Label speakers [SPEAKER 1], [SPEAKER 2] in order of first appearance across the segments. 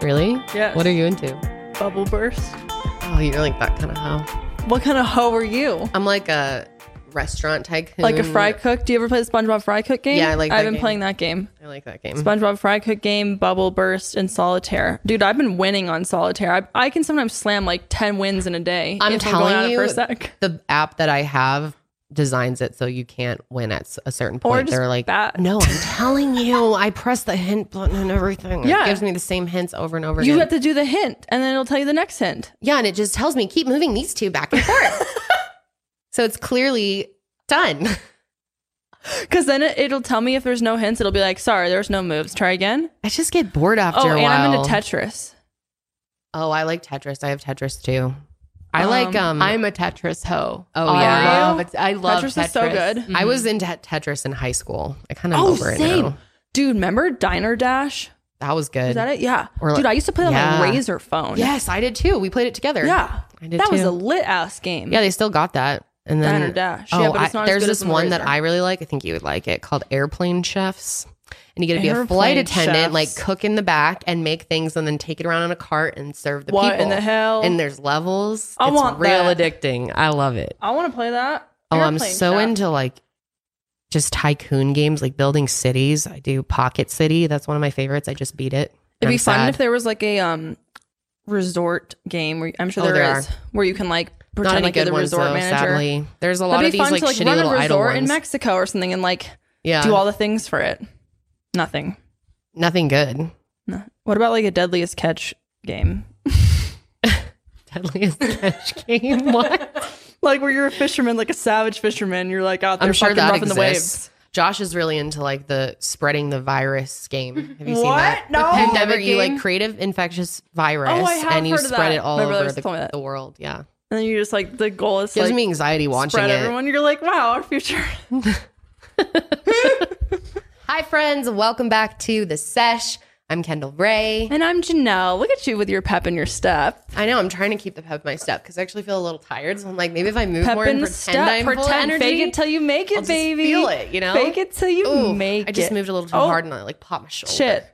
[SPEAKER 1] Really?
[SPEAKER 2] Yes.
[SPEAKER 1] What are you into?
[SPEAKER 2] Bubble burst.
[SPEAKER 1] Oh, you're like that kind of hoe.
[SPEAKER 2] What kind of hoe are you?
[SPEAKER 1] I'm like a restaurant tycoon.
[SPEAKER 2] Like a fry cook? Do you ever play the SpongeBob fry cook game?
[SPEAKER 1] Mm. Yeah, I like that
[SPEAKER 2] I've been
[SPEAKER 1] game.
[SPEAKER 2] playing that game.
[SPEAKER 1] I like that game.
[SPEAKER 2] SpongeBob fry cook game, Bubble Burst, and Solitaire. Dude, I've been winning on Solitaire. I, I can sometimes slam like ten wins in a day.
[SPEAKER 1] I'm
[SPEAKER 2] if we're
[SPEAKER 1] telling
[SPEAKER 2] going at it for a
[SPEAKER 1] you,
[SPEAKER 2] sec.
[SPEAKER 1] the app that I have designs it so you can't win at s- a certain
[SPEAKER 2] Or
[SPEAKER 1] point.
[SPEAKER 2] just
[SPEAKER 1] They're like,
[SPEAKER 2] bat.
[SPEAKER 1] no, I'm telling you, I press the hint button and everything.
[SPEAKER 2] Yeah.
[SPEAKER 1] It gives me the same hints over and over
[SPEAKER 2] You
[SPEAKER 1] again.
[SPEAKER 2] have to do the hint, and then it'll tell you the next hint.
[SPEAKER 1] yeah, and it just tells me keep moving these two back and forth. so it's clearly done.
[SPEAKER 2] Because then it, it'll tell me if there's no hints. It'll be like, sorry, there's no moves. Try again.
[SPEAKER 1] I just get bored after
[SPEAKER 2] oh,
[SPEAKER 1] a
[SPEAKER 2] and
[SPEAKER 1] while.
[SPEAKER 2] I'm into Tetris.
[SPEAKER 1] oh, I like Tetris. I have Tetris too. I like
[SPEAKER 2] Um,
[SPEAKER 1] um
[SPEAKER 3] I'm a Tetris hoe.
[SPEAKER 1] Oh,
[SPEAKER 3] I
[SPEAKER 1] yeah.
[SPEAKER 3] love it. I love
[SPEAKER 2] Tetris is so good.
[SPEAKER 3] Mhm.
[SPEAKER 1] I was into Tetris in high school. I kind of
[SPEAKER 2] Oh,
[SPEAKER 1] over it
[SPEAKER 2] same.
[SPEAKER 1] now.
[SPEAKER 2] Dude, remember Diner Dash?
[SPEAKER 1] That was good.
[SPEAKER 2] Is that it? Yeah.
[SPEAKER 1] Or like-
[SPEAKER 2] Dude, I used to play on
[SPEAKER 1] Yeah.
[SPEAKER 2] my Razor phone.
[SPEAKER 1] Yes, I did too. We played it together.
[SPEAKER 2] Yeah.
[SPEAKER 1] I did
[SPEAKER 2] That was
[SPEAKER 1] too.
[SPEAKER 2] a lit ass game.
[SPEAKER 1] Yeah, they still got that. And then
[SPEAKER 2] Diner Dash.
[SPEAKER 1] Oh,
[SPEAKER 2] Yeah, but it's
[SPEAKER 1] I-
[SPEAKER 2] not as
[SPEAKER 1] there's
[SPEAKER 2] good as
[SPEAKER 1] this
[SPEAKER 2] on the
[SPEAKER 1] one that
[SPEAKER 2] razor.
[SPEAKER 1] I really like. I think you would like it called Airplane Chefs. And you get to be a
[SPEAKER 2] Airplane
[SPEAKER 1] flight attendant, like
[SPEAKER 2] chefs.
[SPEAKER 1] cook in the back and make things, and then take it around on a cart and serve the
[SPEAKER 2] What
[SPEAKER 1] people.
[SPEAKER 2] in the hell?
[SPEAKER 1] And there's levels.
[SPEAKER 2] I
[SPEAKER 1] it's
[SPEAKER 2] want
[SPEAKER 1] real
[SPEAKER 2] that.
[SPEAKER 1] addicting. I love it.
[SPEAKER 2] I want to play that.
[SPEAKER 1] Oh, I'm
[SPEAKER 2] Airplane
[SPEAKER 1] so
[SPEAKER 2] Chef.
[SPEAKER 1] into like just tycoon games, like building cities. I do Pocket City. That's one of my favorites. I just beat it.
[SPEAKER 2] It'd
[SPEAKER 1] I'm
[SPEAKER 2] be fun
[SPEAKER 1] sad.
[SPEAKER 2] if there was like a um resort game. Where, I'm sure
[SPEAKER 1] Oh,
[SPEAKER 2] there
[SPEAKER 1] there
[SPEAKER 2] is where you can like
[SPEAKER 1] Not
[SPEAKER 2] pretend
[SPEAKER 1] any
[SPEAKER 2] like you're
[SPEAKER 1] good
[SPEAKER 2] the
[SPEAKER 1] ones
[SPEAKER 2] resort
[SPEAKER 1] though.
[SPEAKER 2] manager.
[SPEAKER 1] Sadly, there's a lot
[SPEAKER 2] That'd
[SPEAKER 1] of
[SPEAKER 2] be
[SPEAKER 1] these
[SPEAKER 2] fun
[SPEAKER 1] like
[SPEAKER 2] to like
[SPEAKER 1] shitty
[SPEAKER 2] run
[SPEAKER 1] little
[SPEAKER 2] a
[SPEAKER 1] idle
[SPEAKER 2] resort
[SPEAKER 1] ones.
[SPEAKER 2] in Mexico or something and like
[SPEAKER 1] yeah,
[SPEAKER 2] do all the things for it. Nothing.
[SPEAKER 1] nothing good.
[SPEAKER 2] No. What about like a deadliest catch game?
[SPEAKER 1] Deadliest catch game. What?
[SPEAKER 2] Like where you're a fisherman, like a savage fisherman, you're like out there
[SPEAKER 1] I'm sure
[SPEAKER 2] fucking
[SPEAKER 1] that
[SPEAKER 2] roughing
[SPEAKER 1] exists.
[SPEAKER 2] the waves.
[SPEAKER 1] Josh is really into like the spreading the virus game. Have you seen
[SPEAKER 2] What?
[SPEAKER 1] that?
[SPEAKER 2] No.
[SPEAKER 1] The pandemic, you
[SPEAKER 2] Game?
[SPEAKER 1] like create an infectious virus
[SPEAKER 2] Oh, I have
[SPEAKER 1] and you
[SPEAKER 2] heard of
[SPEAKER 1] spread
[SPEAKER 2] that.
[SPEAKER 1] it all
[SPEAKER 2] My brother
[SPEAKER 1] over
[SPEAKER 2] was
[SPEAKER 1] the,
[SPEAKER 2] telling me that.
[SPEAKER 1] the world. Yeah,
[SPEAKER 2] And then you're just like the goal is
[SPEAKER 1] gives
[SPEAKER 2] like
[SPEAKER 1] me anxiety watching
[SPEAKER 2] spread
[SPEAKER 1] it.
[SPEAKER 2] everyone. You're like, wow, our future.
[SPEAKER 1] Hi, friends. Welcome back to the sesh. I'm Kendall Ray.
[SPEAKER 2] And I'm Janelle. Look at you with your pep in your step.
[SPEAKER 1] I know I'm trying to keep the pep in my step because I actually feel a little tired. So I'm like, maybe if I move
[SPEAKER 2] Pep
[SPEAKER 1] more and
[SPEAKER 2] in the
[SPEAKER 1] pretend
[SPEAKER 2] step.
[SPEAKER 1] I'm full of
[SPEAKER 2] Pretend.
[SPEAKER 1] energy,
[SPEAKER 2] Fake it till you make it,
[SPEAKER 1] I'll just
[SPEAKER 2] baby.
[SPEAKER 1] feel it, you know?
[SPEAKER 2] Fake it till you
[SPEAKER 1] Ooh,
[SPEAKER 2] make it.
[SPEAKER 1] I just moved a little too
[SPEAKER 2] Oh,
[SPEAKER 1] hard and I like popped my shoulder.
[SPEAKER 2] Shit.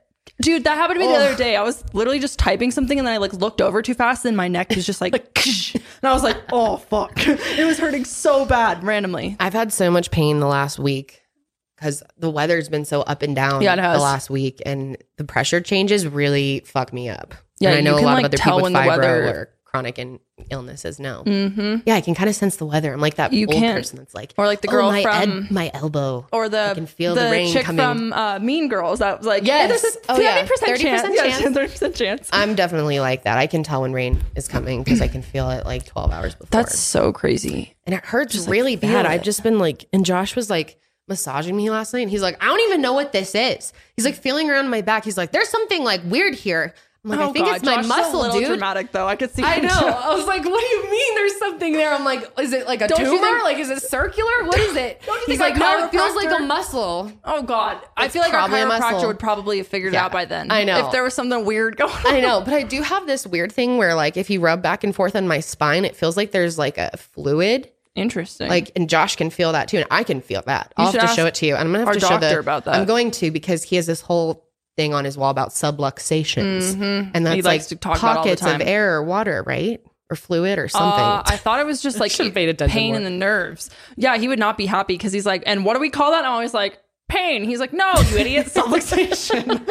[SPEAKER 2] Dude, that happened to me the
[SPEAKER 1] Ugh.
[SPEAKER 2] other day. I was literally just typing something and then I like looked over too fast and my neck was just like, and I was like, oh fuck. It was hurting so bad randomly.
[SPEAKER 1] I've had so much pain the last week because the weather's been so up and down
[SPEAKER 2] Yeah, it has.
[SPEAKER 1] the last week, and the pressure changes really fuck me up.
[SPEAKER 2] Yeah,
[SPEAKER 1] and I
[SPEAKER 2] you
[SPEAKER 1] know
[SPEAKER 2] can,
[SPEAKER 1] a lot
[SPEAKER 2] like,
[SPEAKER 1] of other
[SPEAKER 2] tell
[SPEAKER 1] people
[SPEAKER 2] when
[SPEAKER 1] with
[SPEAKER 2] the
[SPEAKER 1] fibro
[SPEAKER 2] weather-
[SPEAKER 1] or chronic in- illnesses know.
[SPEAKER 2] Mm-hmm.
[SPEAKER 1] Yeah, I can kind of sense the weather. I'm like that
[SPEAKER 2] You
[SPEAKER 1] old
[SPEAKER 2] can't-
[SPEAKER 1] person that's like,
[SPEAKER 2] Or like the
[SPEAKER 1] "Oh,
[SPEAKER 2] girl
[SPEAKER 1] my ed-
[SPEAKER 2] from
[SPEAKER 1] my elbow.
[SPEAKER 2] or the
[SPEAKER 1] I can feel the rain
[SPEAKER 2] chick
[SPEAKER 1] coming.
[SPEAKER 2] from uh, Mean Girls that was like,
[SPEAKER 1] Yes.
[SPEAKER 2] yeah, this is
[SPEAKER 1] Oh,
[SPEAKER 2] thirty
[SPEAKER 1] yeah.
[SPEAKER 2] percent
[SPEAKER 1] 30%
[SPEAKER 2] chance,
[SPEAKER 1] chance.
[SPEAKER 2] thirty percent chance.
[SPEAKER 1] I'm definitely like that. I can tell when rain is coming because I can feel it like 12 hours before.
[SPEAKER 2] That's so crazy.
[SPEAKER 1] and it hurts
[SPEAKER 2] Just, like,
[SPEAKER 1] really
[SPEAKER 2] feel
[SPEAKER 1] bad.
[SPEAKER 2] it.
[SPEAKER 1] I've just been like, and Josh was like massaging me last night, and he's like, I don't even know what this is. He's like feeling around my back. He's like, there's something like weird here. I'm like, I think it's my
[SPEAKER 2] Oh, Josh is a
[SPEAKER 1] muscle,
[SPEAKER 2] little
[SPEAKER 1] dude.
[SPEAKER 2] Dramatic though, I could see.
[SPEAKER 1] I
[SPEAKER 2] him
[SPEAKER 1] know.
[SPEAKER 2] too.
[SPEAKER 1] I was like, what do you mean? There's something there. I'm like, is it like a
[SPEAKER 2] Don't you
[SPEAKER 1] tumor?
[SPEAKER 2] think-
[SPEAKER 1] like, is it circular? What is it?
[SPEAKER 2] Don't you
[SPEAKER 1] he's like,
[SPEAKER 2] think a
[SPEAKER 1] no, it feels like a
[SPEAKER 2] chiropractor-
[SPEAKER 1] muscle.
[SPEAKER 2] Oh God, I
[SPEAKER 1] It's
[SPEAKER 2] feel like our
[SPEAKER 1] probably a
[SPEAKER 2] chiropractor
[SPEAKER 1] muscle.
[SPEAKER 2] would probably have figured it
[SPEAKER 1] Yeah.
[SPEAKER 2] out by then.
[SPEAKER 1] I know.
[SPEAKER 2] if there was something weird going. on.
[SPEAKER 1] I know, but I do have this weird thing where, like, if you rub back and forth on my spine, it feels like there's like a fluid
[SPEAKER 2] Interesting.
[SPEAKER 1] like and Josh can feel that too, and I can feel that.
[SPEAKER 2] You
[SPEAKER 1] I'll
[SPEAKER 2] should
[SPEAKER 1] have to show
[SPEAKER 2] ask
[SPEAKER 1] it to you, and I'm gonna have
[SPEAKER 2] our
[SPEAKER 1] to show
[SPEAKER 2] doctor
[SPEAKER 1] the,
[SPEAKER 2] about that.
[SPEAKER 1] I'm going to because he has this whole thing on his wall about subluxations,
[SPEAKER 2] Mhm.
[SPEAKER 1] and that's
[SPEAKER 2] He likes
[SPEAKER 1] like
[SPEAKER 2] to talk about all the
[SPEAKER 1] pockets
[SPEAKER 2] time.
[SPEAKER 1] of air or water, right, or fluid or something.
[SPEAKER 2] Uh, I thought it was just like
[SPEAKER 1] should've paid attention
[SPEAKER 2] pain
[SPEAKER 1] more.
[SPEAKER 2] in the nerves. Yeah, he would not be happy because he's like, and what do we call that? And I'm always like, pain. He's like, no, you idiot, subluxation.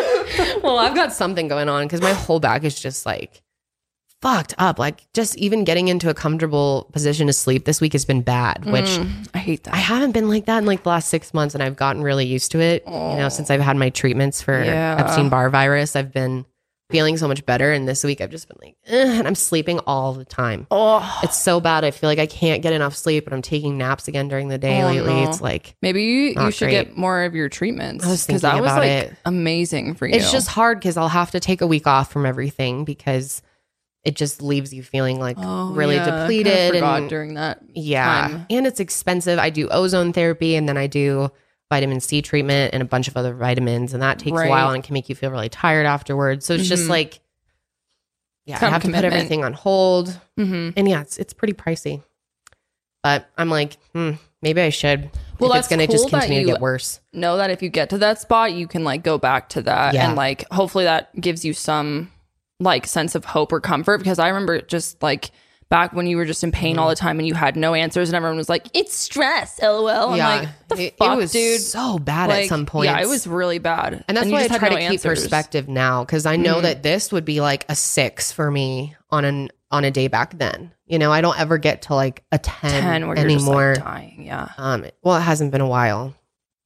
[SPEAKER 1] well, I've got something going on because my whole back is just like fucked up. Like just even getting into a comfortable position to sleep this week has been bad, which.
[SPEAKER 2] I hate that.
[SPEAKER 1] I haven't been like that in like the last six months, and I've gotten really used to it. You know, since I've had my treatments for
[SPEAKER 2] Yeah.
[SPEAKER 1] Epstein Barr virus, I've been feeling so much better. And this week, I've just been like, "Ugh," and I'm sleeping all the time.
[SPEAKER 2] oh,
[SPEAKER 1] It's so bad. I feel like I can't get enough sleep, and I'm taking naps again during the day
[SPEAKER 2] Oh,
[SPEAKER 1] lately.
[SPEAKER 2] no.
[SPEAKER 1] It's like
[SPEAKER 2] Maybe you, you
[SPEAKER 1] Not
[SPEAKER 2] should
[SPEAKER 1] great.
[SPEAKER 2] get more of your treatments
[SPEAKER 1] I was
[SPEAKER 2] because
[SPEAKER 1] thinking
[SPEAKER 2] that was
[SPEAKER 1] about
[SPEAKER 2] like
[SPEAKER 1] it.
[SPEAKER 2] amazing for you.
[SPEAKER 1] it's just hard because I'll have to take a week off from everything because it just leaves you feeling like really
[SPEAKER 2] Oh, yeah, I kinda
[SPEAKER 1] depleted
[SPEAKER 2] forgot
[SPEAKER 1] and
[SPEAKER 2] during that.
[SPEAKER 1] Yeah.
[SPEAKER 2] time.
[SPEAKER 1] And it's expensive. I do ozone therapy and then I do vitamin C treatment and a bunch of other vitamins. And that takes
[SPEAKER 2] Right.
[SPEAKER 1] a while and can make you feel really tired afterwards. So it's just
[SPEAKER 2] Mhm.
[SPEAKER 1] like, yeah,
[SPEAKER 2] Kind
[SPEAKER 1] I have
[SPEAKER 2] of
[SPEAKER 1] to put
[SPEAKER 2] commitment.
[SPEAKER 1] everything on hold.
[SPEAKER 2] Mm-hmm.
[SPEAKER 1] And yeah, it's, it's pretty pricey. But I'm like, hmm, maybe I should.
[SPEAKER 2] Well,
[SPEAKER 1] if it's
[SPEAKER 2] that's
[SPEAKER 1] going to
[SPEAKER 2] cool
[SPEAKER 1] just
[SPEAKER 2] that
[SPEAKER 1] continue
[SPEAKER 2] you-
[SPEAKER 1] to get worse.
[SPEAKER 2] Know that if you get to that spot, you can like go back to that
[SPEAKER 1] Yeah.
[SPEAKER 2] and like hopefully that gives you some like sense of hope or comfort because I remember just like back when you were just in pain
[SPEAKER 1] Mm-hmm.
[SPEAKER 2] all the time and you had no answers and everyone was like, "It's stress, lol." I'm like, "What the
[SPEAKER 1] it, it
[SPEAKER 2] fuck,
[SPEAKER 1] was
[SPEAKER 2] dude."
[SPEAKER 1] so bad
[SPEAKER 2] like,
[SPEAKER 1] at some point.
[SPEAKER 2] yeah, it was really bad,
[SPEAKER 1] And that's
[SPEAKER 2] you
[SPEAKER 1] why I
[SPEAKER 2] just had
[SPEAKER 1] try
[SPEAKER 2] no
[SPEAKER 1] to keep
[SPEAKER 2] answers. Mm-hmm.
[SPEAKER 1] perspective now because I know that this would be like a six for me on an on a day back then. You know, I don't ever get to like a ten,
[SPEAKER 2] Ten where you're just
[SPEAKER 1] anymore.
[SPEAKER 2] like, dying, yeah,
[SPEAKER 1] um, well, it hasn't been a while.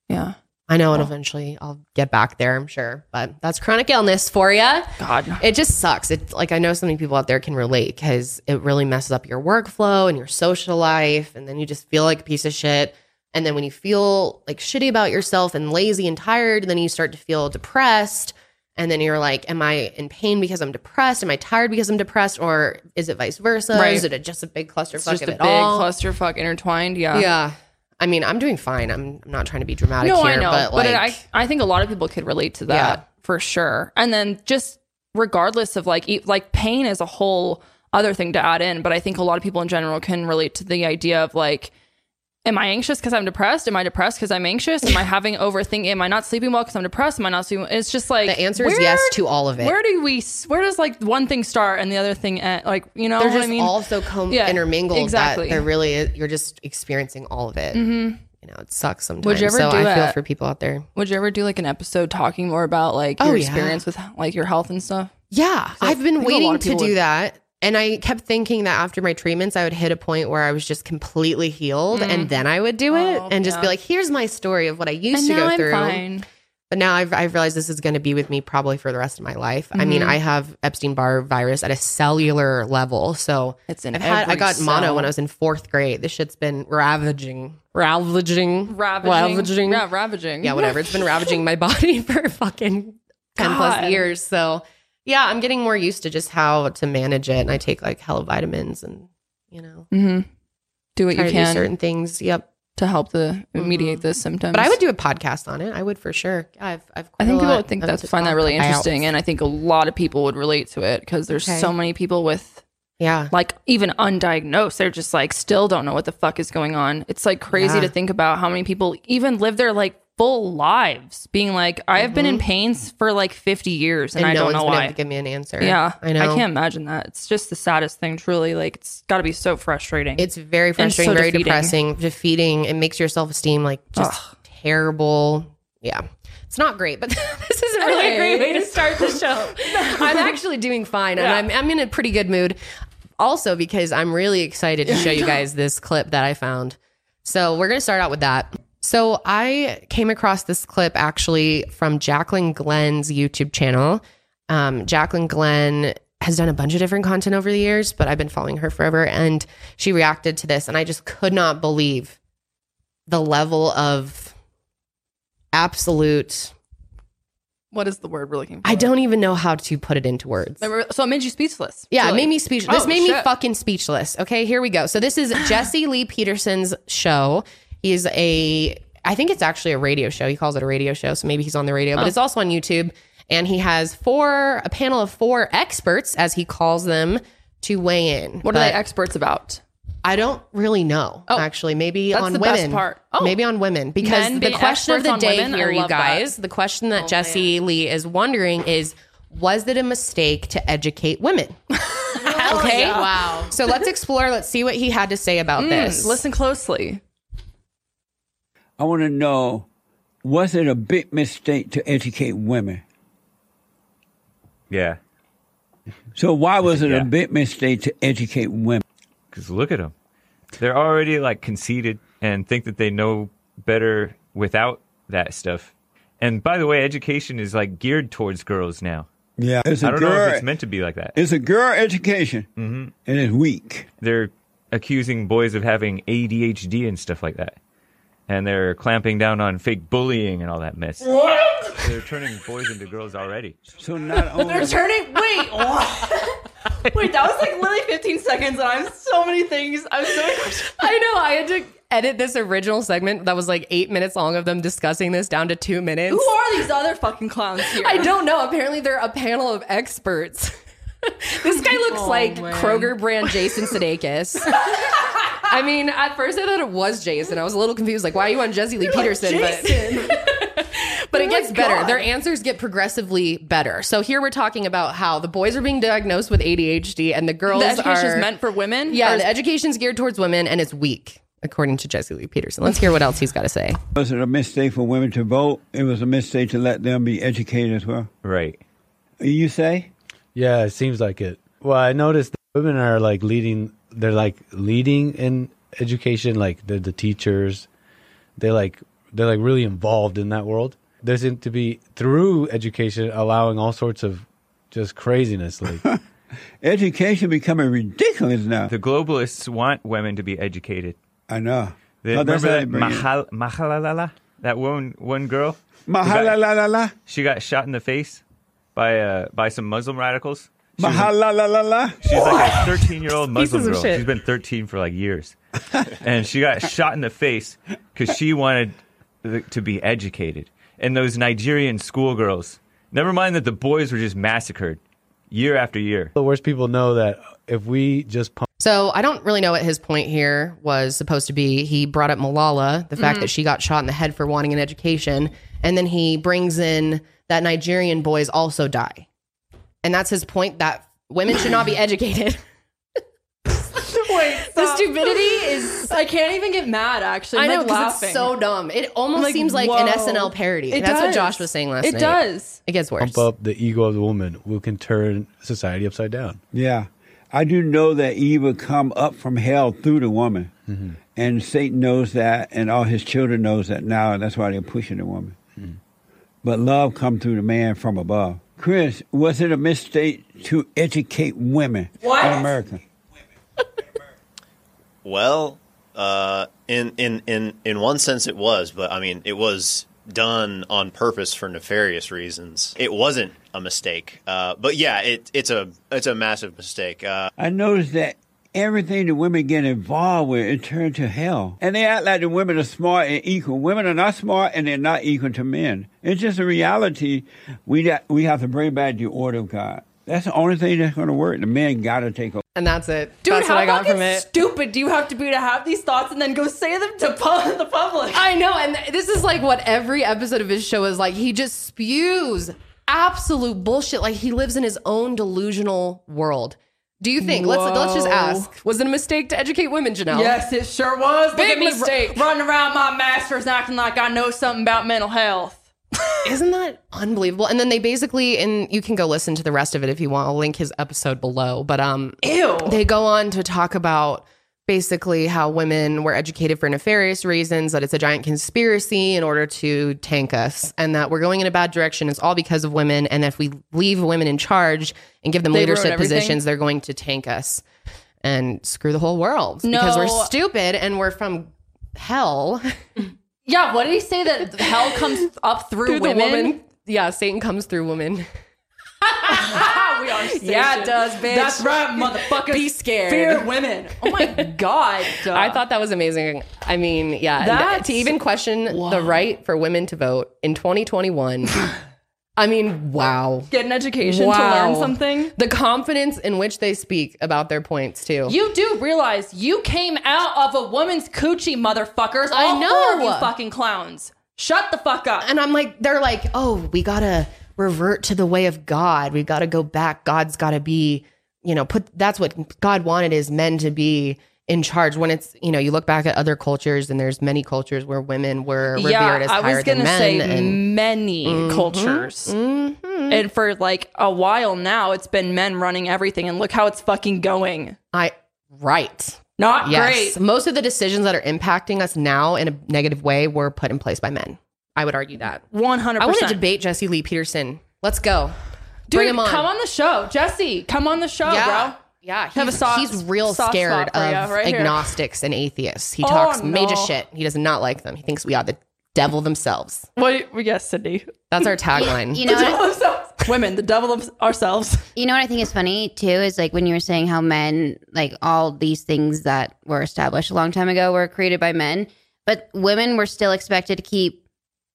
[SPEAKER 2] yeah.
[SPEAKER 1] I know, and eventually I'll get back there. I'm sure, but that's chronic illness for you.
[SPEAKER 2] God,
[SPEAKER 1] It just sucks. It's like I know so many people out there can relate because it really messes up your workflow and your social life, and then you just feel like a piece of shit. And then when you feel like shitty about yourself and lazy and tired, then you start to feel depressed. And then you're like, Am I in pain because I'm depressed? Am I tired because I'm depressed? Or is it vice versa?
[SPEAKER 2] Right.
[SPEAKER 1] Is it a, just a big
[SPEAKER 2] it's
[SPEAKER 1] clusterfuck
[SPEAKER 2] just a
[SPEAKER 1] of
[SPEAKER 2] big
[SPEAKER 1] it all?
[SPEAKER 2] clusterfuck intertwined.
[SPEAKER 1] yeah. I mean, I'm doing fine. I'm, I'm not trying to be dramatic
[SPEAKER 2] no,
[SPEAKER 1] here,
[SPEAKER 2] I know,
[SPEAKER 1] but
[SPEAKER 2] but,
[SPEAKER 1] like,
[SPEAKER 2] it- I I think a lot of people could relate to that
[SPEAKER 1] Yeah.
[SPEAKER 2] for sure. And then just regardless of like e- like pain is a whole other thing to add in, but I think a lot of people in general can relate to the idea of like. Am I anxious because I'm depressed? Am I depressed because I'm anxious? Am I having overthinking? Am I not sleeping well because I'm depressed? Am I not sleeping? It's just like
[SPEAKER 1] the answer is yes
[SPEAKER 2] where-
[SPEAKER 1] to all of it.
[SPEAKER 2] Where do we? s- Where does like one thing start and the other thing end? Like you know
[SPEAKER 1] they're
[SPEAKER 2] what
[SPEAKER 1] just
[SPEAKER 2] I mean?
[SPEAKER 1] all so com-
[SPEAKER 2] Yeah,
[SPEAKER 1] intermingled
[SPEAKER 2] exactly. Mm-hmm.
[SPEAKER 1] that they're really you're just experiencing all of it. You know, it sucks sometimes.
[SPEAKER 2] Would you ever
[SPEAKER 1] so
[SPEAKER 2] do
[SPEAKER 1] I feel
[SPEAKER 2] a-
[SPEAKER 1] for people out there.
[SPEAKER 2] Would you ever do like an episode talking more about like
[SPEAKER 1] Oh,
[SPEAKER 2] your
[SPEAKER 1] yeah.
[SPEAKER 2] experience with like your health and stuff?
[SPEAKER 1] Yeah, I've
[SPEAKER 2] I
[SPEAKER 1] been
[SPEAKER 2] think a lot
[SPEAKER 1] waiting
[SPEAKER 2] of
[SPEAKER 1] to
[SPEAKER 2] people
[SPEAKER 1] do
[SPEAKER 2] would-
[SPEAKER 1] that. And I kept thinking that after my treatments, I would hit a point where I was just completely healed and then I would do it
[SPEAKER 2] Mm. Oh,
[SPEAKER 1] and just
[SPEAKER 2] yeah.
[SPEAKER 1] be like, here's my story of what I used
[SPEAKER 2] And
[SPEAKER 1] to
[SPEAKER 2] now
[SPEAKER 1] go
[SPEAKER 2] I'm
[SPEAKER 1] through.
[SPEAKER 2] fine.
[SPEAKER 1] But now I've, I've realized this is going to be with me probably for the rest of my life. I
[SPEAKER 2] Mm-hmm.
[SPEAKER 1] mean, I have Epstein Barr virus at a cellular level. So
[SPEAKER 2] It's in
[SPEAKER 1] I've had, I
[SPEAKER 2] every
[SPEAKER 1] got mono
[SPEAKER 2] cell.
[SPEAKER 1] when I was in fourth grade. This shit's been ravaging, ravaging,
[SPEAKER 2] ravaging,
[SPEAKER 1] ravaging.
[SPEAKER 2] yeah, ravaging.
[SPEAKER 1] yeah, whatever. It's been ravaging my body for fucking 10
[SPEAKER 2] God.
[SPEAKER 1] plus years. So yeah, I'm getting more used to just how to manage it. And I take like hella vitamins and, you know,
[SPEAKER 2] hmm Do what
[SPEAKER 1] try to
[SPEAKER 2] you
[SPEAKER 1] do
[SPEAKER 2] can to,
[SPEAKER 1] certain things. Yep.
[SPEAKER 2] help the
[SPEAKER 1] Mm-hmm.
[SPEAKER 2] mediate the symptoms.
[SPEAKER 1] But I would do a podcast on it. I would for sure. Yeah, I've, I've quite
[SPEAKER 2] I
[SPEAKER 1] a
[SPEAKER 2] think people
[SPEAKER 1] lot
[SPEAKER 2] would think
[SPEAKER 1] of
[SPEAKER 2] that's
[SPEAKER 1] to
[SPEAKER 2] find that
[SPEAKER 1] talk
[SPEAKER 2] really
[SPEAKER 1] about.
[SPEAKER 2] interesting, and I think a lot of people would relate to it because there's
[SPEAKER 1] Okay.
[SPEAKER 2] so many people with
[SPEAKER 1] Yeah.
[SPEAKER 2] like even undiagnosed. They're just like still don't know what the fuck is going on. It's like crazy
[SPEAKER 1] Yeah.
[SPEAKER 2] to think about how many people even live their like full lives being like, I have been in pains for like 50 years and, I
[SPEAKER 1] Mm-hmm. no
[SPEAKER 2] don't
[SPEAKER 1] one's
[SPEAKER 2] know
[SPEAKER 1] been
[SPEAKER 2] why.
[SPEAKER 1] able to give me an answer.
[SPEAKER 2] yeah,
[SPEAKER 1] I know.
[SPEAKER 2] I can't imagine that. It's just the saddest thing. Truly, like it's got to be so frustrating.
[SPEAKER 1] It's very frustrating,
[SPEAKER 2] so
[SPEAKER 1] very
[SPEAKER 2] defeating.
[SPEAKER 1] depressing, defeating. It makes your self esteem like just terrible. Yeah. It's not great, but this is a really great way to start the show. I'm actually doing fine
[SPEAKER 2] Yeah.
[SPEAKER 1] and I'm, I'm in a pretty good mood. Also, because I'm really excited to show you guys this clip that I found. So we're going to start out with that. So I came across this clip actually from Jacqueline Glenn's YouTube channel. Um, Jacqueline Glenn has done a bunch of different content over the years, but I've been following her forever. And she reacted to this, and I just could not believe the level of absolute.
[SPEAKER 2] what is the word we're looking for?
[SPEAKER 1] I don't even know how to put it into words.
[SPEAKER 2] Remember- so it made you speechless.
[SPEAKER 1] Yeah,
[SPEAKER 2] Really.
[SPEAKER 1] it made me speechless. This
[SPEAKER 2] Oh,
[SPEAKER 1] made me
[SPEAKER 2] shit.
[SPEAKER 1] fucking speechless. Okay, here we go. So this is Jesse Lee Peterson's show. He's a I think it's actually a radio show. He calls it a radio show, so maybe he's on the radio, but it's also on YouTube. And he has four a panel of four experts, as he calls them, to weigh in.
[SPEAKER 2] What are they
[SPEAKER 1] But
[SPEAKER 2] experts about?
[SPEAKER 1] I don't really know. actually, maybe
[SPEAKER 2] That's
[SPEAKER 1] on
[SPEAKER 2] the
[SPEAKER 1] women.
[SPEAKER 2] best part. Oh.
[SPEAKER 1] Maybe on women because
[SPEAKER 2] Men
[SPEAKER 1] the
[SPEAKER 2] being
[SPEAKER 1] question of
[SPEAKER 2] experts
[SPEAKER 1] the
[SPEAKER 2] on
[SPEAKER 1] day
[SPEAKER 2] women, I
[SPEAKER 1] here, you
[SPEAKER 2] love that.
[SPEAKER 1] guys. The question that Oh, Jesse Lee is wondering is: Was it a mistake to educate women? okay.
[SPEAKER 3] Wow.
[SPEAKER 1] So let's explore. Let's see what he had to say about this.
[SPEAKER 2] Listen closely.
[SPEAKER 4] I want to know was it a big mistake to educate women?
[SPEAKER 5] Yeah,
[SPEAKER 4] So, why was it
[SPEAKER 5] Yeah.
[SPEAKER 4] a big mistake to educate women?
[SPEAKER 5] because look at them. They're already like conceited and think that they know better without that stuff. And by the way, education is like geared towards girls now.
[SPEAKER 4] Yeah. It's a
[SPEAKER 5] I don't
[SPEAKER 4] girl,
[SPEAKER 5] know if it's Mm-hmm. meant to be like that.
[SPEAKER 4] it's a girl education, and it's weak.
[SPEAKER 5] They're accusing boys of having ADHD and stuff like that. And they're clamping down on fake bullying and all that mess. What? They're turning boys into girls already.
[SPEAKER 4] So, not only.
[SPEAKER 2] Turning. Wait. wait. That was like literally 15 seconds, and I'm so many things. I'm so.
[SPEAKER 1] I know. I had to edit this original segment that was like eight minutes long of them discussing this down to two minutes.
[SPEAKER 2] Who are these other fucking clowns here?
[SPEAKER 1] I don't know. Apparently, they're a panel of experts. this guy looks
[SPEAKER 2] Oh,
[SPEAKER 1] like Kroger brand Jason Sudeikis. I mean, at first I thought it was Jason. I was a little confused, like, why are you on Jesse Lee Peterson? but, But
[SPEAKER 2] oh
[SPEAKER 1] it gets better. Their answers get progressively better. So here we're talking about how the boys are being diagnosed with ADHD and the girls
[SPEAKER 2] The education
[SPEAKER 1] are
[SPEAKER 2] is meant for women.
[SPEAKER 1] Yeah,
[SPEAKER 2] Or-
[SPEAKER 1] the education's geared towards women and it's weak, according to Jesse Lee Peterson. Let's hear what else he's got to say.
[SPEAKER 4] Was it a mistake for women to vote? It was a mistake to let them be educated as well.
[SPEAKER 5] Right.
[SPEAKER 4] You say?
[SPEAKER 6] Yeah, it seems like it. Well, I noticed that women are like leading. They're like leading in education. Like they're the teachers. They like they're like really involved in that world. There seems to be through education allowing all sorts of just craziness. Like
[SPEAKER 4] Education becoming ridiculous now.
[SPEAKER 5] The globalists want women to be educated.
[SPEAKER 4] I know.
[SPEAKER 5] They,
[SPEAKER 4] Oh, that's
[SPEAKER 5] remember that
[SPEAKER 4] how they bring it.
[SPEAKER 5] Mahal, Mahalalala? That one one girl?
[SPEAKER 4] Mahalalalala.
[SPEAKER 5] She got shot in the face by uh, by some Muslim radicals. She was-
[SPEAKER 4] Mahalalalala.
[SPEAKER 5] She's like a 13 year old Muslim
[SPEAKER 1] Pieces of
[SPEAKER 5] girl.
[SPEAKER 1] shit.
[SPEAKER 5] She's been 13 for like years. and she got shot in the face because she wanted th- to be educated. And those Nigerian schoolgirls, never mind that the boys were just massacred year after year.
[SPEAKER 6] the worst people know that if we just pump
[SPEAKER 1] So I don't really know what his point here was supposed to be. He brought up Malala, the
[SPEAKER 2] Mm-hmm.
[SPEAKER 1] fact that she got shot in the head for wanting an education, and then he brings in that Nigerian boys also die. And that's his point that women should not be educated.
[SPEAKER 2] Wait,
[SPEAKER 1] the stupidity is
[SPEAKER 2] I can't even get mad. Actually,
[SPEAKER 1] I
[SPEAKER 2] I'm,
[SPEAKER 1] know
[SPEAKER 2] like,
[SPEAKER 1] 'cause
[SPEAKER 2] laughing.
[SPEAKER 1] it's so dumb. It almost
[SPEAKER 2] Like,
[SPEAKER 1] seems like an
[SPEAKER 2] whoa.
[SPEAKER 1] SNL parody.
[SPEAKER 2] It
[SPEAKER 1] That's what
[SPEAKER 2] does.
[SPEAKER 1] Josh was saying last
[SPEAKER 2] it
[SPEAKER 1] night.
[SPEAKER 2] does.
[SPEAKER 1] It gets worse.
[SPEAKER 6] pump up the ego of the woman, we can turn society upside down.
[SPEAKER 4] Yeah. I do know that evil come up from hell through the woman. And Satan knows that, and all his children knows that now, and that's why they're pushing the woman. But love come through the man from above. Chris, was it a mistake to educate women in America?
[SPEAKER 7] Well, uh, in in in in one sense, it was, but I mean, it was done on purpose for nefarious reasons. It wasn't a mistake, uh, but yeah, it, it's a it's a massive mistake. Uh,
[SPEAKER 4] I noticed that everything the women get involved with it turned to hell. And they act like the women are smart and equal. Women are not smart and they're not equal to men. It's just a reality. We got, we have to bring back the order of God. That's the only thing that's going to work. The men got to take over.
[SPEAKER 1] and that's it.
[SPEAKER 2] Dude,
[SPEAKER 1] that's
[SPEAKER 2] how
[SPEAKER 1] what I got
[SPEAKER 2] fucking
[SPEAKER 1] from it.
[SPEAKER 2] stupid do you have to be to have these thoughts and then go say them to pu- the public?
[SPEAKER 1] I know, and th- this is like what every episode of his show is like. He just spews absolute bullshit. Like he lives in his own delusional world. Do you think? Let's let's just
[SPEAKER 2] Whoa.
[SPEAKER 1] ask. Was it a mistake to educate women, Janelle?
[SPEAKER 2] Yes, it sure was. Look
[SPEAKER 1] Big
[SPEAKER 2] at me
[SPEAKER 1] mistake.
[SPEAKER 2] r- running around my masters acting like I know something about mental health.
[SPEAKER 1] Isn't that unbelievable? And then they basically, and you can go listen to the rest of it if you want. I'll link his episode below. But um,
[SPEAKER 2] Ew.
[SPEAKER 1] they go on to talk about basically how women were educated for nefarious reasons, that it's a giant conspiracy in order to tank us, and that we're going in a bad direction. It's all because of women. And if we leave women in charge and give them
[SPEAKER 2] They ruin
[SPEAKER 1] leadership
[SPEAKER 2] everything.
[SPEAKER 1] positions, they're going to tank us and screw the whole world because
[SPEAKER 2] No.
[SPEAKER 1] we're stupid and we're from hell.
[SPEAKER 2] yeah, what did he say that hell comes up through, women?
[SPEAKER 1] Yeah, Satan comes through women.
[SPEAKER 2] Ah, we are
[SPEAKER 1] Yeah, it does, bitch.
[SPEAKER 2] That's right, motherfuckers.
[SPEAKER 1] Be scared.
[SPEAKER 2] Fear women. Oh my god. duh.
[SPEAKER 1] I thought that was amazing. I mean, yeah, and
[SPEAKER 2] That's-
[SPEAKER 1] to even question the right for women to vote in 2021. I mean, wow.
[SPEAKER 2] get an education to
[SPEAKER 1] Wow.
[SPEAKER 2] learn something.
[SPEAKER 1] The confidence in which they speak about their points too.
[SPEAKER 2] You do realize you came out of a woman's coochie, motherfuckers.
[SPEAKER 1] I
[SPEAKER 2] All
[SPEAKER 1] know.
[SPEAKER 2] four of you fucking clowns. Shut the fuck up.
[SPEAKER 1] and I'm like, they're like, oh, we gotta revert to the way of God. We gotta go back. God's gotta be, you know, put that's what God wanted is men to be in charge. When it's, you know, you look back at other cultures and there's many cultures where women were revered as
[SPEAKER 2] I
[SPEAKER 1] higher
[SPEAKER 2] was gonna
[SPEAKER 1] than men.
[SPEAKER 2] say
[SPEAKER 1] and Mm-hmm,
[SPEAKER 2] many cultures, and for like a while now, it's been men running everything, and look how it's fucking going.
[SPEAKER 1] I right.
[SPEAKER 2] Not
[SPEAKER 1] Yes.
[SPEAKER 2] great.
[SPEAKER 1] Most of the decisions that are impacting us now in a negative way were put in place by men. I would argue that.
[SPEAKER 2] One hundred
[SPEAKER 1] I want to
[SPEAKER 2] percent.
[SPEAKER 1] debate Jesse Lee Peterson. Let's go.
[SPEAKER 2] Dude,
[SPEAKER 1] Bring him on.
[SPEAKER 2] come on the show, Jesse. Come on the show,
[SPEAKER 1] yeah.
[SPEAKER 2] bro.
[SPEAKER 1] Yeah, he's,
[SPEAKER 2] Have a soft-
[SPEAKER 1] he's real
[SPEAKER 2] soft
[SPEAKER 1] scared
[SPEAKER 2] spot for
[SPEAKER 1] of
[SPEAKER 2] ya, right here.
[SPEAKER 1] agnostics and atheists. He
[SPEAKER 2] Oh,
[SPEAKER 1] talks major
[SPEAKER 2] no.
[SPEAKER 1] shit. He does not like them. He thinks we are the devil themselves.
[SPEAKER 2] What? Yes, Sydney.
[SPEAKER 1] That's our tagline.
[SPEAKER 8] You know, what I-
[SPEAKER 2] Women, the devil of ourselves.
[SPEAKER 8] you know what I think is funny too is like when you were saying how men, like all these things that were established a long time ago, were created by men, but women were still expected to keep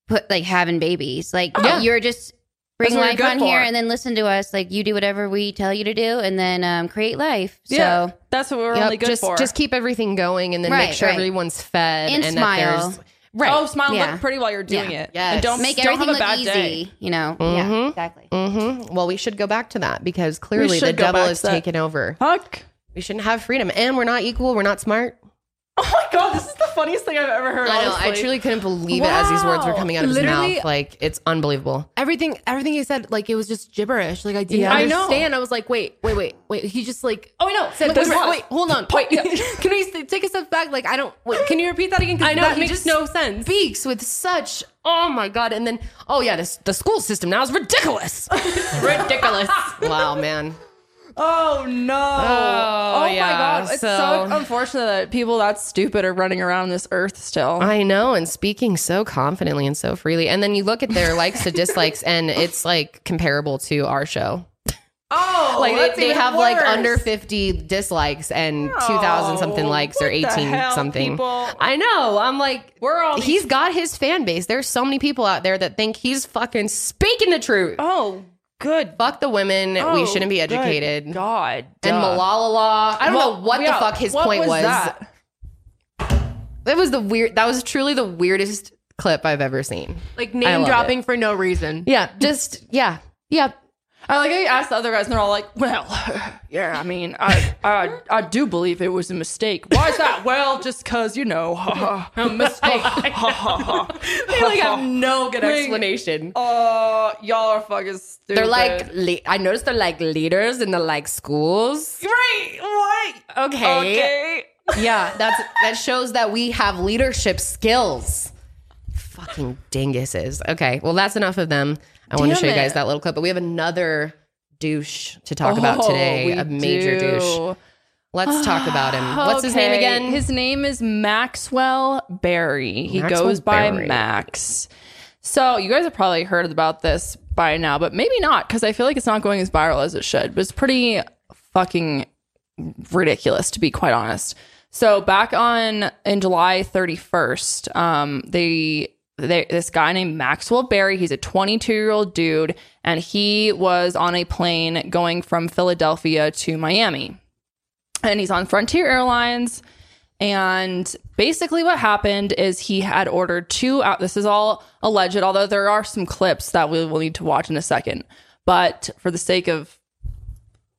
[SPEAKER 8] put like having babies. Like you're just bring
[SPEAKER 2] That's what you're
[SPEAKER 8] life
[SPEAKER 2] good
[SPEAKER 8] on here
[SPEAKER 2] for.
[SPEAKER 8] and then listen to us. Like you do whatever we tell you to do, and then um, create life. So
[SPEAKER 2] yeah, that's what we're
[SPEAKER 1] Yep,
[SPEAKER 2] only good
[SPEAKER 1] just
[SPEAKER 2] for.
[SPEAKER 1] just keep everything going and then make
[SPEAKER 8] Right,
[SPEAKER 1] sure
[SPEAKER 8] right.
[SPEAKER 1] everyone's fed
[SPEAKER 8] And smile.
[SPEAKER 1] that there's Right.
[SPEAKER 2] Oh, smile and
[SPEAKER 8] Yeah.
[SPEAKER 2] look pretty while you're doing
[SPEAKER 8] Yeah.
[SPEAKER 2] it.
[SPEAKER 1] Yes.
[SPEAKER 2] And don't
[SPEAKER 8] Make
[SPEAKER 2] don't
[SPEAKER 8] everything
[SPEAKER 2] have a
[SPEAKER 8] look
[SPEAKER 2] bad
[SPEAKER 8] easy.
[SPEAKER 2] day.
[SPEAKER 8] You know.
[SPEAKER 1] Mhm.
[SPEAKER 8] Yeah. Exactly.
[SPEAKER 1] hmm Well, we should go back to that because clearly the
[SPEAKER 2] should go
[SPEAKER 1] devil
[SPEAKER 2] back
[SPEAKER 1] is
[SPEAKER 2] to that.
[SPEAKER 1] taken over.
[SPEAKER 2] Fuck.
[SPEAKER 1] We shouldn't have freedom, and we're not equal. We're not smart.
[SPEAKER 2] Oh my god, this is the funniest thing I've ever heard.
[SPEAKER 1] I know. I
[SPEAKER 2] honestly.
[SPEAKER 1] truly couldn't believe it as these words were
[SPEAKER 3] Wow.
[SPEAKER 1] coming out of his
[SPEAKER 3] Literally-
[SPEAKER 1] mouth. Like it's unbelievable.
[SPEAKER 3] Everything, everything he said, like it was just gibberish. Like I didn't
[SPEAKER 2] Yeah. I know.
[SPEAKER 3] understand. I, was like, wait, wait, wait, wait. He just like,
[SPEAKER 2] Oh, I know.
[SPEAKER 3] Said
[SPEAKER 2] Look,
[SPEAKER 3] those
[SPEAKER 2] look,
[SPEAKER 3] words.
[SPEAKER 2] look.
[SPEAKER 3] Wait, hold on.
[SPEAKER 2] Point.
[SPEAKER 3] Wait, can we s- take a step back? Like I don't. Wait, can you repeat that again? 'Cause
[SPEAKER 1] I know,
[SPEAKER 3] that
[SPEAKER 1] he
[SPEAKER 3] makes
[SPEAKER 1] just-
[SPEAKER 3] no sense.
[SPEAKER 1] Speaks with such. Oh my god! And then, oh yeah, this, the school system now is ridiculous.
[SPEAKER 3] Ridiculous.
[SPEAKER 1] wow, man.
[SPEAKER 2] Oh no! Oh,
[SPEAKER 1] yeah.
[SPEAKER 2] my god! It's so,
[SPEAKER 1] So-
[SPEAKER 2] unfortunate that people that stupid are running around this earth still.
[SPEAKER 1] I know, and speaking so confidently and so freely. And then you look at their likes to dislikes, and it's like comparable to our show.
[SPEAKER 2] oh,
[SPEAKER 1] Like
[SPEAKER 2] that's
[SPEAKER 1] they, they
[SPEAKER 2] even
[SPEAKER 1] have like
[SPEAKER 2] worse.
[SPEAKER 1] under 50 dislikes and 2,000 something
[SPEAKER 2] Oh,
[SPEAKER 1] likes or
[SPEAKER 2] what the
[SPEAKER 1] 18
[SPEAKER 2] hell,
[SPEAKER 1] something.
[SPEAKER 2] people?
[SPEAKER 1] I know. I'm like,
[SPEAKER 2] We're all these-
[SPEAKER 1] he's got his fan base. There's so many people out there that think he's fucking speaking the truth.
[SPEAKER 2] Oh, good.
[SPEAKER 1] Fuck the women. we
[SPEAKER 2] Oh,
[SPEAKER 1] shouldn't be
[SPEAKER 2] good
[SPEAKER 1] educated. And
[SPEAKER 2] God. duh.
[SPEAKER 1] Malala Law. I don't
[SPEAKER 2] Well,
[SPEAKER 1] know what the
[SPEAKER 2] yeah,
[SPEAKER 1] fuck his
[SPEAKER 2] what
[SPEAKER 1] point was.
[SPEAKER 2] that?
[SPEAKER 1] That was the weird. That was truly the weirdest clip I've ever seen.
[SPEAKER 3] like
[SPEAKER 1] I love
[SPEAKER 3] name
[SPEAKER 1] it.
[SPEAKER 3] dropping for no reason.
[SPEAKER 1] Yeah, just yeah, yeah.
[SPEAKER 2] I like how you asked the other guys, and they're all like, "Well, yeah, I mean, I, I, I do believe it was a mistake. Why is that? Well, just cause you know, a mistake.
[SPEAKER 1] Like I have no good
[SPEAKER 2] Ring.
[SPEAKER 1] explanation.
[SPEAKER 2] Uh, y'all are fucking stupid.
[SPEAKER 1] They're like, le- I noticed they're like leaders in the like schools.
[SPEAKER 2] right? What?
[SPEAKER 1] Okay,
[SPEAKER 2] okay.
[SPEAKER 1] yeah, that's that shows that we have leadership skills. Fucking dinguses. Okay, well that's enough of them. I want to
[SPEAKER 2] Damn
[SPEAKER 1] show you guys
[SPEAKER 2] it.
[SPEAKER 1] that little clip, but we have another douche to talk about
[SPEAKER 2] Oh,
[SPEAKER 1] today.
[SPEAKER 2] we
[SPEAKER 1] A major
[SPEAKER 2] do.
[SPEAKER 1] douche. Let's talk about him. What's his name
[SPEAKER 2] Okay,
[SPEAKER 1] again?
[SPEAKER 2] His name is Maxwell Barry. He
[SPEAKER 1] Maxwell
[SPEAKER 2] goes by
[SPEAKER 1] Berry.
[SPEAKER 2] Max. So you guys have probably heard about this by now, but maybe not because I feel like it's not going as viral as it should. But it's pretty fucking ridiculous to be quite honest. So back on in July 31st, um, they, they this guy named Maxwell Berry, he's a 22 year old dude, and he was on a plane going from Philadelphia to Miami, and he's on Frontier Airlines. And basically, what happened is he had ordered two out. This is all alleged, although there are some clips that we will need to watch in a second. But for the sake of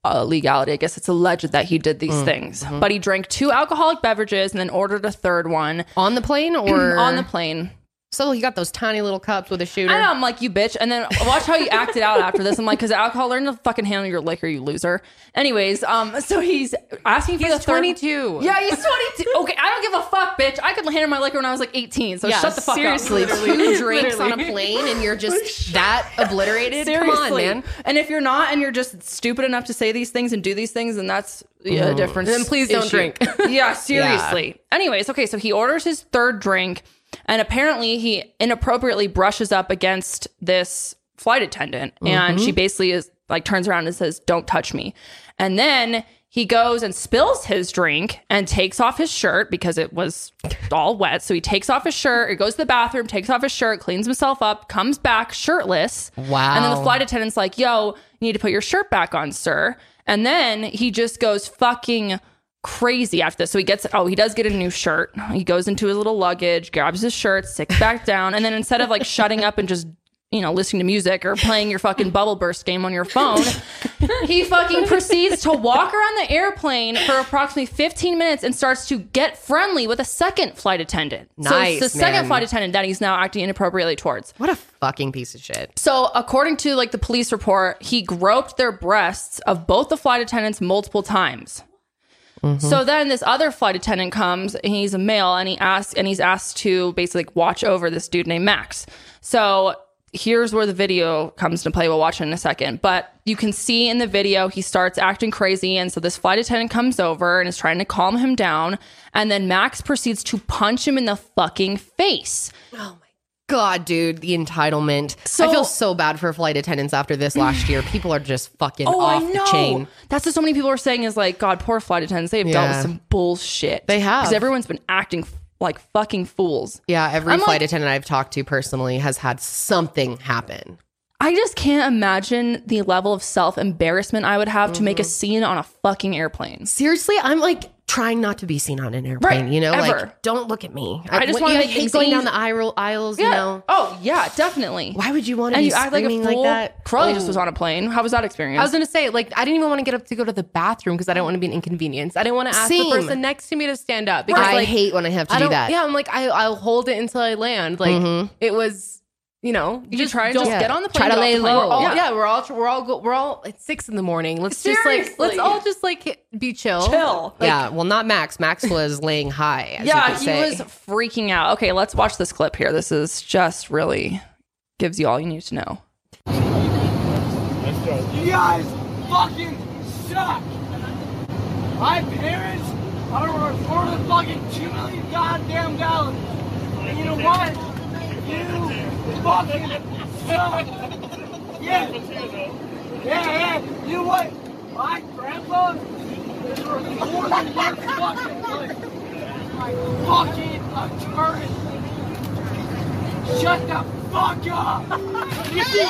[SPEAKER 2] uh, legality. I guess it's alleged that he did these things, but he drank two alcoholic beverages and then ordered a third one
[SPEAKER 1] on the plane or
[SPEAKER 2] on the plane.
[SPEAKER 1] So he got those tiny little cups with a shooter.
[SPEAKER 2] I know, I'm like, you bitch. And then watch how you acted out after this. I'm like, because alcohol, learn to fucking handle your liquor, you loser. Anyways, um, so he's asking for the
[SPEAKER 3] He's
[SPEAKER 2] third-
[SPEAKER 3] 22.
[SPEAKER 2] Yeah, he's 22. Okay, I don't give a fuck, bitch. I could handle my liquor when I was like 18. So
[SPEAKER 1] Yeah,
[SPEAKER 2] shut the fuck
[SPEAKER 1] seriously,
[SPEAKER 2] up.
[SPEAKER 1] two drinks on a plane and you're just that obliterated. Come on,
[SPEAKER 2] Seriously.
[SPEAKER 1] man.
[SPEAKER 2] And if you're not, and you're just stupid enough to say these things and do these things, then that's yeah, a difference.
[SPEAKER 3] Then please don't drink.
[SPEAKER 2] yeah, seriously. Anyways, okay, so he orders his third drink, and apparently he inappropriately brushes up against this flight attendant, and
[SPEAKER 3] Mm-hmm.
[SPEAKER 2] she basically is like turns around and says, "Don't touch me," and then. He goes and spills his drink and takes off his shirt because it was all wet. So he takes off his shirt, he goes to the bathroom, takes off his shirt, cleans himself up, comes back shirtless.
[SPEAKER 1] Wow.
[SPEAKER 2] And then the flight attendant's like, yo, you need to put your shirt back on, sir. And then he just goes fucking crazy after this. So he gets, oh, he does get a new shirt. He goes into his little luggage, grabs his shirt, sits back down. And then instead of like shutting up and just, you know, listening to music or playing your fucking bubble burst game on your phone, he fucking proceeds to walk around the airplane for approximately 15 minutes and starts to get friendly with a second flight attendant. so
[SPEAKER 1] Nice,
[SPEAKER 2] it's the second
[SPEAKER 1] man.
[SPEAKER 2] flight attendant that he's now acting inappropriately towards.
[SPEAKER 1] What a fucking piece of shit.
[SPEAKER 2] So, according to like the police report, he groped their breasts of both the flight attendants multiple times. So then this other flight attendant comes and he's a male and he asks and he's asked to basically like, watch over this dude named Max. So here's where the video comes to play. We'll watch it in a second. But you can see in the video he starts acting crazy. And so this flight attendant comes over and is trying to calm him down. And then Max proceeds to punch him in the fucking face.
[SPEAKER 1] God, dude, the entitlement.
[SPEAKER 2] So-
[SPEAKER 1] I feel so bad for flight attendants after this last year. People are just fucking off the chain.
[SPEAKER 2] Oh, That's what so many people are saying is like, God, poor flight attendants. They have dealt
[SPEAKER 1] Yeah.
[SPEAKER 2] with some bullshit.
[SPEAKER 1] They have.
[SPEAKER 2] Because everyone's been acting f- like fucking fools.
[SPEAKER 1] Yeah, every
[SPEAKER 2] I'm
[SPEAKER 1] flight
[SPEAKER 2] like-
[SPEAKER 1] attendant I've talked to personally has had something happen.
[SPEAKER 2] I just can't imagine the level of self embarrassment I would have to make a scene on a fucking airplane.
[SPEAKER 1] Seriously, I'm like
[SPEAKER 3] trying not to be seen on an airplane.
[SPEAKER 2] Right,
[SPEAKER 3] You know,
[SPEAKER 2] ever.
[SPEAKER 3] like don't look at me.
[SPEAKER 2] I just
[SPEAKER 3] what-
[SPEAKER 2] wanna
[SPEAKER 3] you
[SPEAKER 2] make
[SPEAKER 3] hate
[SPEAKER 2] things
[SPEAKER 3] going down
[SPEAKER 2] easy.
[SPEAKER 3] the aisle aisles.
[SPEAKER 2] Yeah.
[SPEAKER 3] You know,
[SPEAKER 2] Oh yeah, definitely.
[SPEAKER 3] why would you want to
[SPEAKER 2] And
[SPEAKER 3] be
[SPEAKER 2] you act like a
[SPEAKER 3] screaming
[SPEAKER 2] fool.
[SPEAKER 3] that?
[SPEAKER 2] Crowley
[SPEAKER 3] Oh.
[SPEAKER 2] just was on a plane. How was that experience?
[SPEAKER 1] I was gonna say, like, I didn't even want to get up to go to the bathroom because I don't want to be an inconvenience. I didn't want to ask
[SPEAKER 3] Same.
[SPEAKER 1] the person next to me to stand up because,
[SPEAKER 3] I
[SPEAKER 1] like,
[SPEAKER 3] hate when I have to
[SPEAKER 1] I
[SPEAKER 3] do
[SPEAKER 1] don't.
[SPEAKER 3] that.
[SPEAKER 1] Yeah, I'm like, I, I'll hold it until I land. Like,
[SPEAKER 3] Mhm.
[SPEAKER 1] it was, you know,
[SPEAKER 2] you try to
[SPEAKER 1] don't-
[SPEAKER 2] just
[SPEAKER 3] Yeah.
[SPEAKER 2] get on the plane.
[SPEAKER 3] Try to
[SPEAKER 2] get off
[SPEAKER 3] lay
[SPEAKER 2] the plane.
[SPEAKER 3] low.
[SPEAKER 2] We're all-
[SPEAKER 1] Oh, yeah.
[SPEAKER 2] yeah.
[SPEAKER 1] we're all we're all go, we're all it's six in the morning. Let's just like let's
[SPEAKER 2] Seriously.
[SPEAKER 1] all just like be chill.
[SPEAKER 2] Chill. Like,
[SPEAKER 3] yeah. Well, not Max. Max was laying high. As
[SPEAKER 2] yeah,
[SPEAKER 3] you could
[SPEAKER 2] he
[SPEAKER 3] say.
[SPEAKER 2] was freaking out. Okay, let's watch this clip here. This is just really gives you all you need to know.
[SPEAKER 4] You guys fucking suck. My parents are worth a fucking two million goddamn dollars. And you know what? You fucking suck. Yeah. Yeah, yeah. You know what? My grandpa is worth more than your fucking life. My fucking attorney. Shut the fuck up. You see?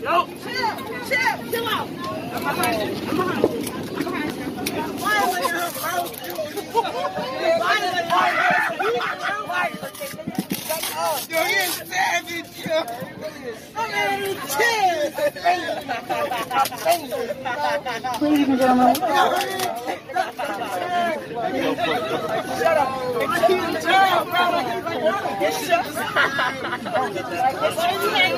[SPEAKER 4] Yo. Chill, chill, chill out. Come on, come on, come on. Yo, he is savage, yo. I'm out of chair. Ladies and gentlemen. Shut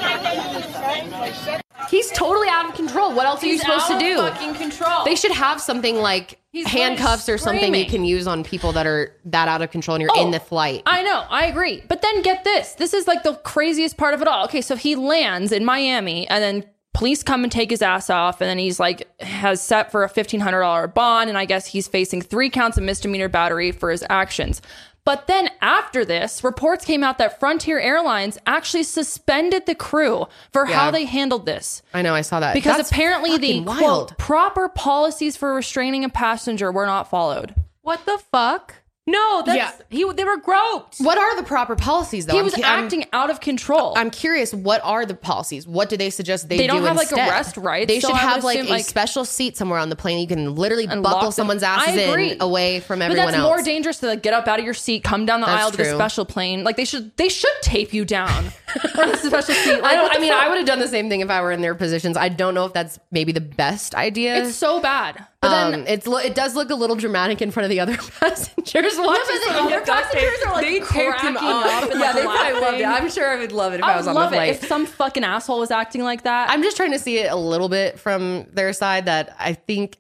[SPEAKER 4] up. Shut up.
[SPEAKER 3] He's totally out of control. What else are you supposed to do?
[SPEAKER 1] Fucking control.
[SPEAKER 3] They should have something like handcuffs or something you
[SPEAKER 2] screaming.
[SPEAKER 3] can use on people that are that out of control and you're
[SPEAKER 2] Oh,
[SPEAKER 3] in the flight.
[SPEAKER 2] I know, I agree. But then get this. This is like the craziest part of it all. Okay, so he lands in Miami and then police come and take his ass off and then he's like has set for a $1500 bond and I guess he's facing 3 counts of misdemeanor battery for his actions. But then after this, reports came out that Frontier Airlines actually suspended the crew for how they handled this
[SPEAKER 3] I know. I saw that
[SPEAKER 2] because
[SPEAKER 3] That's
[SPEAKER 2] apparently the
[SPEAKER 3] fucking
[SPEAKER 2] quote, proper policies for restraining a passenger were not followed.
[SPEAKER 1] what the fuck? No, that's he. They were groped.
[SPEAKER 3] What are the proper policies though?
[SPEAKER 2] He
[SPEAKER 3] I'm
[SPEAKER 2] was
[SPEAKER 3] cu- I'm-
[SPEAKER 2] acting out of control.
[SPEAKER 3] I'm curious. What are the policies? What do they suggest they?
[SPEAKER 2] They don't
[SPEAKER 3] do
[SPEAKER 2] have, like,
[SPEAKER 3] instead?
[SPEAKER 2] arrest rights,
[SPEAKER 3] They
[SPEAKER 2] so
[SPEAKER 3] should
[SPEAKER 2] I would
[SPEAKER 3] have like
[SPEAKER 2] assume,
[SPEAKER 3] a
[SPEAKER 2] like-
[SPEAKER 3] special seat somewhere on the plane. You can literally
[SPEAKER 2] and lock
[SPEAKER 3] buckle
[SPEAKER 2] them-
[SPEAKER 3] someone's
[SPEAKER 2] I
[SPEAKER 3] asses
[SPEAKER 2] agree.
[SPEAKER 3] in away from
[SPEAKER 2] But
[SPEAKER 3] everyone
[SPEAKER 2] that's
[SPEAKER 3] else.
[SPEAKER 2] more dangerous to like get up out of your seat, come down the
[SPEAKER 3] That's
[SPEAKER 2] aisle to the
[SPEAKER 3] true.
[SPEAKER 2] special plane. Like they should, they should tape you down for the special seat. Like,
[SPEAKER 3] I
[SPEAKER 2] what
[SPEAKER 3] don't.
[SPEAKER 2] the
[SPEAKER 3] I mean,
[SPEAKER 2] fuck?
[SPEAKER 3] I would have done the same thing if I were in their positions. I don't know if that's maybe the best idea.
[SPEAKER 2] It's so bad. But
[SPEAKER 3] um,
[SPEAKER 2] then
[SPEAKER 3] it's lo- it does look a little dramatic in front of the other passengers. Watching
[SPEAKER 2] the
[SPEAKER 3] someone
[SPEAKER 2] other
[SPEAKER 3] get duct taped.
[SPEAKER 2] passengers are, like,
[SPEAKER 3] they taped him
[SPEAKER 2] cracking
[SPEAKER 3] up.
[SPEAKER 2] up and,
[SPEAKER 3] yeah,
[SPEAKER 2] like,
[SPEAKER 3] they probably loved
[SPEAKER 2] laughing.
[SPEAKER 3] it. I'm sure I would love it if I,
[SPEAKER 2] I would
[SPEAKER 3] was on
[SPEAKER 2] love
[SPEAKER 3] the
[SPEAKER 2] it
[SPEAKER 3] flight.
[SPEAKER 2] if some fucking asshole was acting like that.
[SPEAKER 3] I'm just trying to see it a little bit from their side that I think.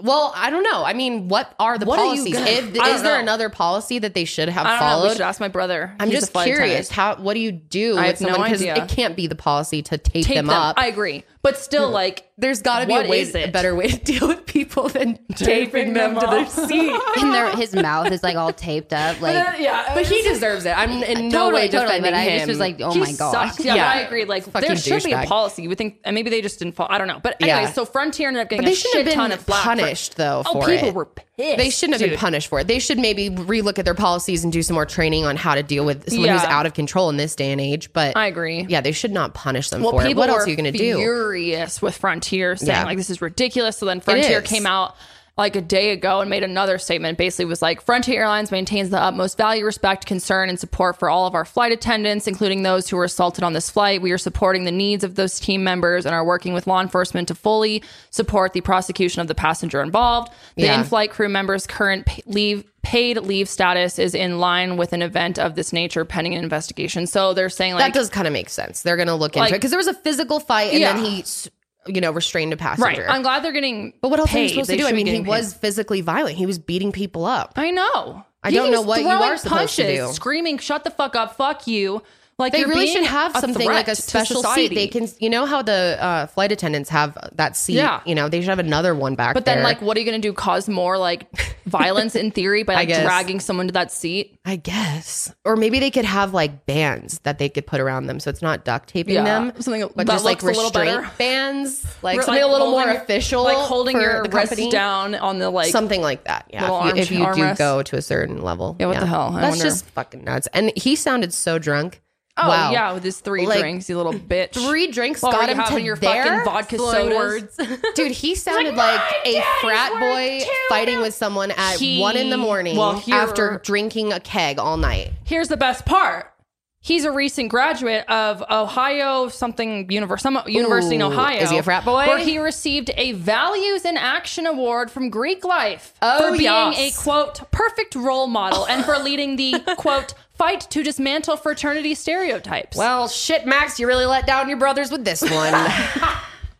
[SPEAKER 3] Well, I don't know. I mean, what are the
[SPEAKER 2] What are you
[SPEAKER 3] policies?
[SPEAKER 2] gonna-
[SPEAKER 3] If-
[SPEAKER 2] I don't
[SPEAKER 3] is there
[SPEAKER 2] know.
[SPEAKER 3] another policy that they should have
[SPEAKER 2] I don't know. We
[SPEAKER 3] followed?
[SPEAKER 2] should ask my brother.
[SPEAKER 3] I'm
[SPEAKER 2] He's a
[SPEAKER 3] just
[SPEAKER 2] flight
[SPEAKER 3] curious.
[SPEAKER 2] attendant.
[SPEAKER 3] How? What do you do
[SPEAKER 2] I have
[SPEAKER 3] with
[SPEAKER 2] no
[SPEAKER 3] someone?
[SPEAKER 2] idea.
[SPEAKER 3] it can't be the policy to tape,
[SPEAKER 2] Tape
[SPEAKER 3] them, up. Hmm.
[SPEAKER 2] I agree, but still, like
[SPEAKER 3] There's got to be
[SPEAKER 2] What
[SPEAKER 3] a, way,
[SPEAKER 2] is it?
[SPEAKER 3] a better way to deal with people than taping them to their seat.
[SPEAKER 8] And their, his mouth is like all taped up. Like
[SPEAKER 3] yeah, but he deserves it. I'm in no
[SPEAKER 8] totally,
[SPEAKER 3] way
[SPEAKER 8] totally.
[SPEAKER 3] defending
[SPEAKER 8] But I
[SPEAKER 3] him.
[SPEAKER 8] just was like, oh
[SPEAKER 2] he
[SPEAKER 8] my god.
[SPEAKER 2] sucked. Yeah, but
[SPEAKER 3] Yeah.
[SPEAKER 2] I agree. Like
[SPEAKER 3] Fucking
[SPEAKER 2] there should be a
[SPEAKER 3] douchebag.
[SPEAKER 2] policy. You would think, and maybe they just didn't follow. I don't know. But
[SPEAKER 3] Yeah.
[SPEAKER 2] anyway, so Frontier ended up getting
[SPEAKER 3] But they
[SPEAKER 2] a
[SPEAKER 3] shouldn't
[SPEAKER 2] shit
[SPEAKER 3] have
[SPEAKER 2] ton
[SPEAKER 3] been
[SPEAKER 2] of flack for-
[SPEAKER 3] punished, though,
[SPEAKER 2] Oh,
[SPEAKER 3] for
[SPEAKER 2] people
[SPEAKER 3] it.
[SPEAKER 2] were pissed.
[SPEAKER 3] They shouldn't have
[SPEAKER 2] dude.
[SPEAKER 3] been punished for it. They should maybe relook at their policies and do some more training on how to deal with someone who's
[SPEAKER 2] Yeah.
[SPEAKER 3] out of control in this day and age. But
[SPEAKER 2] I agree.
[SPEAKER 3] Yeah, they should not punish them
[SPEAKER 2] Well,
[SPEAKER 3] for it.
[SPEAKER 2] people
[SPEAKER 3] What else
[SPEAKER 2] were
[SPEAKER 3] are you going to do?
[SPEAKER 2] furious with Frontier saying
[SPEAKER 3] Yeah.
[SPEAKER 2] like this is ridiculous. So then Frontier
[SPEAKER 3] is.
[SPEAKER 2] came out like a day ago and made another statement. Basically, was like Frontier Airlines maintains the utmost value, respect, concern, and support for all of our flight attendants, including those who were assaulted on this flight. We are supporting the needs of those team members and are working with law enforcement to fully support the prosecution of the passenger involved. The
[SPEAKER 3] Yeah.
[SPEAKER 2] in-flight crew members' current pa- leave. Paid leave status is in line with an event of this nature pending an investigation. So they're saying like
[SPEAKER 3] That does kind of make sense. They're going to look into
[SPEAKER 2] Like-
[SPEAKER 3] it because there was a physical fight and
[SPEAKER 2] Yeah.
[SPEAKER 3] then he, s- you know, restrained a
[SPEAKER 2] Right.
[SPEAKER 3] passenger.
[SPEAKER 2] I'm glad they're getting.
[SPEAKER 3] but what else
[SPEAKER 2] paid.
[SPEAKER 3] are you supposed
[SPEAKER 2] They
[SPEAKER 3] to do? I
[SPEAKER 2] should be
[SPEAKER 3] mean, he
[SPEAKER 2] getting
[SPEAKER 3] was physically violent. He was beating people up.
[SPEAKER 2] paid. I know.
[SPEAKER 3] I
[SPEAKER 2] He
[SPEAKER 3] don't
[SPEAKER 2] was
[SPEAKER 3] know what you
[SPEAKER 2] throwing
[SPEAKER 3] are supposed to
[SPEAKER 2] punches,
[SPEAKER 3] do.
[SPEAKER 2] Screaming, "Shut the fuck up! Fuck you!" Like
[SPEAKER 3] They
[SPEAKER 2] you're
[SPEAKER 3] really
[SPEAKER 2] being
[SPEAKER 3] should have
[SPEAKER 2] a
[SPEAKER 3] something
[SPEAKER 2] threat
[SPEAKER 3] like a
[SPEAKER 2] to
[SPEAKER 3] special seat.
[SPEAKER 2] society.
[SPEAKER 3] They can, you know, how the uh, flight attendants have that seat.
[SPEAKER 2] Yeah.
[SPEAKER 3] You know, they should have another one back.
[SPEAKER 2] But then,
[SPEAKER 3] there.
[SPEAKER 2] like, what are you going to do? Cause more like violence in theory by like
[SPEAKER 3] guess.
[SPEAKER 2] dragging someone to that seat?
[SPEAKER 3] I guess. Or maybe they could have like bands that they could put around them so it's not duct taping
[SPEAKER 2] Yeah,
[SPEAKER 3] them.
[SPEAKER 2] something
[SPEAKER 3] but
[SPEAKER 2] that
[SPEAKER 3] just like
[SPEAKER 2] looks a little
[SPEAKER 3] restraint
[SPEAKER 2] better.
[SPEAKER 3] bands, like
[SPEAKER 2] Or,
[SPEAKER 3] something a little more
[SPEAKER 2] holding your-
[SPEAKER 3] official.
[SPEAKER 2] like holding
[SPEAKER 3] for
[SPEAKER 2] your
[SPEAKER 3] the
[SPEAKER 2] wrists
[SPEAKER 3] company.
[SPEAKER 2] down on the like.
[SPEAKER 3] Something like that.
[SPEAKER 2] little
[SPEAKER 3] Yeah. If you, if
[SPEAKER 2] arm-
[SPEAKER 3] you do
[SPEAKER 2] armrest.
[SPEAKER 3] go to a certain level.
[SPEAKER 2] Yeah, what the hell? I
[SPEAKER 3] That's
[SPEAKER 2] wonder.
[SPEAKER 3] just fucking nuts. And he sounded so drunk.
[SPEAKER 2] Oh
[SPEAKER 3] Wow.
[SPEAKER 2] yeah, with his three
[SPEAKER 3] Like,
[SPEAKER 2] drinks, you little bitch.
[SPEAKER 3] Three drinks
[SPEAKER 2] What were
[SPEAKER 3] got
[SPEAKER 2] you
[SPEAKER 3] him to
[SPEAKER 2] having your
[SPEAKER 3] there?
[SPEAKER 2] fucking vodka sodas?
[SPEAKER 3] Dude, he sounded like, a frat boy fighting with someone at
[SPEAKER 2] He-
[SPEAKER 3] one in the morning
[SPEAKER 2] well, here-
[SPEAKER 3] after drinking a keg all night.
[SPEAKER 2] Here's the best part. He's a recent graduate of Ohio something universe, some university in
[SPEAKER 3] Ooh,
[SPEAKER 2] Ohio.
[SPEAKER 3] is he a frat boy?
[SPEAKER 2] Where he received a Values in Action Award from Greek Life
[SPEAKER 3] Oh,
[SPEAKER 2] for being
[SPEAKER 3] yes.
[SPEAKER 2] a quote perfect role model and for leading the quote fight to dismantle fraternity stereotypes.
[SPEAKER 3] Well, Oh, shit, Max, you really let down your brothers with this one.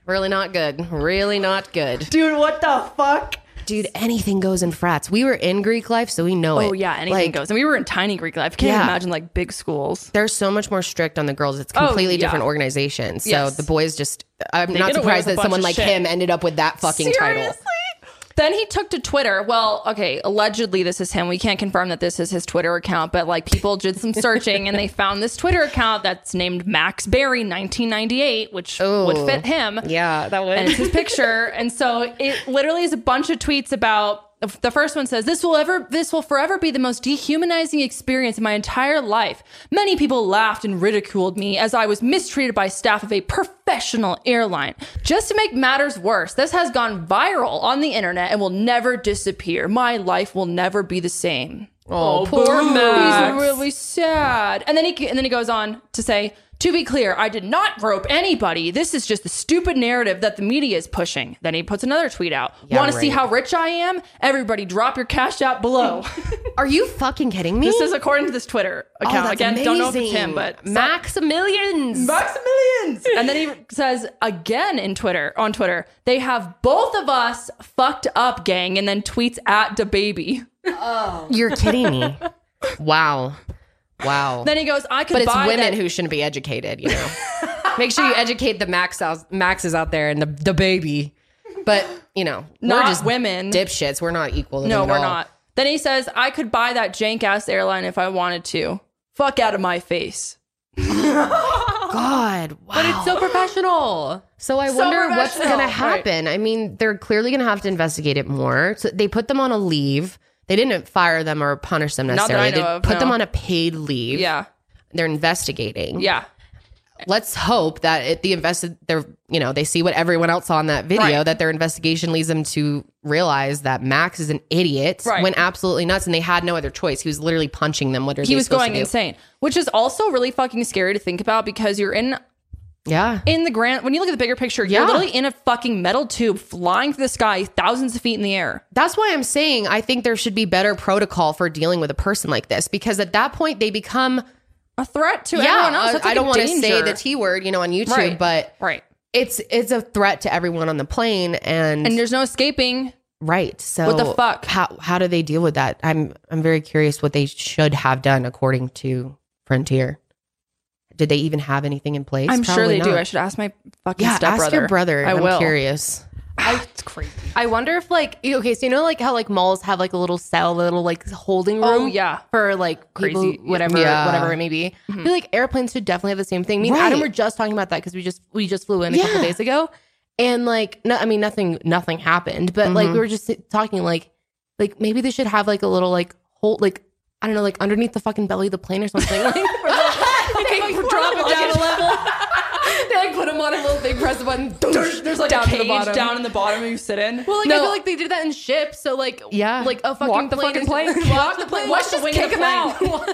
[SPEAKER 3] really not good. Really not good. Dude, what the fuck? Dude, anything goes in frats. We were in Greek life, so we know it.
[SPEAKER 2] oh yeah, anything
[SPEAKER 3] Like,
[SPEAKER 2] goes. And we were in tiny Greek Life. Can't
[SPEAKER 3] Yeah.
[SPEAKER 2] imagine like big schools.
[SPEAKER 3] They're so much more strict on the girls. It's completely
[SPEAKER 2] Oh, yeah.
[SPEAKER 3] different organization. So
[SPEAKER 2] Yes.
[SPEAKER 3] the boys just, I'm
[SPEAKER 2] They
[SPEAKER 3] not
[SPEAKER 2] get away
[SPEAKER 3] surprised
[SPEAKER 2] with a
[SPEAKER 3] that
[SPEAKER 2] bunch
[SPEAKER 3] someone
[SPEAKER 2] of
[SPEAKER 3] like
[SPEAKER 2] shit.
[SPEAKER 3] him ended up with that fucking title.
[SPEAKER 2] Then he took to Twitter. Well, okay, allegedly this is him. We can't confirm that this is his Twitter account, but like people did some searching and they found this Twitter account that's named Max Berry 1998, which would fit him.
[SPEAKER 3] Yeah, that
[SPEAKER 2] And
[SPEAKER 3] was.
[SPEAKER 2] it's his picture. and so it literally is a bunch of tweets about the first one says this will ever this will forever be the most dehumanizing experience in my entire life. Many people laughed and ridiculed me as I was mistreated by staff of a professional airline. Just to make matters worse, this has gone viral on the internet and will never disappear. My life will never be the same.
[SPEAKER 3] Oh, poor Max.
[SPEAKER 2] He's really sad. And then he and then he goes on to say, "To be clear, I did not rope anybody. This is just the stupid narrative that the media is pushing." Then he puts another tweet out. Want to see
[SPEAKER 3] right.
[SPEAKER 2] how rich I am? Everybody, drop your cash out below.
[SPEAKER 3] Are you fucking kidding me?
[SPEAKER 2] this is according to this Twitter
[SPEAKER 3] Oh,
[SPEAKER 2] account.
[SPEAKER 3] that's
[SPEAKER 2] Again, don't know if it's
[SPEAKER 3] amazing.
[SPEAKER 2] him, but
[SPEAKER 3] Maximilians.
[SPEAKER 2] Maximilians. and then he says again in Twitter on Twitter, they have both of us fucked up, gang, and then tweets at the baby.
[SPEAKER 3] You're kidding me. wow. Wow.
[SPEAKER 2] Then he goes, I could
[SPEAKER 3] but it's
[SPEAKER 2] buy
[SPEAKER 3] women
[SPEAKER 2] that-
[SPEAKER 3] who shouldn't be educated, you know. Make sure you educate the max out, maxes out there and the, the baby. But, you know,
[SPEAKER 2] Not
[SPEAKER 3] we're just
[SPEAKER 2] women.
[SPEAKER 3] dipshits. We're not equal to
[SPEAKER 2] No,
[SPEAKER 3] them at
[SPEAKER 2] we're
[SPEAKER 3] all.
[SPEAKER 2] not. Then he says, I could buy that jank ass airline if I wanted to. Fuck out of my face.
[SPEAKER 3] God, wow.
[SPEAKER 1] It's so professional.
[SPEAKER 3] So I wonder what's
[SPEAKER 2] professional.
[SPEAKER 3] going to happen. I mean, they're clearly going to have to investigate it more. So they put them on a leave. They didn't fire them or punish them
[SPEAKER 2] that I
[SPEAKER 3] necessarily. They
[SPEAKER 2] know of,
[SPEAKER 3] put them
[SPEAKER 2] no.
[SPEAKER 3] on a paid leave.
[SPEAKER 2] Yeah.
[SPEAKER 3] They're investigating.
[SPEAKER 2] Yeah.
[SPEAKER 3] Let's hope that it, the invested they're you know they see what everyone else saw in that video
[SPEAKER 2] Right.
[SPEAKER 3] that their investigation leads them to realize that Max is an idiot
[SPEAKER 2] Right.
[SPEAKER 3] went absolutely nuts and they had no other choice. He was literally punching them. What are
[SPEAKER 2] He
[SPEAKER 3] they
[SPEAKER 2] was
[SPEAKER 3] supposed to
[SPEAKER 2] going
[SPEAKER 3] do?
[SPEAKER 2] insane, which is also really fucking scary to think about because you're in
[SPEAKER 3] Yeah.
[SPEAKER 2] in the grand when you look at the bigger picture,
[SPEAKER 3] Yeah.
[SPEAKER 2] you're literally in a fucking metal tube flying through the sky thousands of feet in the air.
[SPEAKER 3] That's why I'm saying I think there should be better protocol for dealing with a person like this because at that point they become
[SPEAKER 2] A threat to everyone else.
[SPEAKER 3] uh,
[SPEAKER 2] That's
[SPEAKER 3] I
[SPEAKER 2] like
[SPEAKER 3] don't
[SPEAKER 2] a
[SPEAKER 3] want to say
[SPEAKER 2] danger.
[SPEAKER 3] the T word, you know, on YouTube,
[SPEAKER 2] Right.
[SPEAKER 3] but
[SPEAKER 2] Right.
[SPEAKER 3] it's it's a threat to everyone on the plane and,
[SPEAKER 2] And there's no escaping.
[SPEAKER 3] right. So
[SPEAKER 2] What the fuck?
[SPEAKER 3] How how do they deal with that? I'm I'm very curious what they should have done according to Frontier. Did they even have anything in place?
[SPEAKER 2] I'm sure
[SPEAKER 3] Probably
[SPEAKER 2] they do.
[SPEAKER 3] not.
[SPEAKER 2] I should ask my fucking
[SPEAKER 3] yeah,
[SPEAKER 2] stepbrother.
[SPEAKER 3] ask your brother.
[SPEAKER 2] I
[SPEAKER 3] am
[SPEAKER 2] will.
[SPEAKER 3] curious.
[SPEAKER 2] it's crazy.
[SPEAKER 1] I wonder if like okay, so you know like how like malls have like a little cell, a little like holding room.
[SPEAKER 2] Oh, yeah.
[SPEAKER 1] for like
[SPEAKER 2] Crazy.
[SPEAKER 1] people, whatever,
[SPEAKER 3] Yeah.
[SPEAKER 1] whatever it may be. I feel like airplanes should definitely have the same thing. Me and
[SPEAKER 3] Right.
[SPEAKER 1] Adam were just talking about that because we just we just flew in a couple
[SPEAKER 3] Yeah.
[SPEAKER 1] days ago, and like no, I mean nothing, nothing happened, but like we were just talking like like maybe they should have like a little like hold like. I don't know, like underneath the fucking belly of the plane or something. Like, for the, they, like, drop it down a level. they like put them on a little thing, press the button. There's,
[SPEAKER 2] like a cage down in the bottom you sit in.
[SPEAKER 1] Well, like I
[SPEAKER 3] No.
[SPEAKER 1] feel like they did that in ships. So like,
[SPEAKER 3] Yeah.
[SPEAKER 1] like a fucking
[SPEAKER 2] Walk the
[SPEAKER 1] plane.
[SPEAKER 2] fucking
[SPEAKER 1] is-
[SPEAKER 2] plane.
[SPEAKER 1] Walk the plane.
[SPEAKER 2] Walk
[SPEAKER 1] Let's
[SPEAKER 2] the
[SPEAKER 1] just
[SPEAKER 2] wing of
[SPEAKER 1] kick
[SPEAKER 2] the
[SPEAKER 1] them out.
[SPEAKER 2] plane.
[SPEAKER 1] Walk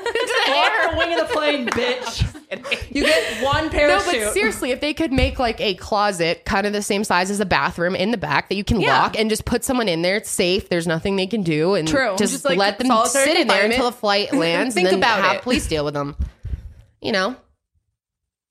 [SPEAKER 2] the wing of the plane, bitch. you get one
[SPEAKER 3] No,
[SPEAKER 2] parachute.
[SPEAKER 3] but seriously, if they could make like a closet kind of the same size as a bathroom in the back that you can lock and just put someone in there, it's safe. There's nothing they can do, and
[SPEAKER 2] True.
[SPEAKER 3] just,
[SPEAKER 1] Just, like,
[SPEAKER 3] let them
[SPEAKER 1] solitary
[SPEAKER 3] sit in there until the
[SPEAKER 1] confinement.
[SPEAKER 3] flight lands.
[SPEAKER 1] Think
[SPEAKER 3] and then
[SPEAKER 1] about
[SPEAKER 3] have
[SPEAKER 1] it.
[SPEAKER 3] police deal with them. You know,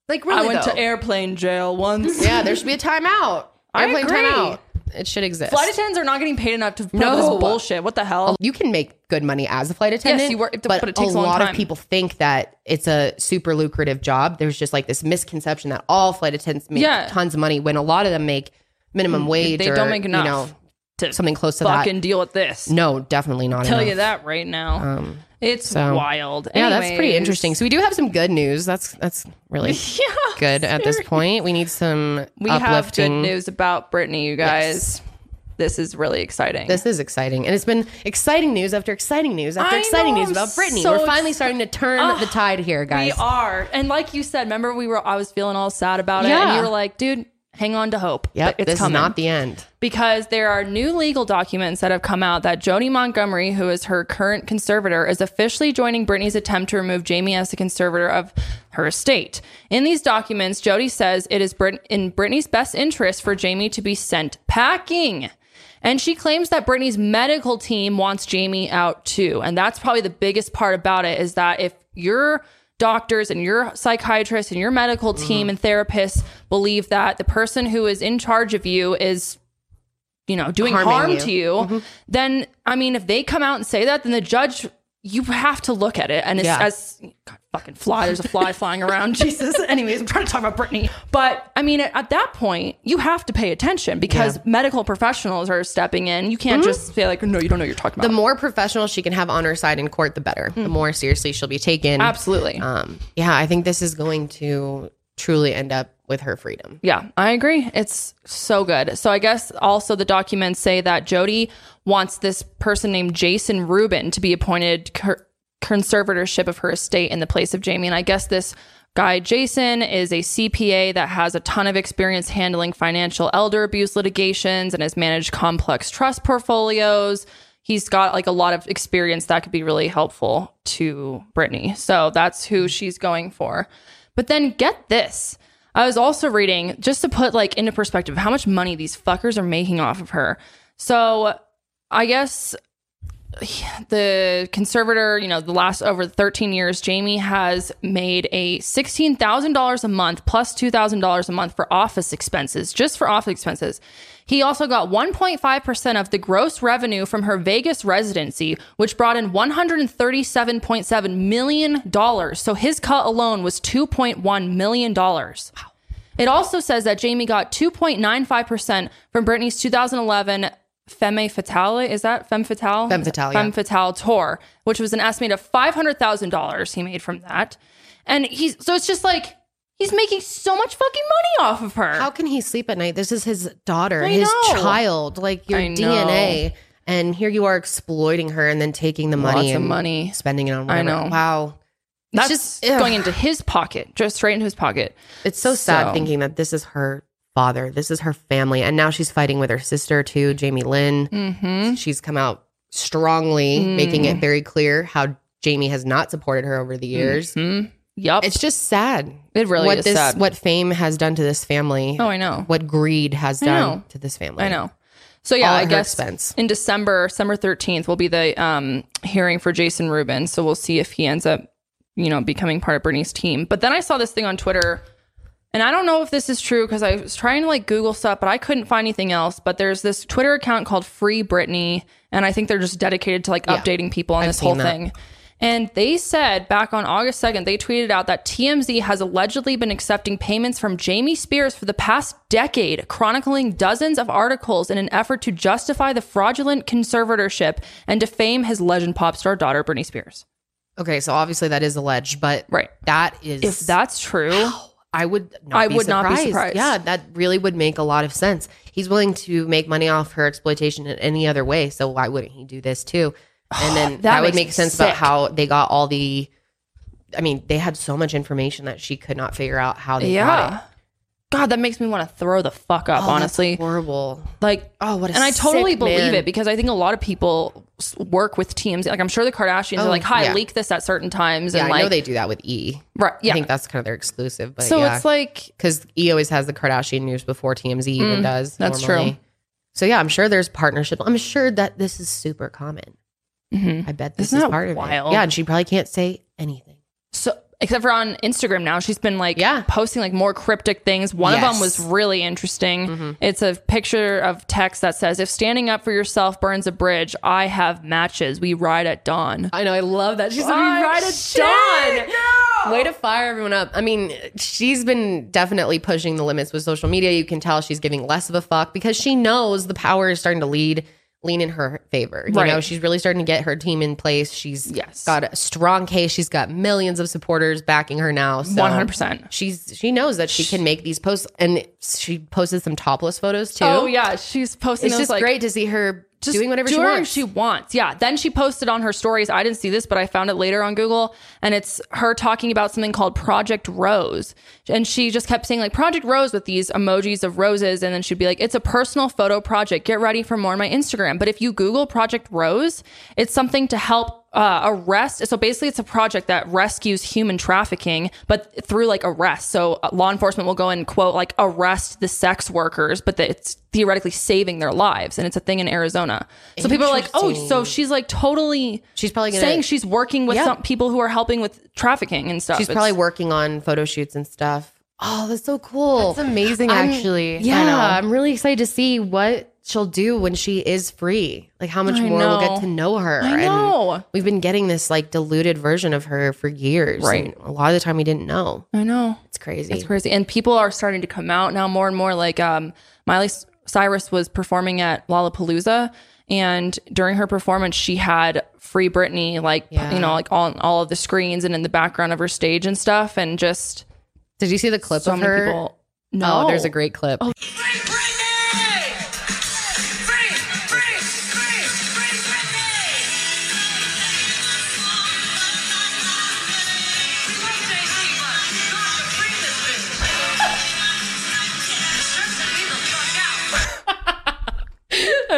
[SPEAKER 1] Like really
[SPEAKER 2] I went
[SPEAKER 1] though.
[SPEAKER 2] to airplane jail once.
[SPEAKER 3] Oh, yeah, there should be a timeout.
[SPEAKER 2] I
[SPEAKER 3] Airplane
[SPEAKER 2] agree.
[SPEAKER 3] timeout. It should exist.
[SPEAKER 2] Flight attendants are not getting paid enough to put
[SPEAKER 3] No.
[SPEAKER 2] up this bullshit. What the hell?
[SPEAKER 3] you can make good money as a flight attendant.
[SPEAKER 2] you work-
[SPEAKER 3] but,
[SPEAKER 2] but it takes a
[SPEAKER 3] a
[SPEAKER 2] long
[SPEAKER 3] lot
[SPEAKER 2] time.
[SPEAKER 3] of people think that it's a super lucrative job. There's just like this misconception that all flight attendants make
[SPEAKER 2] Yeah.
[SPEAKER 3] tons of money when a lot of them make minimum wage.
[SPEAKER 2] Mm, they
[SPEAKER 3] or,
[SPEAKER 2] don't make enough
[SPEAKER 3] You know,
[SPEAKER 2] to
[SPEAKER 3] something close to that.
[SPEAKER 2] fucking deal with this.
[SPEAKER 3] No, definitely not.
[SPEAKER 2] Tell
[SPEAKER 3] enough.
[SPEAKER 2] you that right now.
[SPEAKER 3] Um,
[SPEAKER 2] it's
[SPEAKER 3] so-
[SPEAKER 2] wild.
[SPEAKER 3] yeah, that's pretty
[SPEAKER 2] Anyways.
[SPEAKER 3] interesting. So we do have some good news. That's that's really
[SPEAKER 2] Yeah.
[SPEAKER 3] good at this point. We need some
[SPEAKER 2] We have good
[SPEAKER 3] uplifting.
[SPEAKER 2] news about Brittany, you guys. this is really exciting.
[SPEAKER 3] This is exciting. And it's been exciting news after exciting news after
[SPEAKER 2] I
[SPEAKER 3] exciting
[SPEAKER 2] know,
[SPEAKER 3] news
[SPEAKER 2] I'm
[SPEAKER 3] about Britney.
[SPEAKER 2] so
[SPEAKER 3] We're finally
[SPEAKER 2] ex-
[SPEAKER 3] starting to turn the tide here,
[SPEAKER 2] we
[SPEAKER 3] guys.
[SPEAKER 2] are, and like you said, remember we were I was feeling all sad about it, and
[SPEAKER 3] Yeah.
[SPEAKER 2] you were like, dude, hang on to hope.
[SPEAKER 3] Yep,
[SPEAKER 2] it's
[SPEAKER 3] this
[SPEAKER 2] coming.
[SPEAKER 3] is not the end.
[SPEAKER 2] because there are new legal documents that have come out that Jody Montgomery, who is her current conservator, is officially joining Britney's attempt to remove Jamie as the conservator of her estate. In these documents, Jody says it is Brit- in Britney's best interest for Jamie to be sent packing. And she claims that Britney's medical team wants Jamie out too. And that's probably the biggest part about it is that if your doctors and your psychiatrist and your medical team and therapists believe that the person who is in charge of you is you know, doing
[SPEAKER 3] Harming
[SPEAKER 2] harm
[SPEAKER 3] you. Mm-hmm.
[SPEAKER 2] to you, then I mean, if they come out and say that, then the judge, you have to look at it. And it's
[SPEAKER 3] Yeah.
[SPEAKER 2] as God, fucking fly. There's a fly flying around. Jesus. Anyways, I'm trying to talk about Brittany, but I mean, at, at that point, you have to pay attention because medical professionals are stepping in. You can't just say like, no, you don't know what you're talking
[SPEAKER 3] Mm-hmm. The
[SPEAKER 2] about.
[SPEAKER 3] more professional she can have on her side in court, the better.
[SPEAKER 2] Hmm.
[SPEAKER 3] The more seriously she'll be taken.
[SPEAKER 2] Absolutely.
[SPEAKER 3] Um, yeah, I think this is going to truly end up with her freedom.
[SPEAKER 2] Yeah, I agree. It's so good. So I guess also the documents say that Jody wants this person named Jason Rubin to be appointed cur- conservatorship of her estate in the place of Jamie. And I guess this guy Jason is a CPA that has a ton of experience handling financial elder abuse litigations and has managed complex trust portfolios. He's got like a lot of experience that could be really helpful to Brittany. So that's who she's going for. But then get this. I was also reading just to put like into perspective how much money these fuckers are making off of her. So I guess the conservator, you know, the last over 13 years, Jamie has made a $16,000 a month plus $2,000 a month for office expenses, just for office expenses. He also got 1.5% of the gross revenue from her Vegas residency, which brought in $137.7 million. So his cut alone was $2.1 million. Wow. It also says that Jamie got 2.95% from Britney's 2011 Femme Fatale. Is that Femme Fatale?
[SPEAKER 3] Femme Fatale, yeah.
[SPEAKER 2] Femme Fatale tour, which was an estimate of $500,000 he made from that. And he's, so it's just like, he's making so much fucking money off of her.
[SPEAKER 3] How can he sleep at night? This is his daughter,
[SPEAKER 2] I
[SPEAKER 3] his
[SPEAKER 2] know.
[SPEAKER 3] child, like your
[SPEAKER 2] I know.
[SPEAKER 3] DNA. And here you are exploiting her and then taking the money
[SPEAKER 2] Lots of
[SPEAKER 3] and
[SPEAKER 2] money.
[SPEAKER 3] spending it on
[SPEAKER 2] I
[SPEAKER 3] whatever.
[SPEAKER 2] know.
[SPEAKER 3] Wow.
[SPEAKER 2] That's
[SPEAKER 3] just-
[SPEAKER 2] just
[SPEAKER 3] ugh.
[SPEAKER 2] going into his pocket, just straight into his pocket.
[SPEAKER 3] It's so sad
[SPEAKER 2] So-
[SPEAKER 3] thinking that this is her father, this is her family, and now she's fighting with her sister too, Jamie Lynn.
[SPEAKER 2] Mm-hmm.
[SPEAKER 3] She's come out strongly, making
[SPEAKER 2] Mm.
[SPEAKER 3] it very clear how Jamie has not supported her over the years.
[SPEAKER 2] Mm-hmm. Yup.
[SPEAKER 3] It's just sad.
[SPEAKER 2] It really
[SPEAKER 3] what
[SPEAKER 2] is
[SPEAKER 3] this,
[SPEAKER 2] Oh, sad.
[SPEAKER 3] What fame has done to this family.
[SPEAKER 2] oh, I know.
[SPEAKER 3] What greed has
[SPEAKER 2] I know.
[SPEAKER 3] done to this family.
[SPEAKER 2] I know. So yeah,
[SPEAKER 3] All at
[SPEAKER 2] I
[SPEAKER 3] her
[SPEAKER 2] guess
[SPEAKER 3] expense.
[SPEAKER 2] in December, December thirteenth will be the um, hearing for Jason Rubin. So we'll see if he ends up, you know, becoming part of Bernie's team. But then I saw this thing on Twitter, and I don't know if this is true because I was trying to like Google stuff, but I couldn't find anything else. But there's this Twitter account called Free Britney, and I think they're just dedicated to like updating people on this whole
[SPEAKER 3] seen that.
[SPEAKER 2] thing. And they said back on August 2nd, they tweeted out that TMZ has allegedly been accepting payments from Jamie Spears for the past decade, chronicling dozens of articles in an effort to justify the fraudulent conservatorship and defame his legend pop star daughter, Britney Spears.
[SPEAKER 3] Okay, so obviously that is alleged, but
[SPEAKER 2] Right.
[SPEAKER 3] that is
[SPEAKER 2] If that's true,
[SPEAKER 3] I would not
[SPEAKER 2] I
[SPEAKER 3] be
[SPEAKER 2] would not
[SPEAKER 3] surprised.
[SPEAKER 2] be surprised.
[SPEAKER 3] Yeah, that really would make a lot of sense. He's willing to make money off her exploitation in any other way, so why wouldn't he do this too? And then that, would
[SPEAKER 2] makes
[SPEAKER 3] make
[SPEAKER 2] me
[SPEAKER 3] sense about
[SPEAKER 2] sick.
[SPEAKER 3] how they got all the I mean, they had so much information that she could not figure out how they got
[SPEAKER 2] yeah.
[SPEAKER 3] it.
[SPEAKER 2] God, that makes me want to throw the fuck up,
[SPEAKER 3] Oh, that's
[SPEAKER 2] honestly.
[SPEAKER 3] horrible.
[SPEAKER 2] Like,
[SPEAKER 3] Oh, what a
[SPEAKER 2] and I totally
[SPEAKER 3] sick
[SPEAKER 2] believe
[SPEAKER 3] man.
[SPEAKER 2] it because I think a lot of people s- work with teams. Like, I'm sure the Kardashians are
[SPEAKER 3] Oh,
[SPEAKER 2] like, "Hi,
[SPEAKER 3] yeah.
[SPEAKER 2] leak this at certain times,"
[SPEAKER 3] Yeah,
[SPEAKER 2] and like,
[SPEAKER 3] I know they do that with E. I
[SPEAKER 2] right? Yeah.
[SPEAKER 3] think that's kind of their exclusive, but
[SPEAKER 2] so
[SPEAKER 3] yeah.
[SPEAKER 2] it's like,
[SPEAKER 3] because E always has the Kardashian news before TMZ even
[SPEAKER 2] Mm,
[SPEAKER 3] does.
[SPEAKER 2] that's
[SPEAKER 3] normally.
[SPEAKER 2] true.
[SPEAKER 3] So yeah, I'm sure there's partnership. I'm sure that this is super common.
[SPEAKER 2] mhm.
[SPEAKER 3] I bet this
[SPEAKER 2] Isn't
[SPEAKER 3] is
[SPEAKER 2] that
[SPEAKER 3] part of
[SPEAKER 2] wild?
[SPEAKER 3] it. Yeah, and she probably can't say anything.
[SPEAKER 2] so except for on Instagram now, she's been like,
[SPEAKER 3] Yeah.
[SPEAKER 2] posting like more cryptic things. One of them
[SPEAKER 3] Yes. Mm-hmm.
[SPEAKER 2] was really interesting. It's a picture of text that says, "If standing up for yourself burns a bridge, I have matches. We ride at dawn."
[SPEAKER 3] I know. I love that. She's like,
[SPEAKER 2] Oh,
[SPEAKER 3] right
[SPEAKER 2] shit,
[SPEAKER 3] at dawn. Way to fire everyone up. I mean, she's been definitely pushing the limits with social media. You can tell she's giving less of a fuck because she knows the power is starting to lead lean in her favor. You
[SPEAKER 2] Right.
[SPEAKER 3] know, she's really starting to get her team in place. She's
[SPEAKER 2] Yes.
[SPEAKER 3] got a strong case. She's got millions of supporters backing her now. So
[SPEAKER 2] 100%.
[SPEAKER 3] She's she knows that she can make these posts, and she posted some topless photos too.
[SPEAKER 2] Oh yeah, she's posting.
[SPEAKER 3] it's
[SPEAKER 2] those,
[SPEAKER 3] just
[SPEAKER 2] like,
[SPEAKER 3] great to see her
[SPEAKER 2] just
[SPEAKER 3] doing whatever she
[SPEAKER 2] doing
[SPEAKER 3] wants.
[SPEAKER 2] she wants. Yeah. Then she posted on her stories. I didn't see this, but I found it later on Google, and it's her talking about something called Project Rose, and she just kept saying like Project Rose with these emojis of roses, and then she'd be like, "It's a personal photo project. Get ready for more on my Instagram." But if you Google Project Rose, it's something to help uh, arrest. So basically, it's a project that rescues human trafficking, but through like arrest. So uh, law enforcement will go and quote like arrest the sex workers, but that it's theoretically saving their lives, and it's a thing in Arizona. So people are like, oh, so she's like totally.
[SPEAKER 3] She's probably gonna-
[SPEAKER 2] saying she's working with
[SPEAKER 3] Yeah.
[SPEAKER 2] some people who are helping with trafficking and stuff.
[SPEAKER 3] She's
[SPEAKER 2] It's-
[SPEAKER 3] probably working on photo shoots and stuff. Oh, that's so cool.
[SPEAKER 1] It's amazing,
[SPEAKER 3] I'm-
[SPEAKER 1] actually. I know.
[SPEAKER 3] yeah, I'm really excited to see what she'll do when she is free. Like how much
[SPEAKER 2] I
[SPEAKER 3] more we'll
[SPEAKER 2] know.
[SPEAKER 3] get to know her.
[SPEAKER 2] I
[SPEAKER 3] And
[SPEAKER 2] know.
[SPEAKER 3] we've been getting this like diluted version of her for years.
[SPEAKER 2] Right.
[SPEAKER 3] and a lot of the time we didn't know.
[SPEAKER 2] I know.
[SPEAKER 3] It's crazy.
[SPEAKER 2] It's crazy. And people are starting to come out now more and more. Like um, Miley S- Cyrus was performing at Lollapalooza, and during her performance, she had Free Britney, like p- you know, like on all of the screens and in the background of her stage and stuff, and just
[SPEAKER 3] Did you see the clip
[SPEAKER 2] so
[SPEAKER 3] of
[SPEAKER 2] many
[SPEAKER 3] her?
[SPEAKER 2] people.
[SPEAKER 3] Oh,
[SPEAKER 2] No, Oh.
[SPEAKER 3] there's a great clip.
[SPEAKER 9] Free Britney! Free, free, free, free Britney! We like J.C.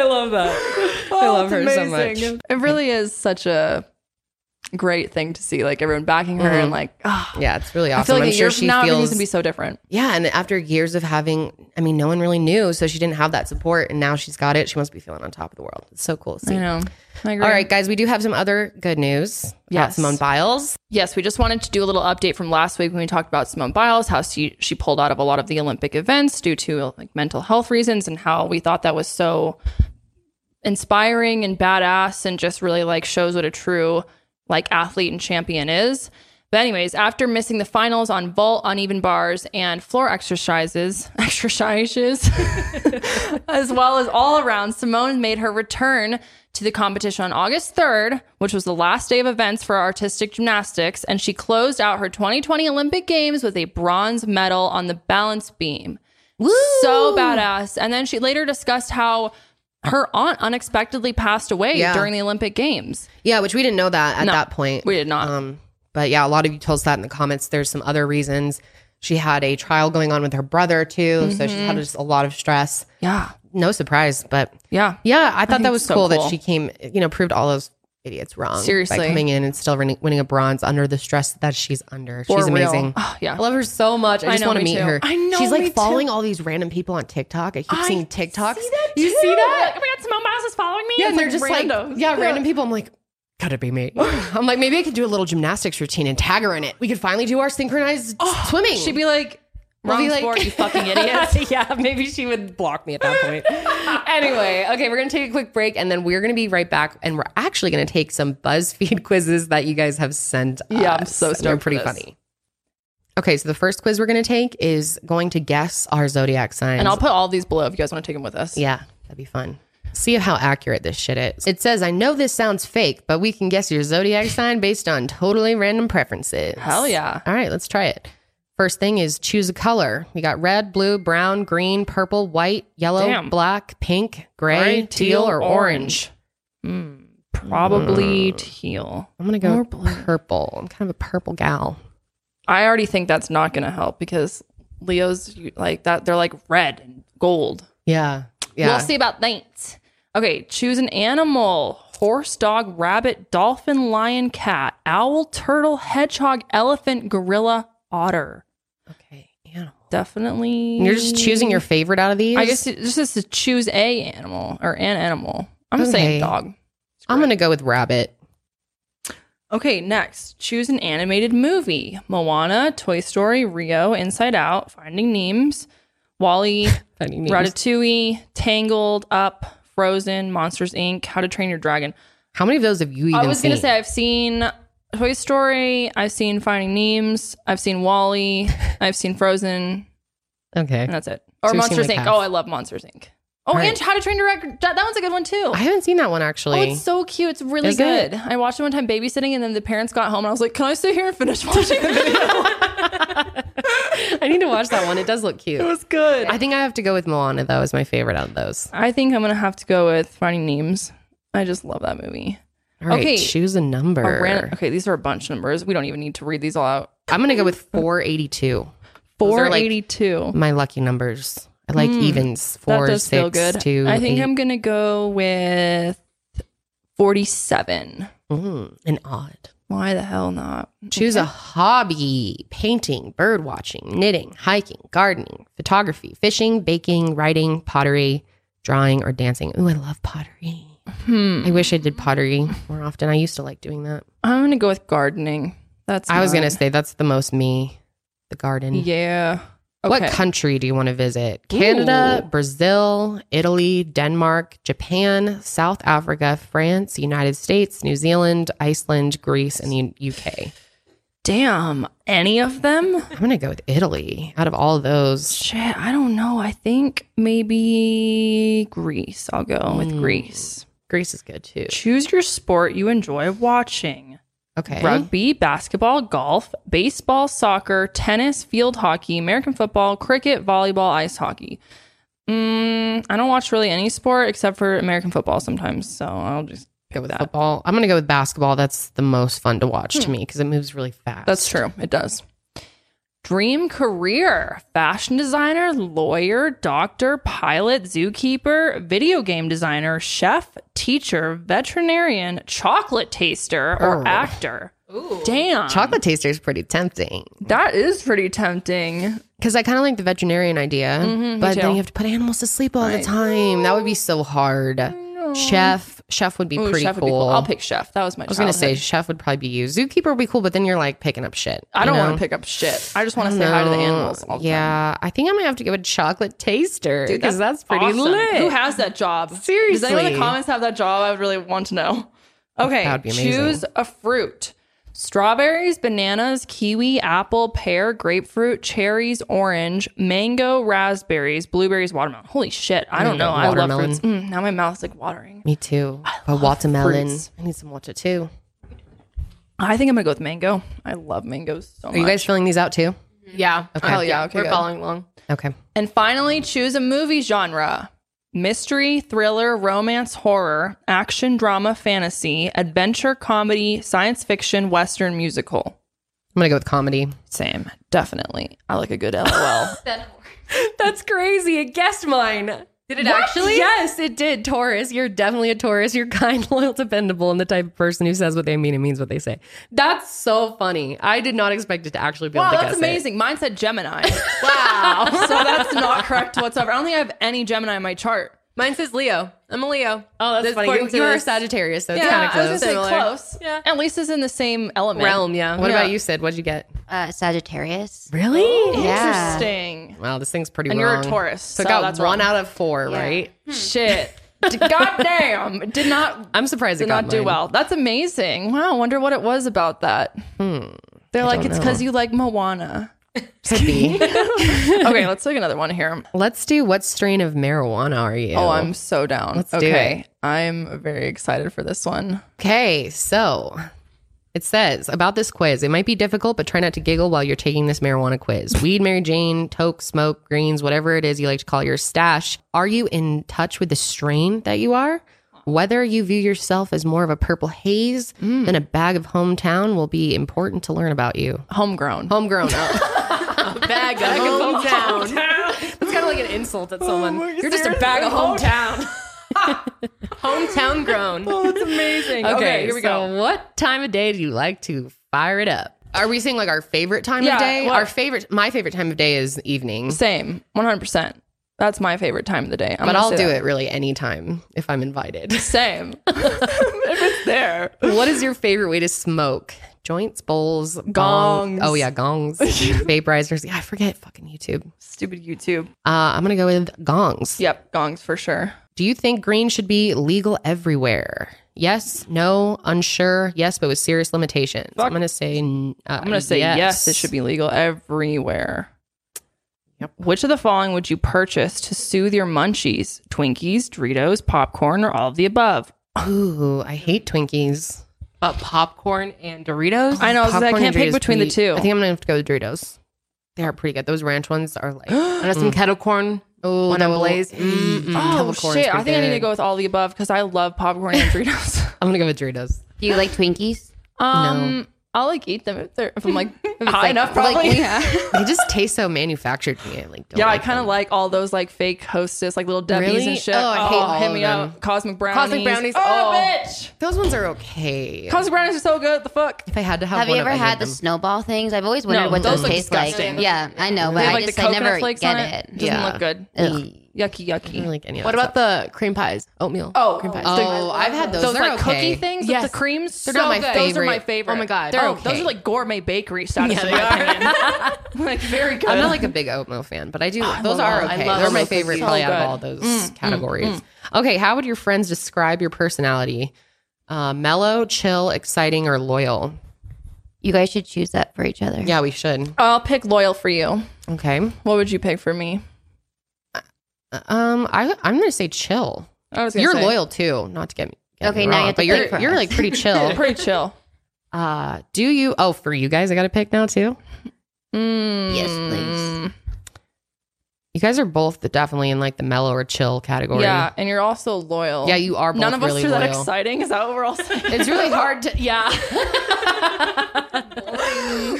[SPEAKER 9] Love. You have to free this bitch. Strip the people fuck out.
[SPEAKER 2] I love that. I love her so much. Oh, It really is such a great thing to see, like everyone backing her and like, ah,
[SPEAKER 3] Yeah, it's really
[SPEAKER 2] I feel
[SPEAKER 3] awesome.
[SPEAKER 2] like
[SPEAKER 3] I'm
[SPEAKER 2] a year
[SPEAKER 3] sure
[SPEAKER 2] from
[SPEAKER 3] she
[SPEAKER 2] now everything's
[SPEAKER 3] feels
[SPEAKER 2] gonna be so different.
[SPEAKER 3] Yeah, and after years of having I mean, no one really knew, so she didn't have that support and now she's got it. She must be feeling on top of the world. It's so cool. to see.
[SPEAKER 2] You know. I agree.
[SPEAKER 3] All right, guys, we do have some other good news. Yeah,
[SPEAKER 2] Yes.
[SPEAKER 3] Simone Biles.
[SPEAKER 2] Yes, we just wanted to do a little update from last week when we talked about Simone Biles, how she she pulled out of a lot of the Olympic events due to like mental health reasons, and how we thought that was so inspiring and badass, and just really like shows what a true like athlete and champion is. But anyways, after missing the finals on vault, uneven bars, and floor exercises, exercises, as well as all around, Simone made her return to the competition on August 3rd, which was the last day of events for artistic gymnastics, and she closed out her 2020 Olympic Games with a bronze medal on the balance beam. So badass. And then she later discussed how her aunt unexpectedly passed away
[SPEAKER 3] Yeah.
[SPEAKER 2] during the Olympic Games.
[SPEAKER 3] Yeah, which we didn't know that at
[SPEAKER 2] No,
[SPEAKER 3] that point.
[SPEAKER 2] we did not.
[SPEAKER 3] Um, but yeah, a lot of you told us that in the comments. There's some other reasons. She had a trial going on with her brother too, so she's
[SPEAKER 2] Mm-hmm.
[SPEAKER 3] had just a lot of stress.
[SPEAKER 2] Yeah.
[SPEAKER 3] No surprise, but
[SPEAKER 2] Yeah.
[SPEAKER 3] yeah, I thought
[SPEAKER 2] think
[SPEAKER 3] that was
[SPEAKER 2] it's so
[SPEAKER 3] cool, that
[SPEAKER 2] cool.
[SPEAKER 3] she came. You know, proved all those idiots wrong. by
[SPEAKER 2] Seriously.
[SPEAKER 3] coming in and still winning, winning a bronze under the stress that she's under.
[SPEAKER 2] For
[SPEAKER 3] she's
[SPEAKER 2] real.
[SPEAKER 3] amazing.
[SPEAKER 2] Oh, yeah.
[SPEAKER 3] I love her so much. I
[SPEAKER 2] I
[SPEAKER 3] just
[SPEAKER 2] know,
[SPEAKER 3] want to
[SPEAKER 2] me
[SPEAKER 3] meet
[SPEAKER 2] too.
[SPEAKER 3] her.
[SPEAKER 2] I know,
[SPEAKER 3] She's like
[SPEAKER 2] me too.
[SPEAKER 3] following all these random people on TikTok. I keep
[SPEAKER 2] I
[SPEAKER 3] seeing TikToks.
[SPEAKER 2] You
[SPEAKER 3] see that?
[SPEAKER 2] Oh my God, Simone Biles is following me.
[SPEAKER 3] Yeah,
[SPEAKER 2] It's
[SPEAKER 3] and they're
[SPEAKER 2] like
[SPEAKER 3] just
[SPEAKER 2] randos.
[SPEAKER 3] like, yeah, random people. I'm like, could it be me? I'm like, maybe I could do a little gymnastics routine and tag her in it. We could finally do our synchronized
[SPEAKER 2] Oh,
[SPEAKER 3] swimming.
[SPEAKER 2] She'd be like,
[SPEAKER 3] I'll
[SPEAKER 2] wrong
[SPEAKER 3] be like-
[SPEAKER 2] sport, you fucking idiots.
[SPEAKER 3] yeah, maybe she would block me at that point. anyway, okay, we're gonna take a quick break and then we're gonna be right back. And we're actually gonna take some BuzzFeed quizzes that you guys have sent.
[SPEAKER 2] Yeah, I'm
[SPEAKER 3] us,
[SPEAKER 2] so
[SPEAKER 3] and They're
[SPEAKER 2] stoked for
[SPEAKER 3] pretty
[SPEAKER 2] this.
[SPEAKER 3] funny. Okay, so the first quiz we're gonna take is going to guess our zodiac signs.
[SPEAKER 2] And I'll put all these below if you guys want to take them with us.
[SPEAKER 3] Yeah, that'd be fun. See how accurate this shit is. It says, I know this sounds fake, but we can guess your zodiac sign based on totally random preferences.
[SPEAKER 2] Hell yeah.
[SPEAKER 3] All right, let's try it. First thing is choose a color. We got red, blue, brown, green, purple, white, yellow,
[SPEAKER 2] Damn.
[SPEAKER 3] black, pink, gray,
[SPEAKER 2] Gray,
[SPEAKER 3] teal, or orange.
[SPEAKER 2] Mm, probably teal.
[SPEAKER 3] I'm going to go
[SPEAKER 2] Or blue.
[SPEAKER 3] purple. I'm kind of a purple gal.
[SPEAKER 2] I already think that's not going to help because Leo's you- like that. They're like red and gold.
[SPEAKER 3] Yeah. Yeah.
[SPEAKER 2] We'll see about that. Okay, choose an animal horse, dog, rabbit, dolphin, lion, cat, owl, turtle, hedgehog, elephant, gorilla, otter.
[SPEAKER 3] Okay. Animal.
[SPEAKER 2] Definitely.
[SPEAKER 3] And you're just choosing your favorite out of these?
[SPEAKER 2] I guess it just is to choose a animal or an animal. I'm
[SPEAKER 3] Okay.
[SPEAKER 2] saying dog.
[SPEAKER 3] I'm going to go with rabbit.
[SPEAKER 2] Okay, next, choose an animated movie: Moana, Toy Story, Rio, Inside Out, Finding Nemes, Wally,
[SPEAKER 3] Funny names.
[SPEAKER 2] Ratatouille, Tangled, Up, Frozen, Monsters Inc., How to Train Your Dragon.
[SPEAKER 3] How many of those have you even
[SPEAKER 2] I was
[SPEAKER 3] seen?
[SPEAKER 2] gonna say I've seen Toy Story, I've seen Finding Nemes, I've seen Wally, I've seen Frozen,
[SPEAKER 3] okay.
[SPEAKER 2] and that's it. Or
[SPEAKER 3] So you've seen,
[SPEAKER 2] Monsters
[SPEAKER 3] like,
[SPEAKER 2] Inc.
[SPEAKER 3] half.
[SPEAKER 2] Oh, I love Monsters Inc. Oh,
[SPEAKER 3] Right.
[SPEAKER 2] and How to Train Your Dragon. That that one's a good one too.
[SPEAKER 3] I haven't seen that one
[SPEAKER 2] Oh,
[SPEAKER 3] actually.
[SPEAKER 2] it's so cute. It's really
[SPEAKER 3] Is it?
[SPEAKER 2] good. I watched it one time babysitting, and then the parents got home, and I was like, "Can I sit here and finish watching?" the video?"
[SPEAKER 3] I need to watch that one. It does look
[SPEAKER 2] it
[SPEAKER 3] cute.
[SPEAKER 2] was good.
[SPEAKER 3] I think I have to go with Moana though. Is my favorite out of those.
[SPEAKER 2] I think I'm gonna have to go with Finding Nemes. I just love that movie.
[SPEAKER 3] All right,
[SPEAKER 2] Okay.
[SPEAKER 3] choose a number.
[SPEAKER 2] A ran- okay, these are a bunch of numbers. We don't even need to read these all out.
[SPEAKER 3] I'm gonna go with 482. Those
[SPEAKER 2] Four
[SPEAKER 3] are, like,
[SPEAKER 2] eighty-two.
[SPEAKER 3] My lucky numbers. I like evens. Four,
[SPEAKER 2] Mm. that does
[SPEAKER 3] six,
[SPEAKER 2] feel good.
[SPEAKER 3] two,
[SPEAKER 2] I think
[SPEAKER 3] eight.
[SPEAKER 2] I'm gonna go with forty-seven.
[SPEAKER 3] Mm, an odd.
[SPEAKER 2] Why the hell not?
[SPEAKER 3] Choose a hobby: painting, bird watching, knitting, hiking, gardening, photography, fishing, baking, writing, pottery, drawing, or dancing. Ooh, I love pottery.
[SPEAKER 2] Hmm.
[SPEAKER 3] I wish I did pottery more often. I used to like doing that.
[SPEAKER 2] I'm gonna go with gardening. That's
[SPEAKER 3] I was
[SPEAKER 2] mine.
[SPEAKER 3] gonna say that's the most me, the garden.
[SPEAKER 2] yeah.
[SPEAKER 3] What country do you want to visit? Canada,
[SPEAKER 2] Ooh.
[SPEAKER 3] Brazil, Italy, Denmark, Japan, South Africa, France, United States, New Zealand, Iceland, Greece, and the UK.
[SPEAKER 2] Damn, any of them?
[SPEAKER 3] I'm gonna go with Italy. Out of all of those,
[SPEAKER 2] Shit, I don't know. I think maybe Greece. I'll go with Greece.
[SPEAKER 3] Greece is good too.
[SPEAKER 2] Choose your sport you enjoy watching.
[SPEAKER 3] Okay,
[SPEAKER 2] Rugby, basketball, golf, baseball, soccer, tennis, field hockey, American football, cricket, volleyball, ice hockey. Mm, I don't watch really any sport except for American football sometimes, so I'll just
[SPEAKER 3] go with
[SPEAKER 2] that. Hmm.
[SPEAKER 3] football. I'm gonna go with basketball. That's the most fun to watch to me because it moves really fast.
[SPEAKER 2] That's true. It does. Dream career fashion designer, lawyer, doctor, pilot, zookeeper, video game designer, chef, teacher, veterinarian, chocolate taster, or
[SPEAKER 3] Oh.
[SPEAKER 2] actor. Ooh. Damn.
[SPEAKER 3] Chocolate taster is pretty tempting.
[SPEAKER 2] That is pretty tempting.
[SPEAKER 3] Because I kind of like the veterinarian idea,
[SPEAKER 2] Mm-hmm, me
[SPEAKER 3] but
[SPEAKER 2] too.
[SPEAKER 3] then you have to put animals to sleep all the time. That would be so hard. Chef, chef would be
[SPEAKER 2] Ooh,
[SPEAKER 3] pretty
[SPEAKER 2] chef would
[SPEAKER 3] cool.
[SPEAKER 2] be cool. I'll pick chef. That was my
[SPEAKER 3] I was gonna say
[SPEAKER 2] childhood.
[SPEAKER 3] chef would probably be you. Zookeeper would be cool, but then you're like picking up shit.
[SPEAKER 2] I
[SPEAKER 3] you
[SPEAKER 2] don't
[SPEAKER 3] know?
[SPEAKER 2] want to pick up shit. I just want to say hi to the
[SPEAKER 3] No.
[SPEAKER 2] animals. All the time.
[SPEAKER 3] yeah, I think I'm gonna have to give a chocolate taster because that's, pretty
[SPEAKER 2] awesome.
[SPEAKER 3] lit.
[SPEAKER 2] Who has that job? Does anyone in
[SPEAKER 3] Seriously.
[SPEAKER 2] the comments have that job? I would really want to know. Okay.
[SPEAKER 3] That would be amazing.
[SPEAKER 2] choose a fruit. Strawberries, bananas, kiwi, apple, pear, grapefruit, cherries, orange, mango, raspberries, blueberries, watermelon. Holy shit. I don't know. I love
[SPEAKER 3] Watermelon.
[SPEAKER 2] fruits. Mm, now my mouth's like watering.
[SPEAKER 3] Me too. A watermelon.
[SPEAKER 2] fruits.
[SPEAKER 3] I need some water too.
[SPEAKER 2] I think I'm going to go with mango. I love mangoes so much.
[SPEAKER 3] Are you guys filling these out too?
[SPEAKER 1] Yeah.
[SPEAKER 3] Okay.
[SPEAKER 2] Hell yeah. Okay.
[SPEAKER 1] We're
[SPEAKER 2] good.
[SPEAKER 1] following along.
[SPEAKER 3] Okay.
[SPEAKER 2] And finally, choose a movie genre mystery, thriller, romance, horror, action, drama, fantasy, adventure, comedy, science fiction, western, musical.
[SPEAKER 3] I'm gonna go with comedy.
[SPEAKER 2] Same, definitely. I like a good LOL.
[SPEAKER 3] That's crazy. It guessed mine. Did it actually? Yes, it did. Taurus, you're definitely a Taurus. You're kind, loyal, dependable, and the type of person who says what they mean and means what they say. That's so funny. I did not expect it to actually be
[SPEAKER 2] wow,
[SPEAKER 3] able to
[SPEAKER 2] that's
[SPEAKER 3] guess it.
[SPEAKER 2] amazing. Mine said Gemini. wow. so that's not correct whatsoever. I don't think I have any Gemini in my chart.
[SPEAKER 1] Mine says Leo. I'm a Leo. Oh,
[SPEAKER 3] That's funny. You- You're a Sagittarius, so it's kind
[SPEAKER 2] I was
[SPEAKER 3] of
[SPEAKER 2] gonna
[SPEAKER 3] close.
[SPEAKER 2] say
[SPEAKER 1] Similar.
[SPEAKER 2] close.
[SPEAKER 1] Yeah.
[SPEAKER 2] At least it's in the same element.
[SPEAKER 1] realm. Yeah.
[SPEAKER 3] What
[SPEAKER 2] Yeah.
[SPEAKER 3] about you, Sid? What'd you get?
[SPEAKER 8] Uh, Sagittarius.
[SPEAKER 3] Really?
[SPEAKER 8] Yeah.
[SPEAKER 2] Interesting.
[SPEAKER 3] Wow, this thing's pretty
[SPEAKER 2] And you're a
[SPEAKER 3] wrong.
[SPEAKER 2] Taurus,
[SPEAKER 3] So,
[SPEAKER 2] so
[SPEAKER 3] I got
[SPEAKER 2] that's wrong. Hmm.
[SPEAKER 3] one out of four,
[SPEAKER 8] Yeah.
[SPEAKER 3] right?
[SPEAKER 2] Shit. God damn. It Did not
[SPEAKER 3] I'm surprised it
[SPEAKER 2] did
[SPEAKER 3] got
[SPEAKER 2] not do
[SPEAKER 3] mine.
[SPEAKER 2] well. That's amazing. Wow, I wonder what it was about that.
[SPEAKER 3] Hmm.
[SPEAKER 2] They're like, it's because you like Moana.
[SPEAKER 3] Could be.
[SPEAKER 2] okay, let's take another one here.
[SPEAKER 3] Let's do what strain of marijuana are you?
[SPEAKER 2] Oh, I'm so down.
[SPEAKER 3] Let's do
[SPEAKER 2] okay, I'm very excited for this one.
[SPEAKER 3] Okay, so it says about this quiz. It might be difficult, but try not to giggle while you're taking this marijuana quiz. Weed, Mary Jane, toke, smoke, greens, whatever it is you like to call your stash. Are you in touch with the strain that you are? Whether you view yourself as more of a purple haze than a bag of hometown will be important to learn about you.
[SPEAKER 2] Homegrown.
[SPEAKER 3] Homegrown Oh. up.
[SPEAKER 1] Bag of hometown.
[SPEAKER 3] That's kind of like an insult at someone.
[SPEAKER 1] You're just a bag of hometown. hometown grown. Oh, it's amazing. Okay, here we go.
[SPEAKER 3] So what time of day do you like to fire it up? Are we saying like our favorite time
[SPEAKER 2] Yeah,
[SPEAKER 3] of day?
[SPEAKER 2] what-
[SPEAKER 3] Our favorite, my favorite time of day is evening,
[SPEAKER 2] Same, 100%. That's my favorite time of the day. I'm
[SPEAKER 3] but
[SPEAKER 2] gonna
[SPEAKER 3] I'll
[SPEAKER 2] say
[SPEAKER 3] do
[SPEAKER 2] that.
[SPEAKER 3] it really anytime if I'm invited.
[SPEAKER 2] Same. if it's there.
[SPEAKER 3] what is your favorite way to smoke? Joints, bowls, gongs.
[SPEAKER 2] Gongs.
[SPEAKER 3] Oh yeah, gongs, vaporizers. Yeah, I forget fucking YouTube.
[SPEAKER 2] Stupid YouTube.
[SPEAKER 3] Uh, I'm gonna go with gongs.
[SPEAKER 2] Yep, gongs for sure.
[SPEAKER 3] Do you think green should be legal everywhere? Yes, no, unsure. Yes, but with serious limitations. I'm gonna say. n- Uh,
[SPEAKER 2] I'm going to say yes. It should be legal everywhere. Which of the following would you purchase to soothe your munchies? Twinkies, Doritos, popcorn, or all of the above?
[SPEAKER 3] Ooh, I hate Twinkies.
[SPEAKER 1] But popcorn and Doritos.
[SPEAKER 2] I know. I, was like, I
[SPEAKER 3] Popcorn
[SPEAKER 2] can't
[SPEAKER 3] and
[SPEAKER 2] pick
[SPEAKER 3] Doritos
[SPEAKER 2] between the
[SPEAKER 3] pretty-
[SPEAKER 2] two.
[SPEAKER 3] I think I'm gonna have to go with Doritos. They are pretty good. Those ranch ones are like
[SPEAKER 1] I know
[SPEAKER 2] Mm.
[SPEAKER 1] some kettle corn.
[SPEAKER 3] oh,
[SPEAKER 1] One on Blaze.
[SPEAKER 2] oh shit! I think I need to go with all of the above because I love popcorn and Doritos.
[SPEAKER 3] I'm gonna go with Doritos.
[SPEAKER 8] Do you like Twinkies?
[SPEAKER 2] um, I'll like eat them if they're if I'm like high
[SPEAKER 8] like-
[SPEAKER 2] enough.
[SPEAKER 8] like
[SPEAKER 2] Probably.
[SPEAKER 8] we have.
[SPEAKER 3] They just taste so manufactured to me. I, Like, don't
[SPEAKER 2] yeah, I
[SPEAKER 3] like
[SPEAKER 2] kind of
[SPEAKER 3] them.
[SPEAKER 2] like all those like fake hostess, like little debbies
[SPEAKER 3] Really?
[SPEAKER 2] and shit.
[SPEAKER 3] Oh, I hate all
[SPEAKER 2] hit
[SPEAKER 3] of
[SPEAKER 2] me
[SPEAKER 3] them.
[SPEAKER 2] up. Cosmic brownies.
[SPEAKER 3] brownies,
[SPEAKER 2] Oh,
[SPEAKER 3] oh.
[SPEAKER 2] bitch.
[SPEAKER 3] those ones are okay.
[SPEAKER 2] Cosmic brownies are so good. The fuck.
[SPEAKER 3] if I had to have,
[SPEAKER 8] Have you
[SPEAKER 3] one of
[SPEAKER 8] ever
[SPEAKER 3] them, I'd
[SPEAKER 8] had the
[SPEAKER 3] have them.
[SPEAKER 8] snowball things? I've always wondered
[SPEAKER 2] No,
[SPEAKER 8] what
[SPEAKER 2] those
[SPEAKER 8] those
[SPEAKER 2] look
[SPEAKER 8] taste like.
[SPEAKER 2] disgusting.
[SPEAKER 8] Yeah, I know, but
[SPEAKER 2] They have
[SPEAKER 8] I
[SPEAKER 2] like
[SPEAKER 8] just
[SPEAKER 2] the
[SPEAKER 8] I
[SPEAKER 2] coconut
[SPEAKER 8] never
[SPEAKER 2] flakes
[SPEAKER 8] get
[SPEAKER 2] on it.
[SPEAKER 8] it.
[SPEAKER 2] Doesn't
[SPEAKER 3] Yeah.
[SPEAKER 2] look good.
[SPEAKER 8] Ugh.
[SPEAKER 2] Yucky,
[SPEAKER 3] I don't
[SPEAKER 2] yucky.
[SPEAKER 3] like any of
[SPEAKER 1] What
[SPEAKER 3] that
[SPEAKER 1] about the cream pies? Oatmeal.
[SPEAKER 2] Oh,
[SPEAKER 1] cream pies.
[SPEAKER 3] stuff. Mm. Oh, I've had those.
[SPEAKER 2] those
[SPEAKER 3] They're
[SPEAKER 2] like
[SPEAKER 3] okay.
[SPEAKER 2] cookie things
[SPEAKER 1] Yes.
[SPEAKER 2] with the creams.
[SPEAKER 3] They're
[SPEAKER 2] so
[SPEAKER 3] not my
[SPEAKER 2] good. Those are my
[SPEAKER 3] favorite.
[SPEAKER 2] favorite.
[SPEAKER 1] Oh my God.
[SPEAKER 2] They're,
[SPEAKER 3] Okay.
[SPEAKER 2] those are like gourmet bakery status.
[SPEAKER 1] Yeah,
[SPEAKER 2] in my opinion. like very good.
[SPEAKER 3] I'm not like a big oatmeal fan, but I do. those
[SPEAKER 1] love
[SPEAKER 3] are
[SPEAKER 1] oatmeal. I
[SPEAKER 3] okay.
[SPEAKER 1] love
[SPEAKER 3] They're my
[SPEAKER 1] oatmeal
[SPEAKER 3] favorite
[SPEAKER 1] cookies.
[SPEAKER 3] probably
[SPEAKER 2] So
[SPEAKER 3] out of
[SPEAKER 2] good.
[SPEAKER 3] all those categories. Okay, how would your friends describe your personality? Uh, mellow, chill, exciting, or loyal?
[SPEAKER 8] You guys should choose that for each other.
[SPEAKER 3] Yeah, we should.
[SPEAKER 2] I'll pick loyal for you.
[SPEAKER 3] Okay. Um,
[SPEAKER 2] What would you pick for me?
[SPEAKER 3] Um, I I'm gonna say chill.
[SPEAKER 2] I was gonna
[SPEAKER 3] You're
[SPEAKER 2] say-
[SPEAKER 3] loyal too. Not to get me. get me
[SPEAKER 8] Okay, now you
[SPEAKER 3] wrong,
[SPEAKER 8] have to
[SPEAKER 3] but you're
[SPEAKER 8] pick for
[SPEAKER 3] you're
[SPEAKER 8] us.
[SPEAKER 3] like pretty chill.
[SPEAKER 2] Pretty chill.
[SPEAKER 3] Uh, do you? Oh, for you guys, I got to pick now too.
[SPEAKER 2] Mm.
[SPEAKER 8] Yes, please.
[SPEAKER 3] You guys are both definitely in like the mellow or chill category.
[SPEAKER 2] Yeah, and you're also loyal.
[SPEAKER 3] yeah, you are. Both
[SPEAKER 2] None of us
[SPEAKER 3] really
[SPEAKER 2] are that
[SPEAKER 3] loyal.
[SPEAKER 2] exciting. Is that what we're all saying?
[SPEAKER 3] It's really hard to.
[SPEAKER 2] yeah.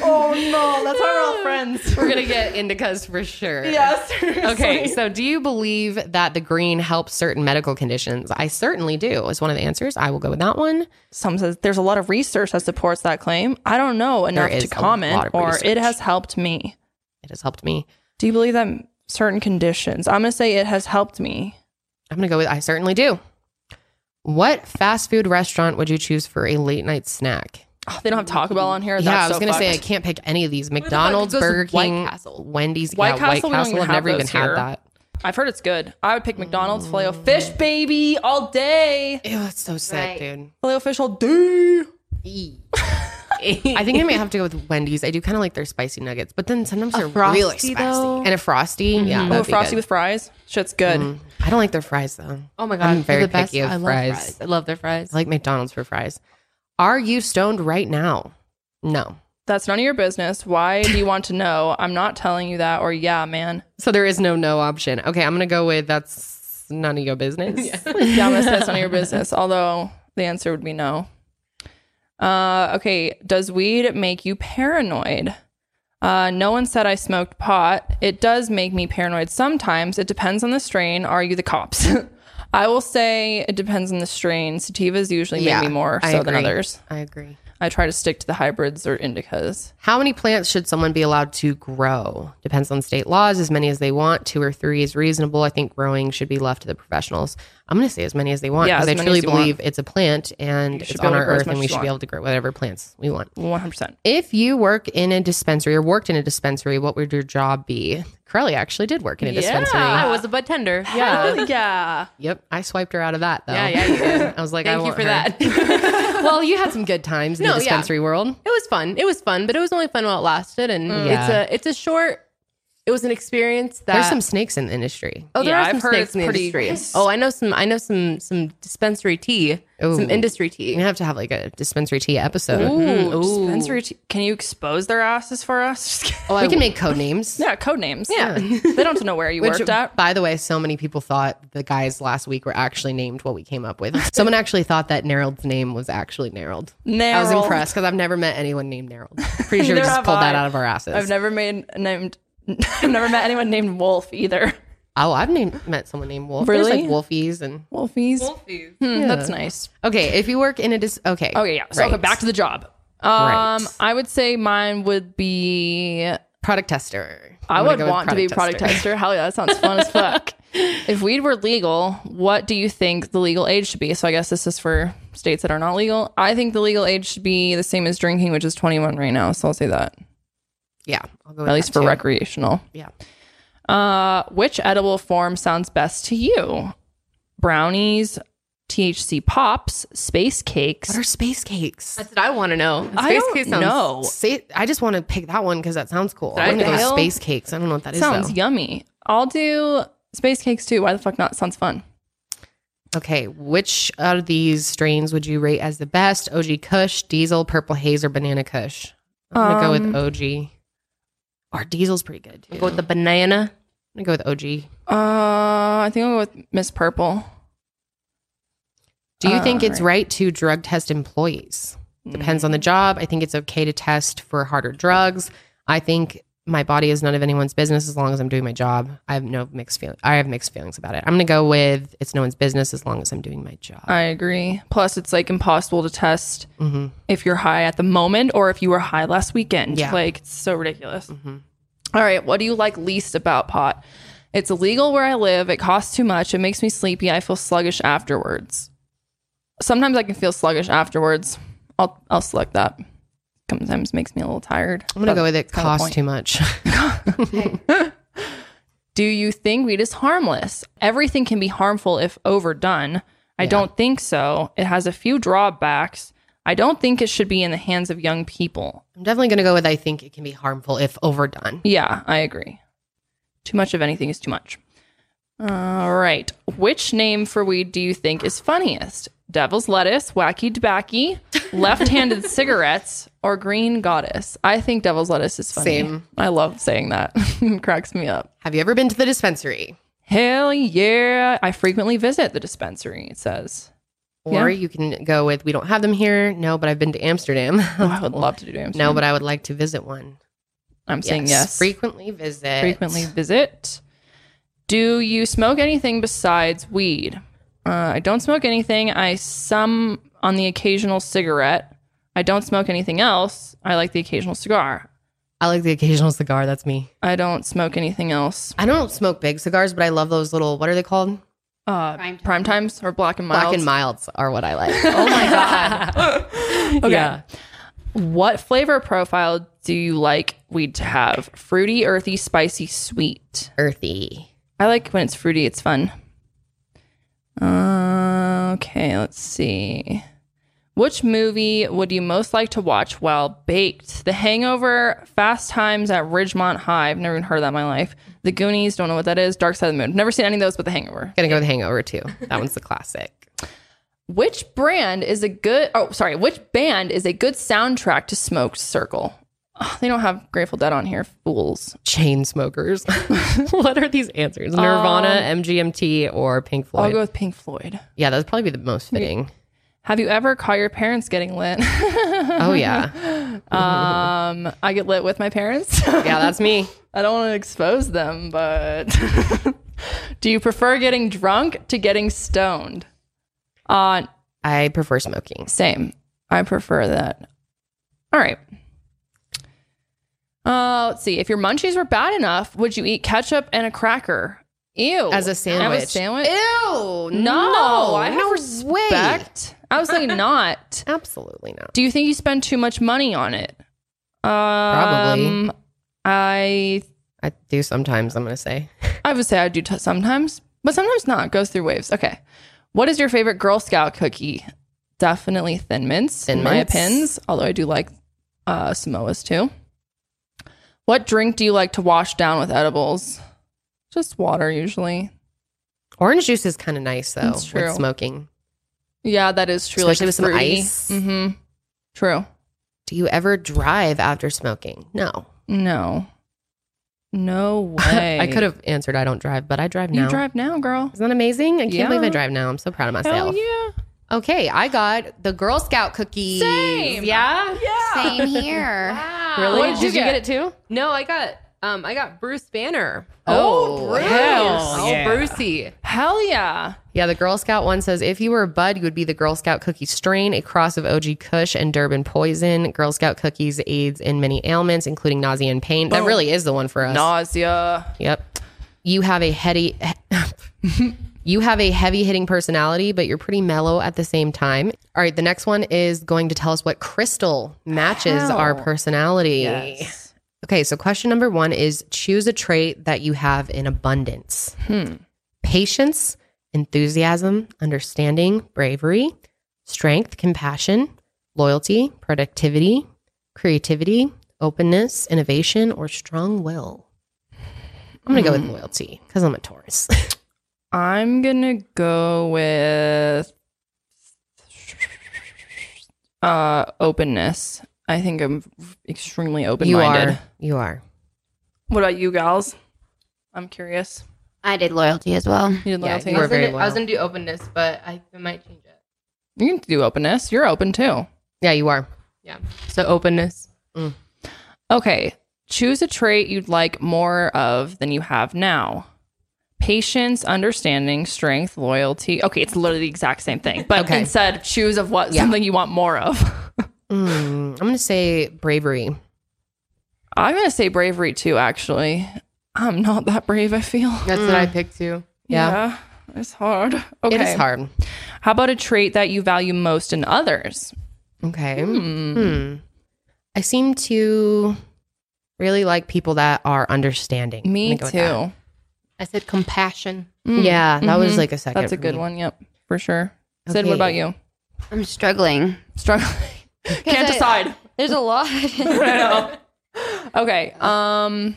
[SPEAKER 2] oh no, that's why we're all friends.
[SPEAKER 3] We're gonna get indicas for sure.
[SPEAKER 2] Yes.
[SPEAKER 3] Okay,
[SPEAKER 2] seriously.
[SPEAKER 3] so do you believe that the green helps certain medical conditions? I certainly do. Is one of the answers. I will go with that one.
[SPEAKER 2] some says there's a lot of research that supports that claim. I don't know enough
[SPEAKER 3] is
[SPEAKER 2] to
[SPEAKER 3] a lot
[SPEAKER 2] comment,
[SPEAKER 3] of
[SPEAKER 2] or
[SPEAKER 3] research.
[SPEAKER 2] it has helped me.
[SPEAKER 3] It has helped me.
[SPEAKER 2] Do you believe that certain conditions? I'm gonna say it has helped me.
[SPEAKER 3] I'm gonna go with I certainly do. What fast food restaurant would you choose for a late night snack?
[SPEAKER 2] Oh, they don't have Taco Bell on here.
[SPEAKER 3] yeah,
[SPEAKER 2] That's
[SPEAKER 3] I was
[SPEAKER 2] so
[SPEAKER 3] gonna say I
[SPEAKER 2] fucked.
[SPEAKER 3] can't pick any of these: McDonald's,
[SPEAKER 1] goes with
[SPEAKER 3] Burger
[SPEAKER 1] White
[SPEAKER 3] King,
[SPEAKER 1] Castle?
[SPEAKER 3] Wendy's.
[SPEAKER 2] White
[SPEAKER 3] yeah, White
[SPEAKER 2] Castle, we don't
[SPEAKER 3] Castle.
[SPEAKER 2] even
[SPEAKER 3] I've
[SPEAKER 2] have
[SPEAKER 3] never even
[SPEAKER 2] those
[SPEAKER 3] had
[SPEAKER 2] here.
[SPEAKER 3] that. Mm.
[SPEAKER 2] I've heard it's good. I would pick McDonald's filet fish, baby, all day.
[SPEAKER 3] Ew, that's so sick, dude.
[SPEAKER 2] Filet fish all day.
[SPEAKER 3] I think I may have to go with Wendy's. I do kind of like their spicy nuggets, but then sometimes they're really
[SPEAKER 1] Frosty,
[SPEAKER 3] spicy.
[SPEAKER 1] though?
[SPEAKER 3] And a frosty, yeah,
[SPEAKER 2] Oh,
[SPEAKER 3] that'd be
[SPEAKER 2] frosty
[SPEAKER 3] good. Mm.
[SPEAKER 2] with fries. Shit's good.
[SPEAKER 3] I don't like their fries though.
[SPEAKER 1] Oh my god,
[SPEAKER 3] I'm
[SPEAKER 1] they're
[SPEAKER 3] very
[SPEAKER 1] the best.
[SPEAKER 3] picky of
[SPEAKER 1] I love
[SPEAKER 3] fries.
[SPEAKER 1] I love their fries.
[SPEAKER 3] I like McDonald's for fries. Are you stoned right now? No.
[SPEAKER 2] That's none of your business. Why do you want to know? I'm not telling you that. Or yeah, man.
[SPEAKER 3] So there is no no option. Okay, I'm gonna go with that's none of your business.
[SPEAKER 2] yeah, I'm gonna say that's none of your business. Although the answer would be no. Uh, okay. Does weed make you paranoid? Uh, no one said I smoked pot. It does make me paranoid sometimes. It depends on the strain. Are you the cops? I will say it depends on the strain. Sativas usually
[SPEAKER 3] Yeah,
[SPEAKER 2] make me more
[SPEAKER 3] I
[SPEAKER 2] so than
[SPEAKER 3] agree.
[SPEAKER 2] others.
[SPEAKER 3] I agree.
[SPEAKER 2] I try to stick to the hybrids or indicas.
[SPEAKER 3] How many plants should someone be allowed to grow? Depends on state laws, as many as they want. Two or three is reasonable. I think growing should be left to the professionals. I'm going to say as many as they want
[SPEAKER 2] Yeah,
[SPEAKER 3] because
[SPEAKER 2] as
[SPEAKER 3] I
[SPEAKER 2] many
[SPEAKER 3] truly
[SPEAKER 2] as you want.
[SPEAKER 3] believe it's a plant and
[SPEAKER 2] should
[SPEAKER 3] it's
[SPEAKER 2] be able
[SPEAKER 3] on
[SPEAKER 2] to
[SPEAKER 3] our
[SPEAKER 2] grow as
[SPEAKER 3] earth
[SPEAKER 2] much as
[SPEAKER 3] and we
[SPEAKER 2] you
[SPEAKER 3] should be
[SPEAKER 2] want.
[SPEAKER 3] able to grow whatever plants we want.
[SPEAKER 2] 100%.
[SPEAKER 3] If you work in a dispensary or worked in a dispensary, what would your job be? Curly actually did work in a dispensary.
[SPEAKER 1] I was a bartender. Yeah.
[SPEAKER 2] yeah.
[SPEAKER 3] Yep, I swiped her out of that though.
[SPEAKER 1] Yeah, yeah, you did.
[SPEAKER 3] I was like, I
[SPEAKER 1] Thank you
[SPEAKER 3] want
[SPEAKER 1] for
[SPEAKER 3] her.
[SPEAKER 1] that. it
[SPEAKER 3] well, you had some good times in
[SPEAKER 1] No,
[SPEAKER 3] the
[SPEAKER 1] yeah.
[SPEAKER 3] dispensary world. Mm.
[SPEAKER 1] was fun. It was fun, but it was only fun while it lasted and
[SPEAKER 3] Yeah.
[SPEAKER 1] it's a it's a short it was an experience that
[SPEAKER 3] There's some snakes in the industry.
[SPEAKER 1] Oh, there
[SPEAKER 2] Yeah,
[SPEAKER 1] are
[SPEAKER 2] I've
[SPEAKER 1] some
[SPEAKER 2] heard
[SPEAKER 1] snakes
[SPEAKER 2] it's
[SPEAKER 1] in the
[SPEAKER 2] pretty-
[SPEAKER 1] industry. Oh, I know some I know some some dispensary tea.
[SPEAKER 3] Ooh.
[SPEAKER 1] Some industry
[SPEAKER 3] You're
[SPEAKER 1] tea.
[SPEAKER 3] gonna have to have like a dispensary tea episode.
[SPEAKER 2] Ooh, dispensary. T- can you expose their asses for us? Just kidding.
[SPEAKER 3] we can make code names.
[SPEAKER 2] yeah, code names. Yeah. they don't have to know where you
[SPEAKER 3] Which,
[SPEAKER 2] worked at.
[SPEAKER 3] by the way, so many people thought the guys last week were actually named what we came up with. Someone actually thought that Nerald's name was actually Nerald. I was
[SPEAKER 2] Nerald.
[SPEAKER 3] impressed because I've never met anyone named Nerald. Pretty sure we
[SPEAKER 2] Neither
[SPEAKER 3] just
[SPEAKER 2] have
[SPEAKER 3] pulled that
[SPEAKER 2] I.
[SPEAKER 3] out of our asses.
[SPEAKER 2] I've never made named. I've never met anyone named Wolf either.
[SPEAKER 3] oh, I've named, met someone named Wolf. There's
[SPEAKER 2] Really?
[SPEAKER 3] like Wolfies and
[SPEAKER 2] Wolfies. Wolfies. Hmm, That's nice.
[SPEAKER 3] okay. If you work in a dis, okay,
[SPEAKER 2] Okay, yeah. So okay,
[SPEAKER 3] Right.
[SPEAKER 2] back to the job. Um,
[SPEAKER 3] Right.
[SPEAKER 2] I would say mine would be.
[SPEAKER 3] product tester.
[SPEAKER 2] I
[SPEAKER 3] I'm gonna
[SPEAKER 2] would
[SPEAKER 3] go with
[SPEAKER 2] want to be a product tester. Hell yeah, that sounds fun as fuck. If weed were legal, what do you think the legal age should be? So I guess this is for states that are not legal. I think the legal age should be the same as drinking, which is 21 right now. So I'll say that.
[SPEAKER 3] Yeah, I'll go with
[SPEAKER 2] at least for
[SPEAKER 3] that too.
[SPEAKER 2] recreational.
[SPEAKER 3] Yeah.
[SPEAKER 2] Uh, which edible form sounds best to you? Brownies, THC pops, space cakes.
[SPEAKER 3] What are space cakes?
[SPEAKER 1] That's what I want to know.
[SPEAKER 2] I
[SPEAKER 3] Space
[SPEAKER 2] don't
[SPEAKER 3] cake
[SPEAKER 2] know.
[SPEAKER 3] sa- I just want to pick that one because that sounds cool.
[SPEAKER 2] I
[SPEAKER 3] I want to go with
[SPEAKER 2] know.
[SPEAKER 3] space cakes. I don't know what that is.
[SPEAKER 2] sounds
[SPEAKER 3] though.
[SPEAKER 2] yummy. I'll do space cakes too. Why the fuck not? Sounds fun.
[SPEAKER 3] Okay, which out of these strains would you rate as the best? OG Kush, Diesel, Purple Haze, or Banana Kush? I'm gonna
[SPEAKER 2] Um,
[SPEAKER 3] go with OG. Our Diesel's pretty good. too.
[SPEAKER 1] Go with the banana.
[SPEAKER 3] I'm gonna go with OG.
[SPEAKER 2] Uh, I think I'll go with Miss Purple.
[SPEAKER 3] Do you think
[SPEAKER 2] All
[SPEAKER 3] it's right. to drug test employees? Depends on the job. I think it's okay to test for harder drugs. I think my body is none of anyone's business as long as I'm doing my job. I have no mixed feelings. I have mixed feelings about it. I'm gonna go with it's no one's business as long as I'm doing my job.
[SPEAKER 2] I agree. Plus, it's like impossible to test if you're high at the moment or if you were high last weekend.
[SPEAKER 3] Yeah.
[SPEAKER 2] Like, it's so ridiculous. All right. What do you like least about pot? It's illegal where I live. It costs too much. It makes me sleepy. I feel sluggish afterwards. Sometimes I can feel sluggish afterwards. I'll, I'll select that. Sometimes makes me a little tired.
[SPEAKER 3] I'm gonna
[SPEAKER 2] But
[SPEAKER 3] go with it
[SPEAKER 2] kinda the
[SPEAKER 3] costs
[SPEAKER 2] point.
[SPEAKER 3] too much.
[SPEAKER 2] Do you think weed is harmless? Everything can be harmful if overdone. I don't think so. It has a few drawbacks. I don't think it should be in the hands of young people.
[SPEAKER 3] I'm definitely going to go with I think it can be harmful if overdone.
[SPEAKER 2] Yeah, I agree. Too much of anything is too much. All right. Which name for weed do you think is funniest? Devil's lettuce, wacky tobacco, left-handed cigarettes, or green goddess? I think devil's lettuce is funny.
[SPEAKER 3] Same.
[SPEAKER 2] I love saying that. it cracks me up.
[SPEAKER 3] Have you ever been to the dispensary?
[SPEAKER 2] Hell yeah. I frequently visit the dispensary, it says. Yeah.
[SPEAKER 3] Or you can go with we don't have them here. No, but I've been to Amsterdam.
[SPEAKER 2] Oh, I would love to do Amsterdam.
[SPEAKER 3] no, but I would like to visit one.
[SPEAKER 2] I'm saying yes.
[SPEAKER 3] Frequently visit.
[SPEAKER 2] Frequently visit. Do you smoke anything besides weed? Uh, I don't smoke anything. I some on the occasional cigarette. I don't smoke anything else. I like the occasional cigar.
[SPEAKER 3] I like the occasional cigar. That's me.
[SPEAKER 2] I don't smoke anything else.
[SPEAKER 3] I don't smoke big cigars, but I love those little, what are they called?
[SPEAKER 2] Uh, prime,
[SPEAKER 8] Prime
[SPEAKER 2] times or black and mild.
[SPEAKER 3] Black and milds are what I like. oh my God.
[SPEAKER 2] Okay. What flavor profile do you like weed to have? Fruity, earthy, spicy, sweet.
[SPEAKER 3] Earthy.
[SPEAKER 2] I like when it's fruity. It's fun. Uh, okay, let's see. Which movie would you most like to watch while baked? The Hangover, Fast Times at Ridgemont High. I've never even heard of that in my life. The Goonies, don't know what that is. Dark Side of the Moon. Never seen any of those, but The Hangover.
[SPEAKER 3] Gonna go with Hangover too. That one's the classic.
[SPEAKER 2] Which brand is a good? Oh, sorry. Which band is a good soundtrack to Smoked Circle? Ugh, they don't have Grateful Dead on here. Fools.
[SPEAKER 3] Chain smokers. what are these answers? Nirvana, MGMT, or Pink
[SPEAKER 2] I'll
[SPEAKER 3] Floyd?
[SPEAKER 2] go with Pink Floyd.
[SPEAKER 3] yeah, that'd probably be the most fitting.
[SPEAKER 2] Have you ever caught your parents getting lit?
[SPEAKER 3] Oh, yeah.
[SPEAKER 2] Um, I get lit with my parents.
[SPEAKER 3] Yeah, that's me.
[SPEAKER 2] I don't want to expose them, but do you prefer getting drunk to getting stoned? Uh,
[SPEAKER 3] I prefer smoking.
[SPEAKER 2] same. I prefer that. All right. Uh, let's see. If your munchies were bad enough, would you eat ketchup and a cracker? Ew.
[SPEAKER 3] As
[SPEAKER 2] Have
[SPEAKER 3] a
[SPEAKER 2] a
[SPEAKER 3] sandwich.
[SPEAKER 2] sandwich?
[SPEAKER 3] Ew.
[SPEAKER 2] No. I have
[SPEAKER 3] no way.
[SPEAKER 2] respect. I was saying not.
[SPEAKER 3] Absolutely not.
[SPEAKER 2] Do you think you spend too much money on it? Um, Probably. I
[SPEAKER 3] I do sometimes, I'm going to say.
[SPEAKER 2] I would say I do t- sometimes, but sometimes not. It goes through waves. Okay. What is your favorite Girl Scout cookie? Definitely Thin Mints,
[SPEAKER 3] Thin
[SPEAKER 2] Thin Maya
[SPEAKER 3] Mints.
[SPEAKER 2] Pins, although I do like uh, Samoas too. What drink do you like to wash down with edibles? Just water, usually.
[SPEAKER 3] Orange juice is kind of nice, though,
[SPEAKER 2] That's true.
[SPEAKER 3] with smoking.
[SPEAKER 2] Yeah, that is true.
[SPEAKER 3] Especially with some ice.
[SPEAKER 2] hmm True.
[SPEAKER 3] Do you ever drive after smoking? No.
[SPEAKER 2] No. No way.
[SPEAKER 3] I could have answered I don't drive, but I drive
[SPEAKER 2] You
[SPEAKER 3] now.
[SPEAKER 2] drive now, girl.
[SPEAKER 3] Isn't that amazing? I can't
[SPEAKER 2] Yeah.
[SPEAKER 3] believe I drive now. I'm so proud of
[SPEAKER 2] Hell
[SPEAKER 3] myself.
[SPEAKER 2] yeah.
[SPEAKER 3] Okay, I got the Girl Scout cookies.
[SPEAKER 2] Same.
[SPEAKER 3] Yeah.
[SPEAKER 8] Same here.
[SPEAKER 2] Really?
[SPEAKER 3] What did you get?
[SPEAKER 2] it too?
[SPEAKER 1] No, I got um I got Bruce Banner.
[SPEAKER 2] Oh, Bruce.
[SPEAKER 1] Oh, Brucey.
[SPEAKER 2] Hell yeah.
[SPEAKER 3] Yeah, the Girl Scout one says if you were a bud, you would be the Girl Scout cookie strain, a cross of OG Kush and Durban Poison. Girl Scout cookies aids in many ailments, including nausea and pain. That really is the one for us.
[SPEAKER 2] Nausea.
[SPEAKER 3] Yep. You have a heady. Oh, You have a heavy hitting personality, but you're pretty mellow at the same time. All right, the next one is going to tell us what crystal matches our personality. Okay, so question number
[SPEAKER 2] Hmm.
[SPEAKER 3] one is choose a trait that you have in abundance patience, enthusiasm, understanding, bravery, strength, compassion, loyalty, productivity, creativity, openness, innovation, or strong will. I'm going to
[SPEAKER 2] Hmm.
[SPEAKER 3] go with loyalty because I'm a Taurus.
[SPEAKER 2] I'm gonna go with uh openness. I think I'm extremely open
[SPEAKER 3] you
[SPEAKER 2] minded.
[SPEAKER 3] are. You are.
[SPEAKER 2] What about you gals? I'm curious.
[SPEAKER 8] I did loyalty as well.
[SPEAKER 2] You did
[SPEAKER 3] Yeah,
[SPEAKER 2] loyalty.
[SPEAKER 3] you were very
[SPEAKER 1] I was
[SPEAKER 3] loyal.
[SPEAKER 1] gonna do openness, but I, I might change it.
[SPEAKER 2] You can do openness. You're open too.
[SPEAKER 3] Yeah, you are.
[SPEAKER 1] So openness.
[SPEAKER 2] Okay. Choose a trait you'd like more of than you have now. Patience, understanding, strength, loyalty. Okay, it's literally the exact same thing. But
[SPEAKER 3] Okay.
[SPEAKER 2] instead, choose of what
[SPEAKER 3] Yeah.
[SPEAKER 2] something you want more of.
[SPEAKER 3] Mm, I'm going to say bravery.
[SPEAKER 2] I'm gonna say bravery too, actually. I'm not that brave, I feel.
[SPEAKER 1] That's what I picked too.
[SPEAKER 3] Yeah.
[SPEAKER 2] Yeah, it's hard. Okay.
[SPEAKER 3] It is hard.
[SPEAKER 2] How about a trait that you value most in others?
[SPEAKER 3] Okay.
[SPEAKER 2] Hmm.
[SPEAKER 3] Hmm. I seem to really like people that are understanding. I'm
[SPEAKER 2] Me
[SPEAKER 3] gonna go with
[SPEAKER 2] too.
[SPEAKER 3] that. Hmm.
[SPEAKER 1] I said compassion.
[SPEAKER 2] Mm,
[SPEAKER 3] Yeah, that was
[SPEAKER 2] mhm.
[SPEAKER 3] like a second.
[SPEAKER 2] That's a
[SPEAKER 3] for
[SPEAKER 2] good
[SPEAKER 3] me.
[SPEAKER 2] one. Yep, for sure. Sid, what
[SPEAKER 3] Okay.
[SPEAKER 2] about you?
[SPEAKER 8] I'm struggling.
[SPEAKER 2] Struggling. Can't
[SPEAKER 8] I-
[SPEAKER 2] decide.
[SPEAKER 8] There's a lot.
[SPEAKER 2] Okay. Um,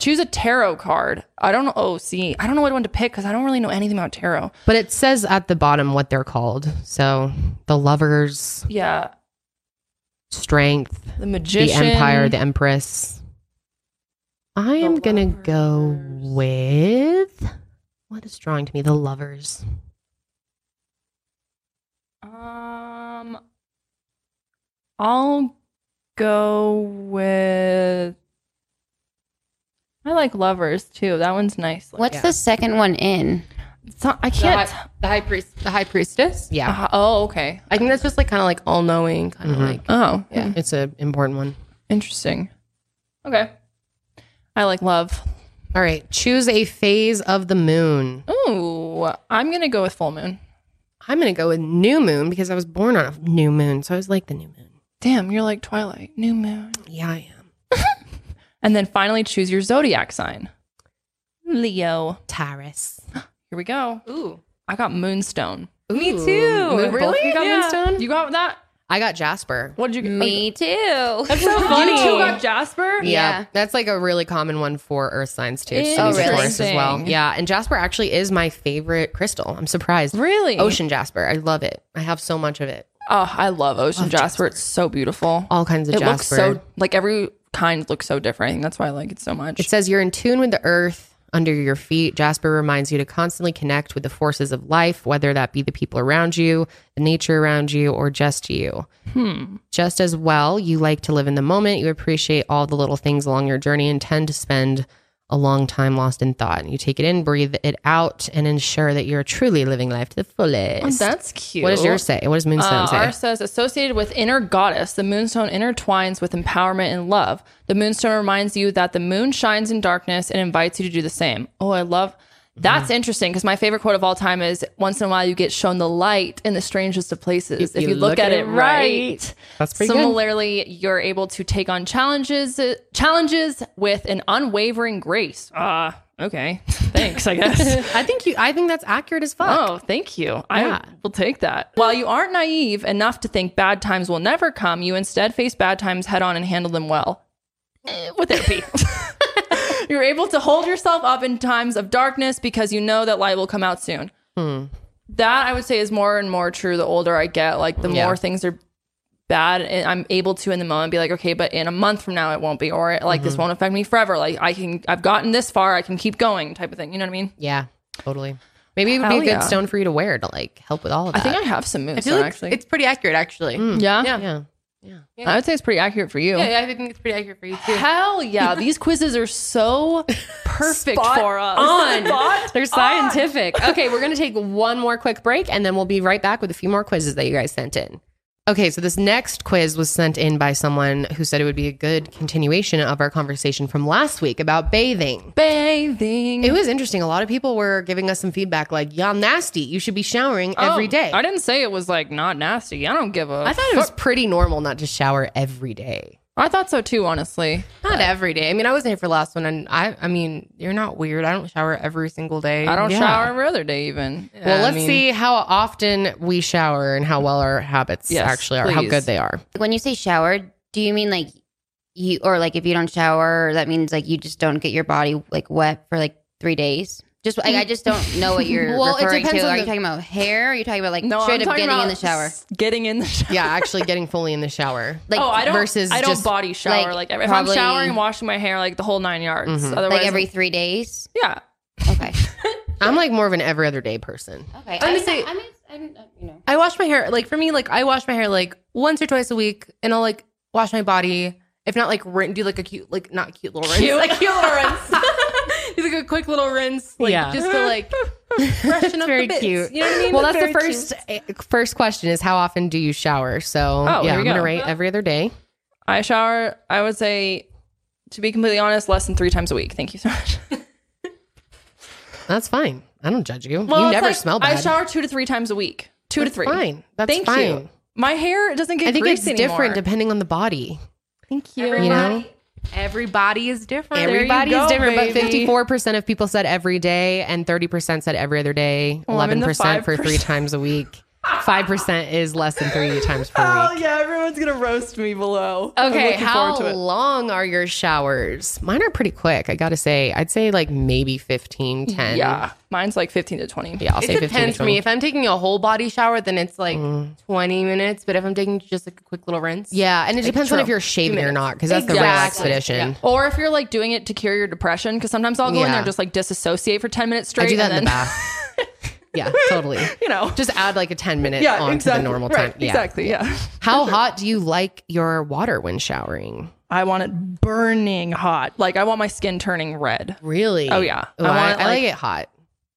[SPEAKER 2] choose a tarot card. I don't know. Oh, see, I don't know what one to pick because I don't really know anything about tarot.
[SPEAKER 3] But it says at the bottom what they're called. So the lovers,
[SPEAKER 2] Yeah,
[SPEAKER 3] strength,
[SPEAKER 2] the magician,
[SPEAKER 3] the empire, the empress. I am going to go
[SPEAKER 2] lovers.
[SPEAKER 3] with what is drawing to me? The lovers.
[SPEAKER 2] um, I'll go with. I like lovers too. That one's nice.
[SPEAKER 8] What's the second one in?
[SPEAKER 2] It's not- I
[SPEAKER 1] The
[SPEAKER 2] can't.
[SPEAKER 1] high, the high priest, the high priestess.
[SPEAKER 3] Yeah.
[SPEAKER 2] Uh, oh, okay.
[SPEAKER 1] I think that's just like kind of like all knowing, kind
[SPEAKER 3] Mm-hmm.
[SPEAKER 1] of like
[SPEAKER 2] Oh, yeah.
[SPEAKER 3] It's an important one.
[SPEAKER 2] Interesting. Okay. I like love.
[SPEAKER 3] All right. Choose a phase of the moon. Oh,
[SPEAKER 2] Ooh, I'm gonna go with full moon.
[SPEAKER 3] I'm going to go with new moon because I was born on a new moon. So I was like the new moon.
[SPEAKER 2] Damn, you're like Twilight, new moon.
[SPEAKER 3] Yeah, I am.
[SPEAKER 2] And then finally choose your zodiac sign. Leo.
[SPEAKER 3] Taurus.
[SPEAKER 2] Here we go.
[SPEAKER 1] ooh.
[SPEAKER 2] I got moonstone.
[SPEAKER 1] Me too.
[SPEAKER 2] Moon- both of You got
[SPEAKER 1] Yeah.
[SPEAKER 2] moonstone? You got that?
[SPEAKER 3] I got Jasper.
[SPEAKER 2] What did you get?
[SPEAKER 8] Me too.
[SPEAKER 2] That's so funny. You two got Jasper?
[SPEAKER 3] Yeah.
[SPEAKER 8] Yeah.
[SPEAKER 3] that's like a really common one for Earth signs too. So
[SPEAKER 8] Oh,
[SPEAKER 3] these are
[SPEAKER 8] really?
[SPEAKER 3] Taurus as well.
[SPEAKER 2] Interesting.
[SPEAKER 3] Yeah, and Jasper actually is my favorite crystal. I'm surprised.
[SPEAKER 2] Really?
[SPEAKER 3] Ocean Jasper, I love it. I have so much of it.
[SPEAKER 2] Oh, I love ocean
[SPEAKER 3] Love
[SPEAKER 2] jasper.
[SPEAKER 3] Jasper.
[SPEAKER 2] It's so beautiful.
[SPEAKER 3] All kinds of
[SPEAKER 2] it
[SPEAKER 3] Jasper.
[SPEAKER 2] looks so like every kind looks so different. I think that's why I like it so much.
[SPEAKER 3] It says you're in tune with the earth under your feet. Jasper reminds you to constantly connect with the forces of life, whether that be the people around you, the nature around you, or just you.
[SPEAKER 2] hmm.
[SPEAKER 3] Just as well, you like to live in the moment. You appreciate all the little things along your journey and tend to spend a long time lost in thought. You take it in, breathe it out, and ensure that you're truly living life to the
[SPEAKER 2] Oh,
[SPEAKER 3] fullest.
[SPEAKER 2] that's cute.
[SPEAKER 3] what does yours say? What does Moonstone
[SPEAKER 2] Uh,
[SPEAKER 3] say?
[SPEAKER 2] ours says associated with inner goddess, the moonstone intertwines with empowerment and love. The moonstone reminds you that the moon shines in darkness and invites you to do the same. Oh, I love that's interesting because my favorite quote of all time is once in a while you get shown the light in the strangest of places. If, you, look, at, it right.
[SPEAKER 3] That's pretty good.
[SPEAKER 2] Similarly, you're able to take on challenges challenges with an unwavering grace. Ah, okay. Thanks, I guess.
[SPEAKER 3] I think you. I think that's accurate as fuck.
[SPEAKER 2] Oh, thank you.
[SPEAKER 3] Yeah.
[SPEAKER 2] I will take that. While you aren't naive enough to think bad times will never come, you instead face bad times head on and handle them well Eh, with therapy. You're able to hold yourself up in times of darkness because you know that light will come out soon.
[SPEAKER 3] Hmm.
[SPEAKER 2] That I would say is more and more true the older I get. Like the more things are bad, and I'm able to in the moment be like, okay, but in a month from now it won't be, or like
[SPEAKER 3] Mm-hmm.
[SPEAKER 2] this won't affect me forever. Like I can, I've gotten this far, I can keep going, type of thing. You know what I mean?
[SPEAKER 3] Yeah, totally. Maybe it would be
[SPEAKER 2] Hell
[SPEAKER 3] a good
[SPEAKER 2] yeah.
[SPEAKER 3] stone for you to wear to like help with all of
[SPEAKER 2] I
[SPEAKER 3] that.
[SPEAKER 2] think I have some moves.
[SPEAKER 1] I feel like
[SPEAKER 2] actually.
[SPEAKER 1] it's pretty accurate, actually.
[SPEAKER 2] Yeah?
[SPEAKER 3] yeah.
[SPEAKER 2] I would say it's pretty accurate for you.
[SPEAKER 1] Yeah, yeah, I think it's pretty accurate for you too.
[SPEAKER 2] Hell yeah. These quizzes are so perfect for us.
[SPEAKER 3] on. They're scientific. Okay, we're going to take one more quick break and then we'll be right back with a few more quizzes that you guys sent in. Okay, so this next quiz was sent in by someone who said it would be a good continuation of our conversation from last week about bathing.
[SPEAKER 2] Bathing.
[SPEAKER 3] It was interesting. A lot of people were giving us some feedback like, y'all nasty. You should be showering every day.
[SPEAKER 2] Oh, I didn't say it was like not nasty. I don't give a.
[SPEAKER 3] Oh. I thought it was pretty normal not to shower every day.
[SPEAKER 2] I thought so too, honestly.
[SPEAKER 3] Not every day. I mean, I wasn't here for the last one, and I, I mean, you're not weird. I don't shower every single day.
[SPEAKER 2] I don't
[SPEAKER 3] Yeah.
[SPEAKER 2] shower every other day, even.
[SPEAKER 1] Well,
[SPEAKER 2] I
[SPEAKER 1] let's
[SPEAKER 2] mean,
[SPEAKER 1] see how often we shower and how well our habits
[SPEAKER 2] Yes,
[SPEAKER 1] actually are, how
[SPEAKER 2] please.
[SPEAKER 1] good they are.
[SPEAKER 8] When you say shower, do you mean like you or like if you don't shower, that means like you just don't get your body like wet for like three days? Just I, I just don't know what you're
[SPEAKER 1] Well, it
[SPEAKER 8] referring to.
[SPEAKER 1] depends on
[SPEAKER 8] Are
[SPEAKER 1] the-
[SPEAKER 8] you talking about hair? Are you talking about like
[SPEAKER 2] No,
[SPEAKER 8] straight
[SPEAKER 2] I'm
[SPEAKER 8] up
[SPEAKER 2] talking
[SPEAKER 8] getting
[SPEAKER 2] about
[SPEAKER 8] in the shower?
[SPEAKER 2] s- Getting in the shower.
[SPEAKER 1] Yeah, actually getting fully in the shower.
[SPEAKER 8] Like
[SPEAKER 2] oh, I don't.
[SPEAKER 1] versus
[SPEAKER 2] I don't
[SPEAKER 1] just,
[SPEAKER 2] body shower.
[SPEAKER 8] like,
[SPEAKER 2] Like, if
[SPEAKER 8] probably-
[SPEAKER 2] I'm showering, washing my hair, like the whole nine yards. Otherwise,
[SPEAKER 8] like every three days?
[SPEAKER 2] yeah.
[SPEAKER 8] Okay.
[SPEAKER 1] I'm like more of an every other day person.
[SPEAKER 8] Okay. I
[SPEAKER 3] I would
[SPEAKER 8] mean,
[SPEAKER 3] say-
[SPEAKER 8] I mean, I don't, you know.
[SPEAKER 3] I wash my hair. Like for me, like I wash my hair like once or twice a week, and I'll like wash my body. If not, like rin- do like a cute, like not cute little rinse,
[SPEAKER 2] Cute.
[SPEAKER 3] like cute little rinse. do like a quick little rinse, like
[SPEAKER 1] Yeah.
[SPEAKER 3] just to like freshen up
[SPEAKER 1] very
[SPEAKER 3] the bits.
[SPEAKER 1] cute.
[SPEAKER 3] You know what I mean?
[SPEAKER 1] Well, that's the
[SPEAKER 3] Very cute.
[SPEAKER 1] first eh, first question is how often do you shower? So
[SPEAKER 2] there
[SPEAKER 1] yeah,
[SPEAKER 2] you
[SPEAKER 1] I'm gonna
[SPEAKER 2] go.
[SPEAKER 1] rate every other day.
[SPEAKER 2] I shower. I would say, to be completely honest, less than three times a week. Thank you so much.
[SPEAKER 1] That's fine. I don't judge you.
[SPEAKER 2] Well,
[SPEAKER 1] you
[SPEAKER 2] it's
[SPEAKER 1] never
[SPEAKER 2] like,
[SPEAKER 1] smell bad.
[SPEAKER 2] I shower two to three times a week. Two
[SPEAKER 1] That's
[SPEAKER 2] to three.
[SPEAKER 1] Fine. That's
[SPEAKER 2] Thank
[SPEAKER 1] fine.
[SPEAKER 2] you. My hair doesn't get.
[SPEAKER 1] I think it's
[SPEAKER 2] greasy anymore.
[SPEAKER 1] different depending on the body.
[SPEAKER 2] Thank you.
[SPEAKER 1] You know?
[SPEAKER 3] Everybody is different.
[SPEAKER 1] Everybody is
[SPEAKER 2] go,
[SPEAKER 1] different, but
[SPEAKER 2] baby.
[SPEAKER 1] fifty-four percent of people said every day, and thirty percent said every other day.
[SPEAKER 2] Well, I'm in
[SPEAKER 1] Eleven
[SPEAKER 2] the
[SPEAKER 1] percent for three
[SPEAKER 2] 5%.
[SPEAKER 1] times a week. Five percent is less than three times per
[SPEAKER 2] Oh
[SPEAKER 1] week.
[SPEAKER 2] yeah, everyone's gonna roast me below. I'm
[SPEAKER 1] Okay,
[SPEAKER 2] looking forward
[SPEAKER 1] how
[SPEAKER 2] to it.
[SPEAKER 1] long are your showers? Mine are pretty quick. I gotta say, I'd say like maybe 15, 10.
[SPEAKER 2] Yeah, mine's like fifteen to twenty.
[SPEAKER 1] yeah, I'll say
[SPEAKER 3] it
[SPEAKER 1] fifteen.
[SPEAKER 3] depends
[SPEAKER 1] to
[SPEAKER 3] for me.
[SPEAKER 1] 20.
[SPEAKER 3] If I'm taking a whole body shower, then it's like 20 minutes. But if I'm taking just like a quick little rinse,
[SPEAKER 1] Yeah, and it depends on
[SPEAKER 3] true.
[SPEAKER 1] if you're shaving or
[SPEAKER 3] minutes.
[SPEAKER 1] not, because that's the real
[SPEAKER 2] Exactly.
[SPEAKER 1] expedition.
[SPEAKER 2] Or if you're like doing it to cure your depression, because sometimes I'll go in
[SPEAKER 1] Yeah.
[SPEAKER 2] there and just like disassociate for ten minutes straight.
[SPEAKER 1] I do that
[SPEAKER 2] and
[SPEAKER 1] in the
[SPEAKER 2] then,
[SPEAKER 1] bath. yeah, totally.
[SPEAKER 2] You know.
[SPEAKER 1] Just add like a 10 minute
[SPEAKER 2] yeah,
[SPEAKER 1] onto
[SPEAKER 2] exactly.
[SPEAKER 1] the normal
[SPEAKER 2] right,
[SPEAKER 1] time. Yeah.
[SPEAKER 2] Exactly. Yeah.
[SPEAKER 1] How hot do you like your water when showering?
[SPEAKER 2] I want it burning hot. Like I want my skin turning red.
[SPEAKER 1] Really?
[SPEAKER 2] Oh, yeah.
[SPEAKER 1] Ooh,
[SPEAKER 2] I
[SPEAKER 1] I,
[SPEAKER 2] want it,
[SPEAKER 1] I like
[SPEAKER 2] like-
[SPEAKER 1] it hot.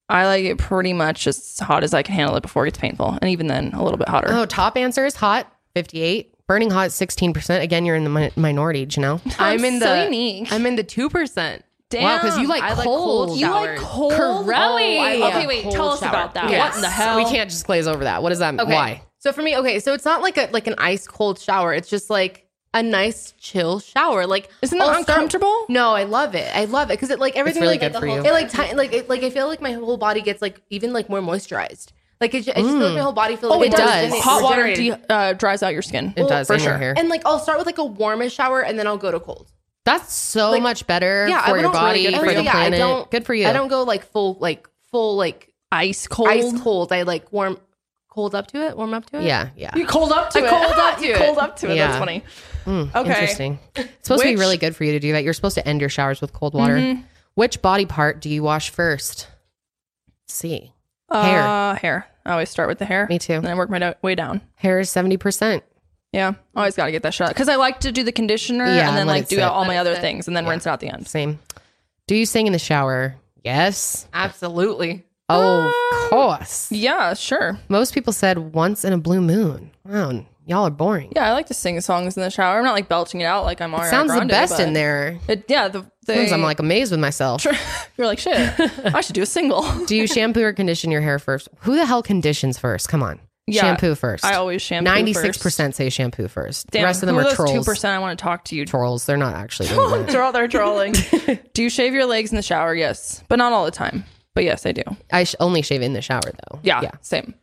[SPEAKER 2] I like it pretty much as hot as I can handle it before it gets painful, and even then, a little bit hotter.
[SPEAKER 1] Oh, top answer is hot, 58. Burning hot, 16%. Again, you're in the mi- minority, you know?
[SPEAKER 3] I'm in
[SPEAKER 2] so
[SPEAKER 3] the
[SPEAKER 2] unique.
[SPEAKER 3] I'm in the two percent.
[SPEAKER 2] Damn.
[SPEAKER 1] Wow, because you like
[SPEAKER 3] I like
[SPEAKER 1] cold.
[SPEAKER 3] cold
[SPEAKER 2] You like
[SPEAKER 3] showers.
[SPEAKER 2] cold?
[SPEAKER 3] Corelli.
[SPEAKER 2] Oh, I-
[SPEAKER 3] Yeah.
[SPEAKER 2] okay, wait.
[SPEAKER 3] Cold
[SPEAKER 2] tell us
[SPEAKER 3] shower.
[SPEAKER 2] about that.
[SPEAKER 1] Yes.
[SPEAKER 2] What in the hell?
[SPEAKER 1] We can't just glaze over that. What does that mean?
[SPEAKER 3] Okay.
[SPEAKER 1] Why?
[SPEAKER 3] So for me, okay, so it's not like a like an ice cold shower. It's just like a nice chill shower. Like
[SPEAKER 2] Isn't that
[SPEAKER 3] I'll start-
[SPEAKER 2] uncomfortable?
[SPEAKER 3] no, I love it. I love it because it like everything
[SPEAKER 1] really
[SPEAKER 3] like,
[SPEAKER 1] good for you.
[SPEAKER 3] It like ti- like it, like I feel like my whole body gets like even like more moisturized. Like it, ju- I just feel like my whole body feels.
[SPEAKER 1] Oh,
[SPEAKER 3] like
[SPEAKER 1] it does.
[SPEAKER 3] rejuvenated-
[SPEAKER 2] Hot water
[SPEAKER 3] regenerated.
[SPEAKER 2] de- uh, dries out your skin.
[SPEAKER 1] It does
[SPEAKER 3] for
[SPEAKER 1] in your
[SPEAKER 3] sure.
[SPEAKER 1] hair.
[SPEAKER 3] And like I'll start with like a warmish shower and then I'll go to cold.
[SPEAKER 1] That's so
[SPEAKER 3] Like-
[SPEAKER 1] much better
[SPEAKER 3] Yeah, I
[SPEAKER 1] for your
[SPEAKER 3] don't really-
[SPEAKER 1] body,
[SPEAKER 3] I
[SPEAKER 1] for
[SPEAKER 3] really-
[SPEAKER 1] the
[SPEAKER 3] yeah, I
[SPEAKER 1] planet.
[SPEAKER 3] don't-
[SPEAKER 1] good for you.
[SPEAKER 3] I don't go like full like full like
[SPEAKER 2] Ice cold.
[SPEAKER 3] ice cold. I like warm cold up to it, warm up to it.
[SPEAKER 1] yeah, yeah.
[SPEAKER 2] You cold up to
[SPEAKER 3] I
[SPEAKER 2] it.
[SPEAKER 3] cold up to
[SPEAKER 2] You
[SPEAKER 3] it.
[SPEAKER 2] cold up to it.
[SPEAKER 1] Yeah.
[SPEAKER 2] That's funny.
[SPEAKER 1] Mm,
[SPEAKER 2] Okay.
[SPEAKER 1] Interesting. It's supposed to be
[SPEAKER 2] Which-
[SPEAKER 1] really good for you to do that. You're supposed to end your showers with cold water.
[SPEAKER 3] Mm-hmm.
[SPEAKER 1] Which body part do you wash first? C. Hair.
[SPEAKER 2] Uh, hair. I always start with the hair.
[SPEAKER 1] Me too.
[SPEAKER 2] And then I work my do- way down.
[SPEAKER 1] Hair is 70%.
[SPEAKER 2] Yeah. Always got to get that shot because I like to do the conditioner
[SPEAKER 1] Yeah,
[SPEAKER 2] and then
[SPEAKER 1] let
[SPEAKER 2] like
[SPEAKER 1] it
[SPEAKER 2] do
[SPEAKER 1] sit.
[SPEAKER 2] all my
[SPEAKER 3] Let it
[SPEAKER 2] other
[SPEAKER 3] sit.
[SPEAKER 2] things and then rinse it out the end.
[SPEAKER 1] Same. Do you sing in the shower? Yes.
[SPEAKER 3] Absolutely. Um,
[SPEAKER 1] Oh, of course.
[SPEAKER 2] Yeah, sure.
[SPEAKER 1] Most people said once in a blue moon. Wow, y'all are boring.
[SPEAKER 2] Yeah, I like to sing songs in the shower. I'm not like belching it out like I'm Ariana
[SPEAKER 1] Sounds
[SPEAKER 2] Grande,
[SPEAKER 1] the best
[SPEAKER 2] but
[SPEAKER 1] in there.
[SPEAKER 2] It, yeah, the,
[SPEAKER 1] Sometimes
[SPEAKER 2] the
[SPEAKER 1] I'm like amazed with myself.
[SPEAKER 2] you're like shit. I should do a single.
[SPEAKER 1] Do you shampoo or condition your hair first? Who the hell conditions first? Come on.
[SPEAKER 2] Yeah,
[SPEAKER 1] shampoo first.
[SPEAKER 2] I always shampoo.
[SPEAKER 1] Ninety-six
[SPEAKER 2] first.
[SPEAKER 1] percent say shampoo first.
[SPEAKER 2] Damn,
[SPEAKER 1] the rest of them
[SPEAKER 2] who
[SPEAKER 1] are
[SPEAKER 2] those Two
[SPEAKER 1] trolls.
[SPEAKER 2] percent. I want to talk to you.
[SPEAKER 1] Trolls. They're not actually. doing that.
[SPEAKER 2] Troll, they're trolling. do you shave your legs in the shower? Yes, but not all the time. But yes, I do.
[SPEAKER 1] I sh- only shave in the shower though.
[SPEAKER 2] Yeah, same.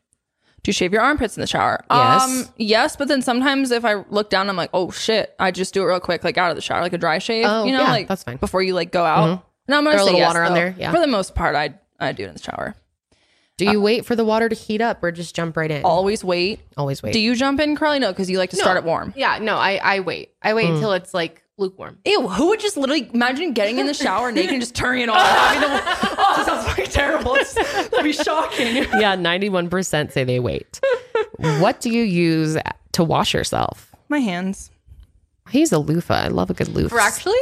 [SPEAKER 2] Do you shave your armpits in the shower? Um,
[SPEAKER 1] Yes.
[SPEAKER 2] yes, but then sometimes if I look down, I'm like, oh shit, I just do it real quick, like out of the shower, like a dry shave.
[SPEAKER 1] Oh,
[SPEAKER 2] you know,
[SPEAKER 1] yeah,
[SPEAKER 2] like
[SPEAKER 1] that's fine. Mm-hmm.
[SPEAKER 2] before you like go out. No, I'm gonna
[SPEAKER 1] Throw a
[SPEAKER 2] say
[SPEAKER 1] little
[SPEAKER 2] yes,
[SPEAKER 1] water on
[SPEAKER 2] though.
[SPEAKER 1] there, yeah.
[SPEAKER 2] For the most part, I I do it in the shower.
[SPEAKER 1] Do you wait for the water to heat up or just jump right in?
[SPEAKER 2] Always wait.
[SPEAKER 1] Always wait.
[SPEAKER 2] Do you jump in, Carly? No, because you like to start it warm.
[SPEAKER 3] Yeah, no, I I wait. I wait
[SPEAKER 1] Hmm.
[SPEAKER 3] until it's like lukewarm.
[SPEAKER 2] Ew, who would just literally imagine getting in the shower naked and just turning it on? I mean, the- oh, that sounds fucking terrible. It's, that'd be shocking.
[SPEAKER 1] yeah, ninety-one percent say they wait. what do you use to wash yourself?
[SPEAKER 2] My hands.
[SPEAKER 1] I use a loofah. I love a good loofah.
[SPEAKER 3] For actually,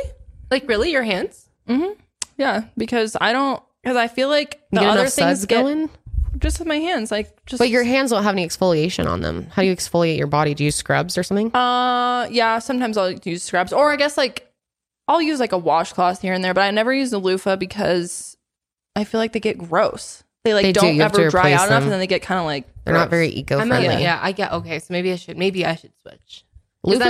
[SPEAKER 3] like really, your hands?
[SPEAKER 2] Mm-hmm. Yeah, because I don't, because I feel like the
[SPEAKER 1] get
[SPEAKER 2] other
[SPEAKER 1] enough
[SPEAKER 2] things
[SPEAKER 1] suds
[SPEAKER 2] get
[SPEAKER 1] going.
[SPEAKER 2] just with my hands. Like, just.
[SPEAKER 1] But your hands don't have any exfoliation on them. How do you exfoliate your body? Do you use scrubs or something?
[SPEAKER 2] Uh, yeah, sometimes I'll use scrubs. Or I guess like I'll use like a washcloth here and there, but I never use a loofah because I feel like they get gross. They like
[SPEAKER 1] They do.
[SPEAKER 2] don't
[SPEAKER 1] You have to
[SPEAKER 2] ever dry
[SPEAKER 1] replace
[SPEAKER 2] out
[SPEAKER 1] Loofahs
[SPEAKER 10] Loofah's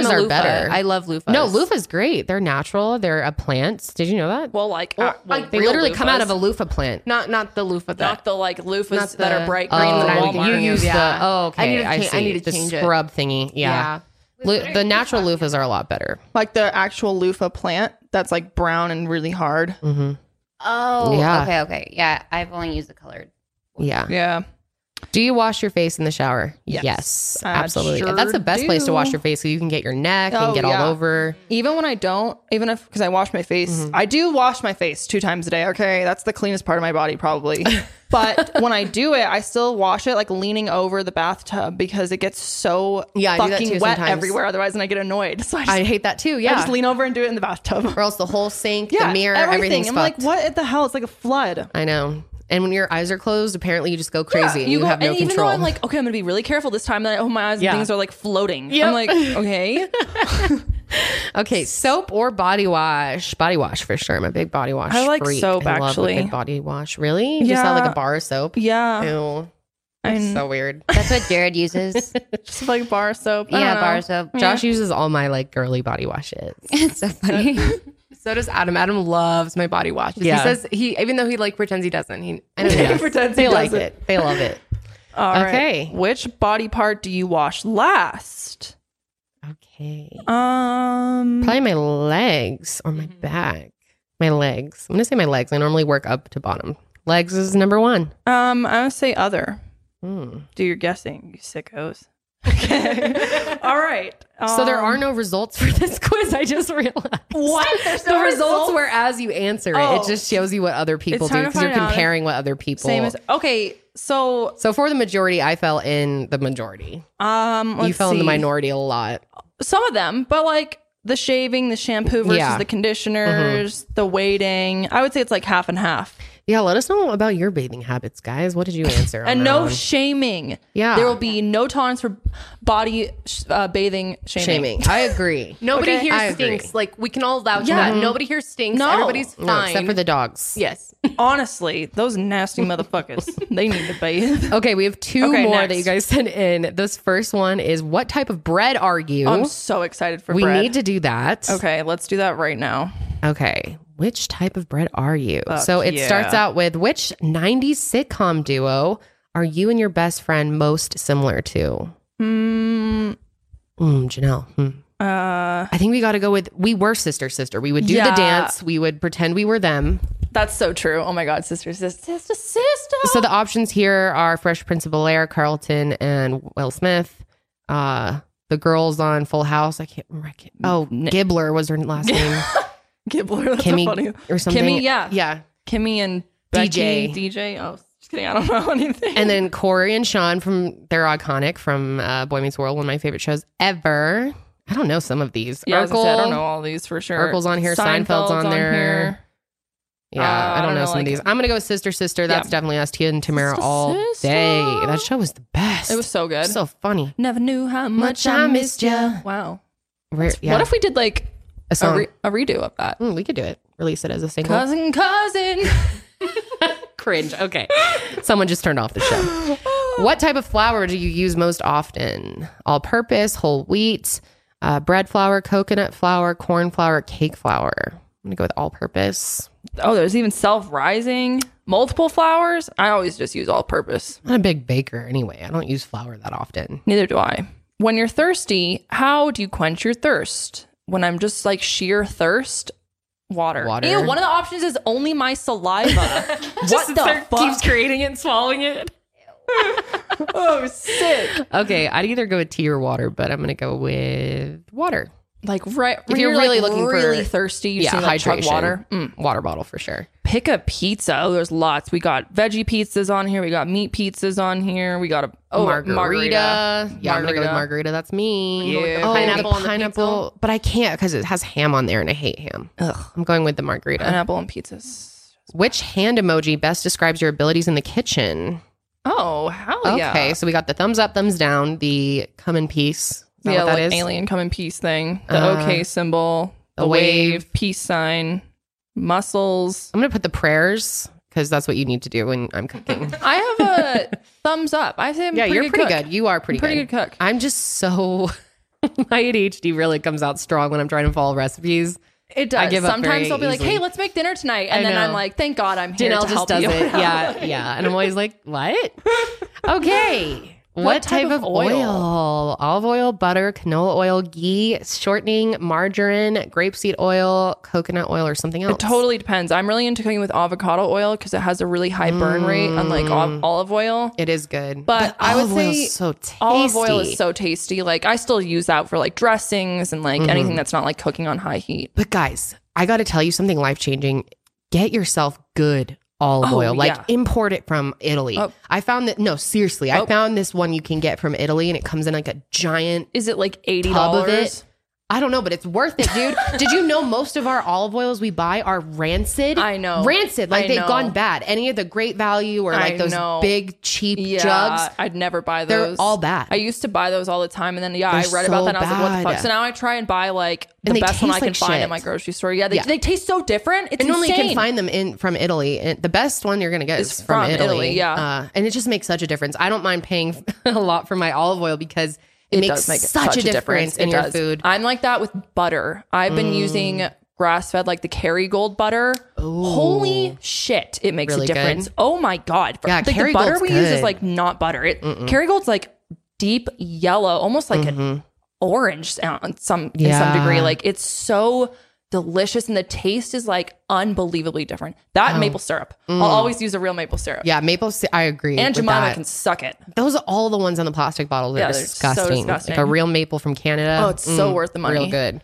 [SPEAKER 10] a
[SPEAKER 1] are
[SPEAKER 10] loofah.
[SPEAKER 1] better.
[SPEAKER 10] I love loofahs.
[SPEAKER 1] No, loofah's great. They're natural. They're a plant. Did you know that?
[SPEAKER 10] Well, like uh, well,
[SPEAKER 1] they
[SPEAKER 10] real
[SPEAKER 1] literally come out
[SPEAKER 10] loofahs.
[SPEAKER 1] of a loofah plant.
[SPEAKER 3] Not not the loofah.
[SPEAKER 10] not
[SPEAKER 3] That
[SPEAKER 10] the like loofahs
[SPEAKER 3] Not
[SPEAKER 10] that
[SPEAKER 3] the-
[SPEAKER 10] are bright
[SPEAKER 1] Oh,
[SPEAKER 10] green that
[SPEAKER 3] I-
[SPEAKER 10] Walmart.
[SPEAKER 1] you use
[SPEAKER 3] Yeah.
[SPEAKER 1] the oh okay.
[SPEAKER 3] I need to change-
[SPEAKER 1] see.
[SPEAKER 3] I need to
[SPEAKER 1] the
[SPEAKER 3] change it.
[SPEAKER 1] scrub thingy. Yeah, Lu- the natural loofahs are a lot better.
[SPEAKER 2] like the actual loofah plant that's like brown and really hard.
[SPEAKER 8] Oh,
[SPEAKER 1] Yeah.
[SPEAKER 8] okay, okay. Yeah, I've only used the colored.
[SPEAKER 1] Yeah.
[SPEAKER 2] Yeah.
[SPEAKER 1] Do you wash your face in the shower?
[SPEAKER 2] Yes. I
[SPEAKER 1] absolutely.
[SPEAKER 2] sure
[SPEAKER 1] That's the best place to wash
[SPEAKER 2] do.
[SPEAKER 1] your face. So you can get your neck and
[SPEAKER 2] Oh,
[SPEAKER 1] get
[SPEAKER 2] yeah.
[SPEAKER 1] all over.
[SPEAKER 2] Even when I don't, even if because I wash my face,
[SPEAKER 1] Mm-hmm.
[SPEAKER 2] I do wash my face two times a day. Okay, that's the cleanest part of my body probably. but when I do it, I still wash it like leaning over the bathtub because it gets so
[SPEAKER 1] Yeah, I do that
[SPEAKER 2] fucking
[SPEAKER 1] too
[SPEAKER 2] wet
[SPEAKER 1] sometimes.
[SPEAKER 2] everywhere. Otherwise, then I get annoyed. So I just,
[SPEAKER 1] I hate that too.
[SPEAKER 2] I
[SPEAKER 1] Yeah.
[SPEAKER 2] just lean over and do it in the bathtub.
[SPEAKER 1] or else the whole sink, the mirror, everything's
[SPEAKER 2] I'm
[SPEAKER 1] fucked.
[SPEAKER 2] like, what the hell? It's like a flood.
[SPEAKER 1] I know. And when your eyes are closed, apparently you just go crazy.
[SPEAKER 10] Yeah,
[SPEAKER 1] and you,
[SPEAKER 10] go-
[SPEAKER 1] have no
[SPEAKER 10] and even
[SPEAKER 1] control.
[SPEAKER 10] though I'm like, okay, I'm gonna be really careful this time.
[SPEAKER 2] oh,
[SPEAKER 10] Then I open my eyes
[SPEAKER 1] Yeah.
[SPEAKER 10] and things are like floating. I'm like, okay,
[SPEAKER 1] okay, soap or body wash? Body wash for sure. I'm a big body wash.
[SPEAKER 2] I like
[SPEAKER 1] freak.
[SPEAKER 2] soap,
[SPEAKER 1] I love a
[SPEAKER 2] actually.
[SPEAKER 1] good body wash. Really? You just not like
[SPEAKER 2] Yeah.
[SPEAKER 1] a bar of soap.
[SPEAKER 2] yeah,
[SPEAKER 1] Ew.
[SPEAKER 2] I'm
[SPEAKER 1] So weird.
[SPEAKER 8] That's what Jared uses.
[SPEAKER 2] just like bar soap. I
[SPEAKER 8] yeah,
[SPEAKER 2] don't know.
[SPEAKER 8] bar soap.
[SPEAKER 1] Josh uses all my like girly body washes.
[SPEAKER 8] it's so funny.
[SPEAKER 3] so does Adam. Adam loves my body washes.
[SPEAKER 1] Yeah.
[SPEAKER 3] He says he even though he like pretends he doesn't. He I don't
[SPEAKER 1] Yes.
[SPEAKER 3] know.
[SPEAKER 1] they like it. They love it.
[SPEAKER 2] All right.
[SPEAKER 1] Okay.
[SPEAKER 2] Which body part do you wash last?
[SPEAKER 1] Okay.
[SPEAKER 2] Um,
[SPEAKER 1] Probably my legs or my back. My legs. I'm gonna say my legs. I normally work up to bottom. Legs is number one.
[SPEAKER 2] um, I would say other.
[SPEAKER 1] Hmm.
[SPEAKER 2] Do your guessing, you sickos. Okay. All right.
[SPEAKER 1] so there
[SPEAKER 2] Um,
[SPEAKER 1] are no results for this quiz. I just realized.
[SPEAKER 2] What? There's
[SPEAKER 1] the
[SPEAKER 2] no
[SPEAKER 1] results,
[SPEAKER 2] results?
[SPEAKER 1] were as you answer it.
[SPEAKER 2] Oh.
[SPEAKER 1] It just shows you what other people
[SPEAKER 2] It's
[SPEAKER 1] do
[SPEAKER 2] hard to
[SPEAKER 1] because you're
[SPEAKER 2] find out.
[SPEAKER 1] comparing what other people.
[SPEAKER 2] same as okay. So
[SPEAKER 1] so for the majority, I fell in the majority.
[SPEAKER 2] um,
[SPEAKER 1] you
[SPEAKER 2] let's
[SPEAKER 1] fell in the
[SPEAKER 2] see.
[SPEAKER 1] minority a lot.
[SPEAKER 2] Some of them, but like the shaving, the shampoo versus
[SPEAKER 1] Yeah. Mm-hmm.
[SPEAKER 2] the conditioners, the waiting. I would say it's like half and half,
[SPEAKER 1] Yeah, let us know about your bathing habits, guys. What did you answer? on
[SPEAKER 2] and
[SPEAKER 1] that
[SPEAKER 2] no
[SPEAKER 1] one?
[SPEAKER 2] shaming.
[SPEAKER 1] Yeah.
[SPEAKER 2] there will be no tolerance for body sh- uh, bathing shaming.
[SPEAKER 1] shaming. I agree.
[SPEAKER 3] Nobody
[SPEAKER 1] Okay? I
[SPEAKER 3] here
[SPEAKER 1] agree.
[SPEAKER 3] stinks. Like we can all vouch.
[SPEAKER 2] Yeah.
[SPEAKER 3] Yeah, that. nobody here stinks.
[SPEAKER 2] No.
[SPEAKER 3] everybody's fine.
[SPEAKER 1] No, except for the dogs.
[SPEAKER 3] yes.
[SPEAKER 2] Honestly, those nasty motherfuckers. they need to bathe.
[SPEAKER 1] Okay, we have two
[SPEAKER 2] Okay,
[SPEAKER 1] more that
[SPEAKER 2] next.
[SPEAKER 1] you guys sent in. This first one is what type of bread are you?
[SPEAKER 2] Oh, I'm so excited for
[SPEAKER 1] we
[SPEAKER 2] bread.
[SPEAKER 1] need to do that.
[SPEAKER 2] Okay, let's do that right now.
[SPEAKER 1] Okay. Which type of bread are you? so it
[SPEAKER 2] yeah.
[SPEAKER 1] starts out with which 90s sitcom duo are you and your best friend most similar to?
[SPEAKER 2] Mm,
[SPEAKER 1] Mm, Janelle. Hmm.
[SPEAKER 2] uh,
[SPEAKER 1] I think we got to go with we were sister sister. We would do the
[SPEAKER 2] Yeah.
[SPEAKER 1] dance. We would pretend we were them.
[SPEAKER 2] that's so true. Oh my god, sister, sister, sister, sister.
[SPEAKER 1] So the options here are Fresh Prince of Bel Air, Carlton, and Will Smith. Uh, the girls on Full House. I can't remember. I can't- oh, Gibbler was her last name.
[SPEAKER 2] Gibbler, that's so funny.
[SPEAKER 1] Kimmy or something.
[SPEAKER 2] Kimmy, yeah.
[SPEAKER 1] yeah.
[SPEAKER 2] Kimmy and
[SPEAKER 1] DJ.
[SPEAKER 2] Becky, DJ. Oh, just kidding. I don't know anything.
[SPEAKER 1] And then Corey and Sean from they're iconic from uh, Boy Meets World, one of my favorite shows ever. I don't know some of these.
[SPEAKER 2] yeah, I, was gonna say, I
[SPEAKER 1] Urkel.
[SPEAKER 2] don't know all these for sure.
[SPEAKER 1] Urkel's on here, Seinfeld's on there. Yeah,
[SPEAKER 2] Uh,
[SPEAKER 1] I don't know some of
[SPEAKER 2] like-
[SPEAKER 1] these. I'm gonna go with Sister Sister. That's
[SPEAKER 2] Yeah.
[SPEAKER 1] definitely us, Tia and Tamara
[SPEAKER 2] Sister,
[SPEAKER 1] all
[SPEAKER 2] sister.
[SPEAKER 1] day. That show was the best.
[SPEAKER 2] It was so good.
[SPEAKER 1] so funny.
[SPEAKER 2] Never knew how much, I missed ya. Wow.
[SPEAKER 1] We're- yeah,
[SPEAKER 2] What if we did like
[SPEAKER 1] a
[SPEAKER 2] a,
[SPEAKER 1] song?
[SPEAKER 2] re- a redo of that?
[SPEAKER 1] Mm, we could do it. Release it as a single.
[SPEAKER 2] Cousin, cousin.
[SPEAKER 1] Cringe. Okay. Someone just turned off the show. What type of flour do you use most often? All purpose, whole wheat, uh, bread flour, coconut flour, corn flour, cake flour. I'm going to go with all purpose.
[SPEAKER 2] oh, there's even self rising, multiple flowers. I always just use all purpose.
[SPEAKER 1] I'm not a big baker anyway. I don't use flour that often.
[SPEAKER 2] Neither do I. When you're thirsty, how do you quench your thirst? When I'm just like sheer thirst, water.
[SPEAKER 1] Water.
[SPEAKER 10] Ew, one of the options is only my saliva. what the fuck?
[SPEAKER 1] creating it and swallowing it.
[SPEAKER 2] Oh, sick.
[SPEAKER 1] Okay. I'd either go with tea or water, but I'm going to go with water.
[SPEAKER 2] Like right
[SPEAKER 1] If
[SPEAKER 2] when
[SPEAKER 1] you're
[SPEAKER 2] you're,
[SPEAKER 1] really
[SPEAKER 2] really like,
[SPEAKER 1] looking for-
[SPEAKER 2] really thirsty, you just
[SPEAKER 1] Yeah,
[SPEAKER 2] need, like, chug
[SPEAKER 1] hydration.
[SPEAKER 2] water. Mm.
[SPEAKER 1] Water bottle for sure.
[SPEAKER 2] Pick a pizza. Oh, there's lots. We got veggie pizzas on here. We got meat pizzas on here. We got a oh,
[SPEAKER 1] margarita. Yeah, I'm gonna go with
[SPEAKER 2] Margarita.
[SPEAKER 1] margarita. That's me.
[SPEAKER 2] Yeah.
[SPEAKER 1] Oh,
[SPEAKER 3] Pineapple
[SPEAKER 1] pineapple,
[SPEAKER 3] on the
[SPEAKER 1] pineapple. But I can't because it has ham on there, and I hate ham.
[SPEAKER 2] Ugh.
[SPEAKER 1] I'm going with the margarita.
[SPEAKER 2] Pineapple and pizzas.
[SPEAKER 1] Which hand emoji best describes your abilities in the kitchen?
[SPEAKER 2] Oh, hell yeah.
[SPEAKER 1] Okay, so we got the thumbs up, thumbs down, the come in peace. Is that
[SPEAKER 2] yeah,
[SPEAKER 1] what that
[SPEAKER 2] like
[SPEAKER 1] is?
[SPEAKER 2] alien come in peace thing. The
[SPEAKER 1] Uh,
[SPEAKER 2] okay symbol,
[SPEAKER 1] the
[SPEAKER 2] the,
[SPEAKER 1] wave.
[SPEAKER 2] wave, peace sign, muscles.
[SPEAKER 1] I'm gonna put the prayers because that's what you need to do when I'm cooking.
[SPEAKER 2] I have a thumbs up. I say I'm
[SPEAKER 1] yeah,
[SPEAKER 2] a pretty
[SPEAKER 1] you're
[SPEAKER 2] good
[SPEAKER 1] pretty
[SPEAKER 2] cook.
[SPEAKER 1] good. You are pretty,
[SPEAKER 2] Pretty
[SPEAKER 1] good.
[SPEAKER 2] good cook.
[SPEAKER 1] I'm just so My ADHD really comes out strong when I'm trying to follow recipes.
[SPEAKER 2] It does.
[SPEAKER 1] I give up very
[SPEAKER 2] Sometimes they'll be like,
[SPEAKER 1] easily.
[SPEAKER 2] "Hey, let's make dinner tonight," and
[SPEAKER 1] I
[SPEAKER 2] then I'm
[SPEAKER 1] know.
[SPEAKER 2] like, "Thank God, I'm here
[SPEAKER 1] Janelle
[SPEAKER 2] to
[SPEAKER 1] just
[SPEAKER 2] help
[SPEAKER 1] does
[SPEAKER 2] you."
[SPEAKER 1] it. Yeah, yeah. And I'm always like, what? Okay. What, type, of oil? Olive oil, butter, canola oil, ghee, shortening, margarine, grapeseed oil, coconut oil, or something else.
[SPEAKER 2] It totally depends. I'm really into cooking with avocado oil because it has a really high burn rate, unlike ol- olive oil.
[SPEAKER 1] It is good.
[SPEAKER 2] But I would
[SPEAKER 1] Mm. olive oil's
[SPEAKER 2] say
[SPEAKER 1] so tasty.
[SPEAKER 2] Olive oil is so tasty. Like I still use that for like dressings and like
[SPEAKER 1] Mm-hmm.
[SPEAKER 2] anything that's not like cooking on high heat.
[SPEAKER 1] But guys, I got to tell you something life changing. Get yourself good olive
[SPEAKER 2] Oh,
[SPEAKER 1] oil. Like
[SPEAKER 2] yeah.
[SPEAKER 1] import it from Italy.
[SPEAKER 2] Oh.
[SPEAKER 1] I found that no, seriously, I
[SPEAKER 2] Oh.
[SPEAKER 1] found this one you can get from Italy and it comes in like a giant
[SPEAKER 2] Is it like eighty
[SPEAKER 1] tub of
[SPEAKER 2] dollars?
[SPEAKER 1] it. I don't know, but it's worth it, dude. Did you know most of our olive oils we buy are rancid?
[SPEAKER 2] I know.
[SPEAKER 1] Rancid. Like
[SPEAKER 2] I
[SPEAKER 1] they've
[SPEAKER 2] know.
[SPEAKER 1] gone bad. Any of the great value or
[SPEAKER 2] I
[SPEAKER 1] like those
[SPEAKER 2] know.
[SPEAKER 1] big cheap
[SPEAKER 2] Yeah,
[SPEAKER 1] jugs.
[SPEAKER 2] I'd never buy
[SPEAKER 1] They're
[SPEAKER 2] those.
[SPEAKER 1] all bad.
[SPEAKER 2] I used to buy those all the time, and then yeah,
[SPEAKER 1] They're
[SPEAKER 2] I read about
[SPEAKER 1] so
[SPEAKER 2] that. and I was like, what the
[SPEAKER 1] bad.
[SPEAKER 2] fuck? So now I try and buy like
[SPEAKER 1] And they
[SPEAKER 2] the best one I
[SPEAKER 1] taste
[SPEAKER 2] can
[SPEAKER 1] like
[SPEAKER 2] find
[SPEAKER 1] shit.
[SPEAKER 2] at my grocery store. Yeah, they,
[SPEAKER 1] Yeah.
[SPEAKER 2] they taste so different. It's
[SPEAKER 1] And normally you can
[SPEAKER 2] insane.
[SPEAKER 1] find them in from Italy. And the best one you're going to get
[SPEAKER 2] It's
[SPEAKER 1] is from,
[SPEAKER 2] from
[SPEAKER 1] Italy.
[SPEAKER 2] Italy, yeah.
[SPEAKER 1] Uh, and it just makes such a difference. I don't mind paying a lot for my olive oil because it, makes
[SPEAKER 2] does make
[SPEAKER 1] such, a difference, in
[SPEAKER 2] It
[SPEAKER 1] your
[SPEAKER 2] does.
[SPEAKER 1] food. Mm.
[SPEAKER 2] I'm like that with butter. I've been using grass fed like the Kerrygold butter. Holy shit, it makes
[SPEAKER 1] Really
[SPEAKER 2] a
[SPEAKER 1] good?
[SPEAKER 2] difference. Oh my god.
[SPEAKER 1] Yeah,
[SPEAKER 2] like the
[SPEAKER 1] Kerrygold's
[SPEAKER 2] butter we use
[SPEAKER 1] good.
[SPEAKER 2] is like not butter. It Kerrygold's like deep yellow, almost like an orange sound in some in some
[SPEAKER 1] Mm-hmm. Yeah.
[SPEAKER 2] degree. Like it's so delicious and the taste is like unbelievably different. That and maple syrup. I'll always use a real maple syrup.
[SPEAKER 1] Oh. Mm. Yeah, maple. sy- I agree.
[SPEAKER 2] And
[SPEAKER 1] with
[SPEAKER 2] Jemima
[SPEAKER 1] that.
[SPEAKER 2] can suck it.
[SPEAKER 1] Those are all the ones on the plastic bottles that
[SPEAKER 2] Yeah,
[SPEAKER 1] are
[SPEAKER 2] they're so
[SPEAKER 1] disgusting.
[SPEAKER 2] disgusting.
[SPEAKER 1] Like a real maple from Canada.
[SPEAKER 2] Oh, it's so worth the money.
[SPEAKER 1] Real good.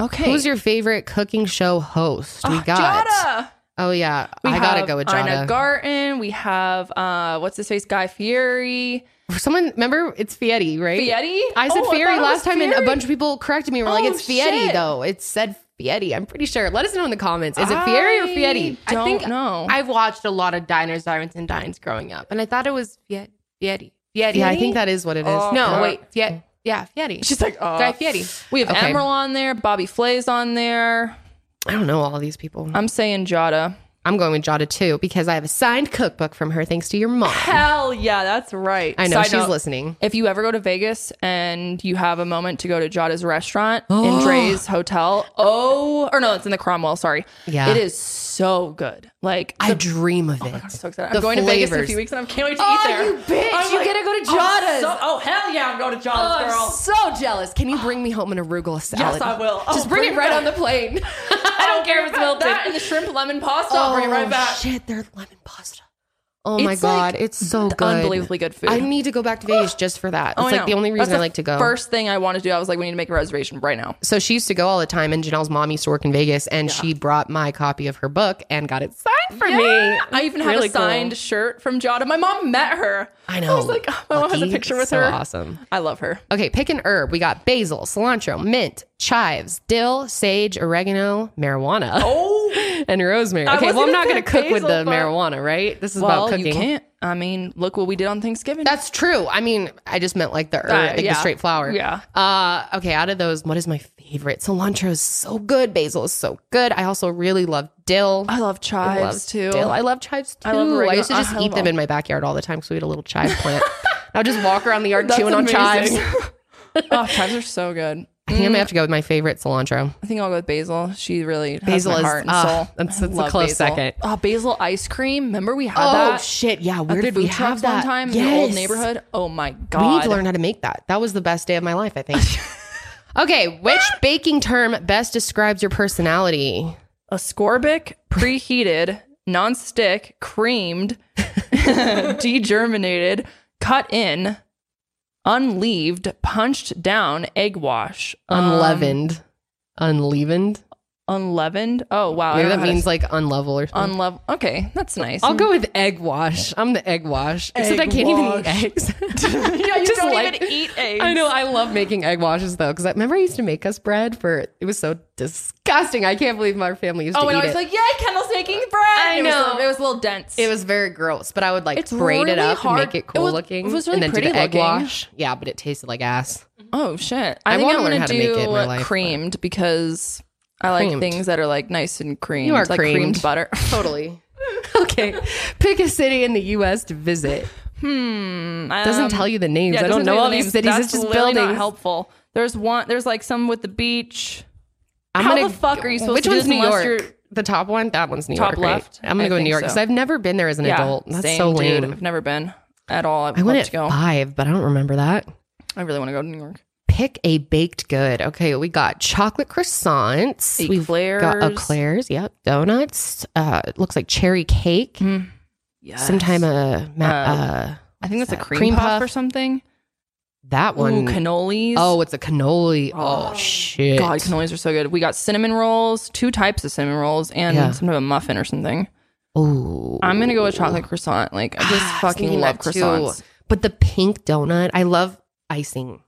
[SPEAKER 2] Okay.
[SPEAKER 1] Who's your favorite cooking show host? We got.
[SPEAKER 2] Giada!
[SPEAKER 1] Oh yeah,
[SPEAKER 2] We
[SPEAKER 1] I gotta
[SPEAKER 2] have
[SPEAKER 1] go with
[SPEAKER 2] Ina
[SPEAKER 1] Jada.
[SPEAKER 2] Garten. We have uh, what's his face, Guy Fieri.
[SPEAKER 1] Someone remember it's Fietti, right?
[SPEAKER 2] Fieri?
[SPEAKER 1] I said
[SPEAKER 2] Oh, I
[SPEAKER 1] Fieri
[SPEAKER 2] thought it
[SPEAKER 1] last
[SPEAKER 2] was
[SPEAKER 1] time, and a
[SPEAKER 2] Fieri.
[SPEAKER 1] bunch of people corrected me. and We're like,
[SPEAKER 2] Oh,
[SPEAKER 1] it's Fietti
[SPEAKER 2] shit.
[SPEAKER 1] though. It said Fietti. I'm pretty sure. Let us know in the comments.
[SPEAKER 2] Ah.
[SPEAKER 1] Is it Fieri or
[SPEAKER 2] I
[SPEAKER 1] Fietti?
[SPEAKER 2] Don't
[SPEAKER 3] I think
[SPEAKER 2] know.
[SPEAKER 3] I've watched a lot of diners, diners, and dines growing up, and I thought it was Fiet- Fieri. Fieri.
[SPEAKER 1] Yeah, I think that is what it is.
[SPEAKER 3] No, wait. Fiet- yeah, Fieri.
[SPEAKER 2] She's like, uh,
[SPEAKER 3] Guy Fieri.
[SPEAKER 2] We have
[SPEAKER 1] Okay.
[SPEAKER 2] Emeril on there. Bobby Flay's on there.
[SPEAKER 1] I don't know all of these people.
[SPEAKER 2] I'm saying Jada.
[SPEAKER 1] I'm going with Jada too because I have a signed cookbook from her thanks to your mom.
[SPEAKER 2] Hell yeah, that's right.
[SPEAKER 1] I know
[SPEAKER 2] Side
[SPEAKER 1] she's
[SPEAKER 2] note,
[SPEAKER 1] listening.
[SPEAKER 2] If you ever go to Vegas and you have a moment to go to Jada's restaurant
[SPEAKER 1] Oh.
[SPEAKER 2] in Dre's hotel, oh, or no, it's in the Cromwell. Sorry,
[SPEAKER 1] Yeah.
[SPEAKER 2] it is so good. Like
[SPEAKER 1] I dream of it.
[SPEAKER 2] I'm so excited.
[SPEAKER 1] The
[SPEAKER 2] I'm going to Vegas in a
[SPEAKER 1] flavors.
[SPEAKER 2] few weeks and I can't wait to
[SPEAKER 1] Oh,
[SPEAKER 2] eat there.
[SPEAKER 1] you bitch.
[SPEAKER 2] I'm
[SPEAKER 1] You gotta go to Jada's. Oh,
[SPEAKER 2] I'm so- oh, hell yeah. I'm going to Jada's,
[SPEAKER 1] I'm
[SPEAKER 2] girl.
[SPEAKER 1] so jealous. Can you bring me home an arugula salad?
[SPEAKER 2] Yes, I will. Oh,
[SPEAKER 1] Just bring, it right on the plane. I don't care if it's melted.
[SPEAKER 2] That and the shrimp lemon pasta. I'll bring it right back.
[SPEAKER 1] Shit, they're lemon pasta. Oh my
[SPEAKER 2] It's
[SPEAKER 1] god,
[SPEAKER 2] like
[SPEAKER 1] it's so good.
[SPEAKER 2] Unbelievably good food.
[SPEAKER 1] I need to go back to Vegas just for that. It's
[SPEAKER 2] Oh, I
[SPEAKER 1] like
[SPEAKER 2] know.
[SPEAKER 1] the only
[SPEAKER 2] That's
[SPEAKER 1] reason I
[SPEAKER 2] the
[SPEAKER 1] like to go.
[SPEAKER 2] First thing I want to do, I was like, we need to make a reservation right now.
[SPEAKER 1] so she used to go all the time, and Janelle's mom used to
[SPEAKER 2] Oh,
[SPEAKER 1] work in Vegas, and she brought my copy of her book and got it signed for me.
[SPEAKER 2] I even have
[SPEAKER 1] Really
[SPEAKER 2] a
[SPEAKER 1] cool.
[SPEAKER 2] signed shirt from Jada. My mom met her.
[SPEAKER 1] I know.
[SPEAKER 2] I was like, oh, my mom has a
[SPEAKER 1] Lucky.
[SPEAKER 2] picture with
[SPEAKER 1] so
[SPEAKER 2] her.
[SPEAKER 1] Awesome.
[SPEAKER 2] I love her.
[SPEAKER 1] Okay, pick an herb. We got basil, cilantro, mint, chives, dill, sage, oregano, marijuana,
[SPEAKER 2] Oh,
[SPEAKER 1] and rosemary. Okay,
[SPEAKER 2] wasn't
[SPEAKER 1] well, I'm
[SPEAKER 2] gonna
[SPEAKER 1] not going to
[SPEAKER 2] pick
[SPEAKER 1] cook with
[SPEAKER 2] basil,
[SPEAKER 1] the
[SPEAKER 2] but-
[SPEAKER 1] marijuana, right? This is
[SPEAKER 2] well,
[SPEAKER 1] about cooking.
[SPEAKER 2] you can't. I mean, look what we did on Thanksgiving.
[SPEAKER 1] That's true. I mean, I just meant like the herb,
[SPEAKER 2] Uh,
[SPEAKER 1] like
[SPEAKER 2] yeah.
[SPEAKER 1] the straight flour.
[SPEAKER 2] Yeah.
[SPEAKER 1] Uh, okay, out of those, what is my favorite? Cilantro is so good. Basil is so good. I also really love dill.
[SPEAKER 2] I love chives
[SPEAKER 1] love
[SPEAKER 2] too.
[SPEAKER 1] Dill. I love chives too.
[SPEAKER 2] I love oregano.
[SPEAKER 1] used to just
[SPEAKER 2] I
[SPEAKER 1] eat them
[SPEAKER 2] love-
[SPEAKER 1] in my backyard all the time because we had a little chive plant. And I'll just walk around the yard
[SPEAKER 2] That's
[SPEAKER 1] chewing on chives.
[SPEAKER 2] amazing. oh, chives are so good.
[SPEAKER 1] I think I'm gonna have to go with my favorite cilantro.
[SPEAKER 2] I think I'll go with Basil. She really
[SPEAKER 1] Basil is-
[SPEAKER 2] has my heart and
[SPEAKER 1] ah,
[SPEAKER 2] soul.
[SPEAKER 1] that's-
[SPEAKER 2] I
[SPEAKER 1] that's a
[SPEAKER 2] love
[SPEAKER 1] close
[SPEAKER 2] basil.
[SPEAKER 1] second.
[SPEAKER 2] Oh, basil ice cream. Remember we had
[SPEAKER 1] Oh
[SPEAKER 2] that?
[SPEAKER 1] shit! Yeah,
[SPEAKER 2] at
[SPEAKER 1] where
[SPEAKER 2] the
[SPEAKER 1] did we
[SPEAKER 2] food
[SPEAKER 1] have
[SPEAKER 2] trucks
[SPEAKER 1] that
[SPEAKER 2] one time in the old neighborhood? Oh my god!
[SPEAKER 1] We need to learn how to make that. That was the best day of my life, I think. okay, which baking term best describes your personality?
[SPEAKER 2] ascorbic, preheated, non-stick, creamed, degerminated, cut in, unleaved, punched down, egg wash, Um,
[SPEAKER 1] Uh, Unleavened. Unleavened?
[SPEAKER 2] unleavened. Oh wow! I
[SPEAKER 1] Maybe
[SPEAKER 2] don't
[SPEAKER 1] that
[SPEAKER 2] know how to
[SPEAKER 1] means
[SPEAKER 2] s-
[SPEAKER 1] like unlevel or something.
[SPEAKER 2] unleavened. Okay, that's nice.
[SPEAKER 1] I'll go with egg wash. I'm the egg wash. Except I can't even eat eggs. yeah,
[SPEAKER 2] You don't even eat eggs.
[SPEAKER 1] I know. I love making egg washes though, because I remember I used to make us bread for it was so disgusting. I can't believe my family used
[SPEAKER 2] Oh,
[SPEAKER 1] to
[SPEAKER 2] and
[SPEAKER 1] eat
[SPEAKER 2] I was
[SPEAKER 1] it.
[SPEAKER 2] like, "Yay, Kendall's making bread!" I It
[SPEAKER 1] know.
[SPEAKER 2] was, a little dense.
[SPEAKER 1] It was very gross, but I would like
[SPEAKER 2] It's
[SPEAKER 1] braid it
[SPEAKER 2] really
[SPEAKER 1] up
[SPEAKER 2] hard-
[SPEAKER 1] and make it
[SPEAKER 2] it
[SPEAKER 1] cool
[SPEAKER 2] was-
[SPEAKER 1] looking,
[SPEAKER 2] it was really
[SPEAKER 1] and then do
[SPEAKER 2] pretty
[SPEAKER 1] the egg
[SPEAKER 2] looking.
[SPEAKER 1] wash. Yeah, but it tasted like ass.
[SPEAKER 2] Oh shit!
[SPEAKER 1] I
[SPEAKER 2] I, think
[SPEAKER 1] wanna
[SPEAKER 2] I'm
[SPEAKER 1] learn
[SPEAKER 2] gonna
[SPEAKER 1] how to
[SPEAKER 2] do
[SPEAKER 1] make it in my life, but-
[SPEAKER 2] creamed because I like
[SPEAKER 1] Creamed.
[SPEAKER 2] things that are like nice and creamed.
[SPEAKER 1] You are
[SPEAKER 2] like creamed,
[SPEAKER 1] creamed.
[SPEAKER 2] butter.
[SPEAKER 1] Totally. okay, pick a city in the U.S. to visit.
[SPEAKER 2] hmm.
[SPEAKER 1] Doesn't
[SPEAKER 2] um,
[SPEAKER 1] tell you the names.
[SPEAKER 2] yeah, it
[SPEAKER 1] I don't
[SPEAKER 2] doesn't tell
[SPEAKER 1] know
[SPEAKER 2] you
[SPEAKER 1] all
[SPEAKER 2] the
[SPEAKER 1] these
[SPEAKER 2] names.
[SPEAKER 1] cities.
[SPEAKER 2] That's
[SPEAKER 1] it's just
[SPEAKER 2] really
[SPEAKER 1] buildings.
[SPEAKER 2] Not helpful. There's one. There's like some with the beach.
[SPEAKER 1] I'm
[SPEAKER 2] How
[SPEAKER 1] gonna-
[SPEAKER 2] the fuck are you supposed
[SPEAKER 1] which
[SPEAKER 2] to do
[SPEAKER 1] one's
[SPEAKER 2] this
[SPEAKER 1] New
[SPEAKER 2] unless you're-
[SPEAKER 1] York? The top one? That one's New
[SPEAKER 2] Top
[SPEAKER 1] York. right?
[SPEAKER 2] left?
[SPEAKER 1] I'm gonna
[SPEAKER 2] I
[SPEAKER 1] go to New
[SPEAKER 2] think
[SPEAKER 1] York because
[SPEAKER 2] so.
[SPEAKER 1] I've never been there as an adult. That's
[SPEAKER 2] same,
[SPEAKER 1] so
[SPEAKER 2] dude.
[SPEAKER 1] lame.
[SPEAKER 2] I've never been at all. I'd
[SPEAKER 1] I went
[SPEAKER 2] love
[SPEAKER 1] at
[SPEAKER 2] to go.
[SPEAKER 1] five, but I don't remember that.
[SPEAKER 2] I really want to go to New York.
[SPEAKER 1] Pick a baked good. Okay, we got chocolate croissants. We've got
[SPEAKER 2] Eclairs.
[SPEAKER 1] eclairs. Yep, donuts. Uh, it looks like cherry cake.
[SPEAKER 2] Yes.
[SPEAKER 1] Sometime a ma-
[SPEAKER 2] Um,
[SPEAKER 1] uh,
[SPEAKER 2] I think that's a
[SPEAKER 1] uh,
[SPEAKER 2] cream,
[SPEAKER 1] cream
[SPEAKER 2] puff,
[SPEAKER 1] puff.
[SPEAKER 2] or something.
[SPEAKER 1] that one.
[SPEAKER 2] Ooh, cannolis.
[SPEAKER 1] oh, it's a cannoli. Oh,
[SPEAKER 2] Oh,
[SPEAKER 1] shit.
[SPEAKER 2] God, cannolis are so good. We got cinnamon rolls, two types of cinnamon rolls, and
[SPEAKER 1] Yeah.
[SPEAKER 2] some type of muffin or something.
[SPEAKER 1] Ooh.
[SPEAKER 2] I'm gonna go with chocolate croissant. Like I just
[SPEAKER 1] Ah, I was
[SPEAKER 2] fucking
[SPEAKER 1] thinking
[SPEAKER 2] love
[SPEAKER 1] that too.
[SPEAKER 2] croissants.
[SPEAKER 1] But the pink donut, I love icing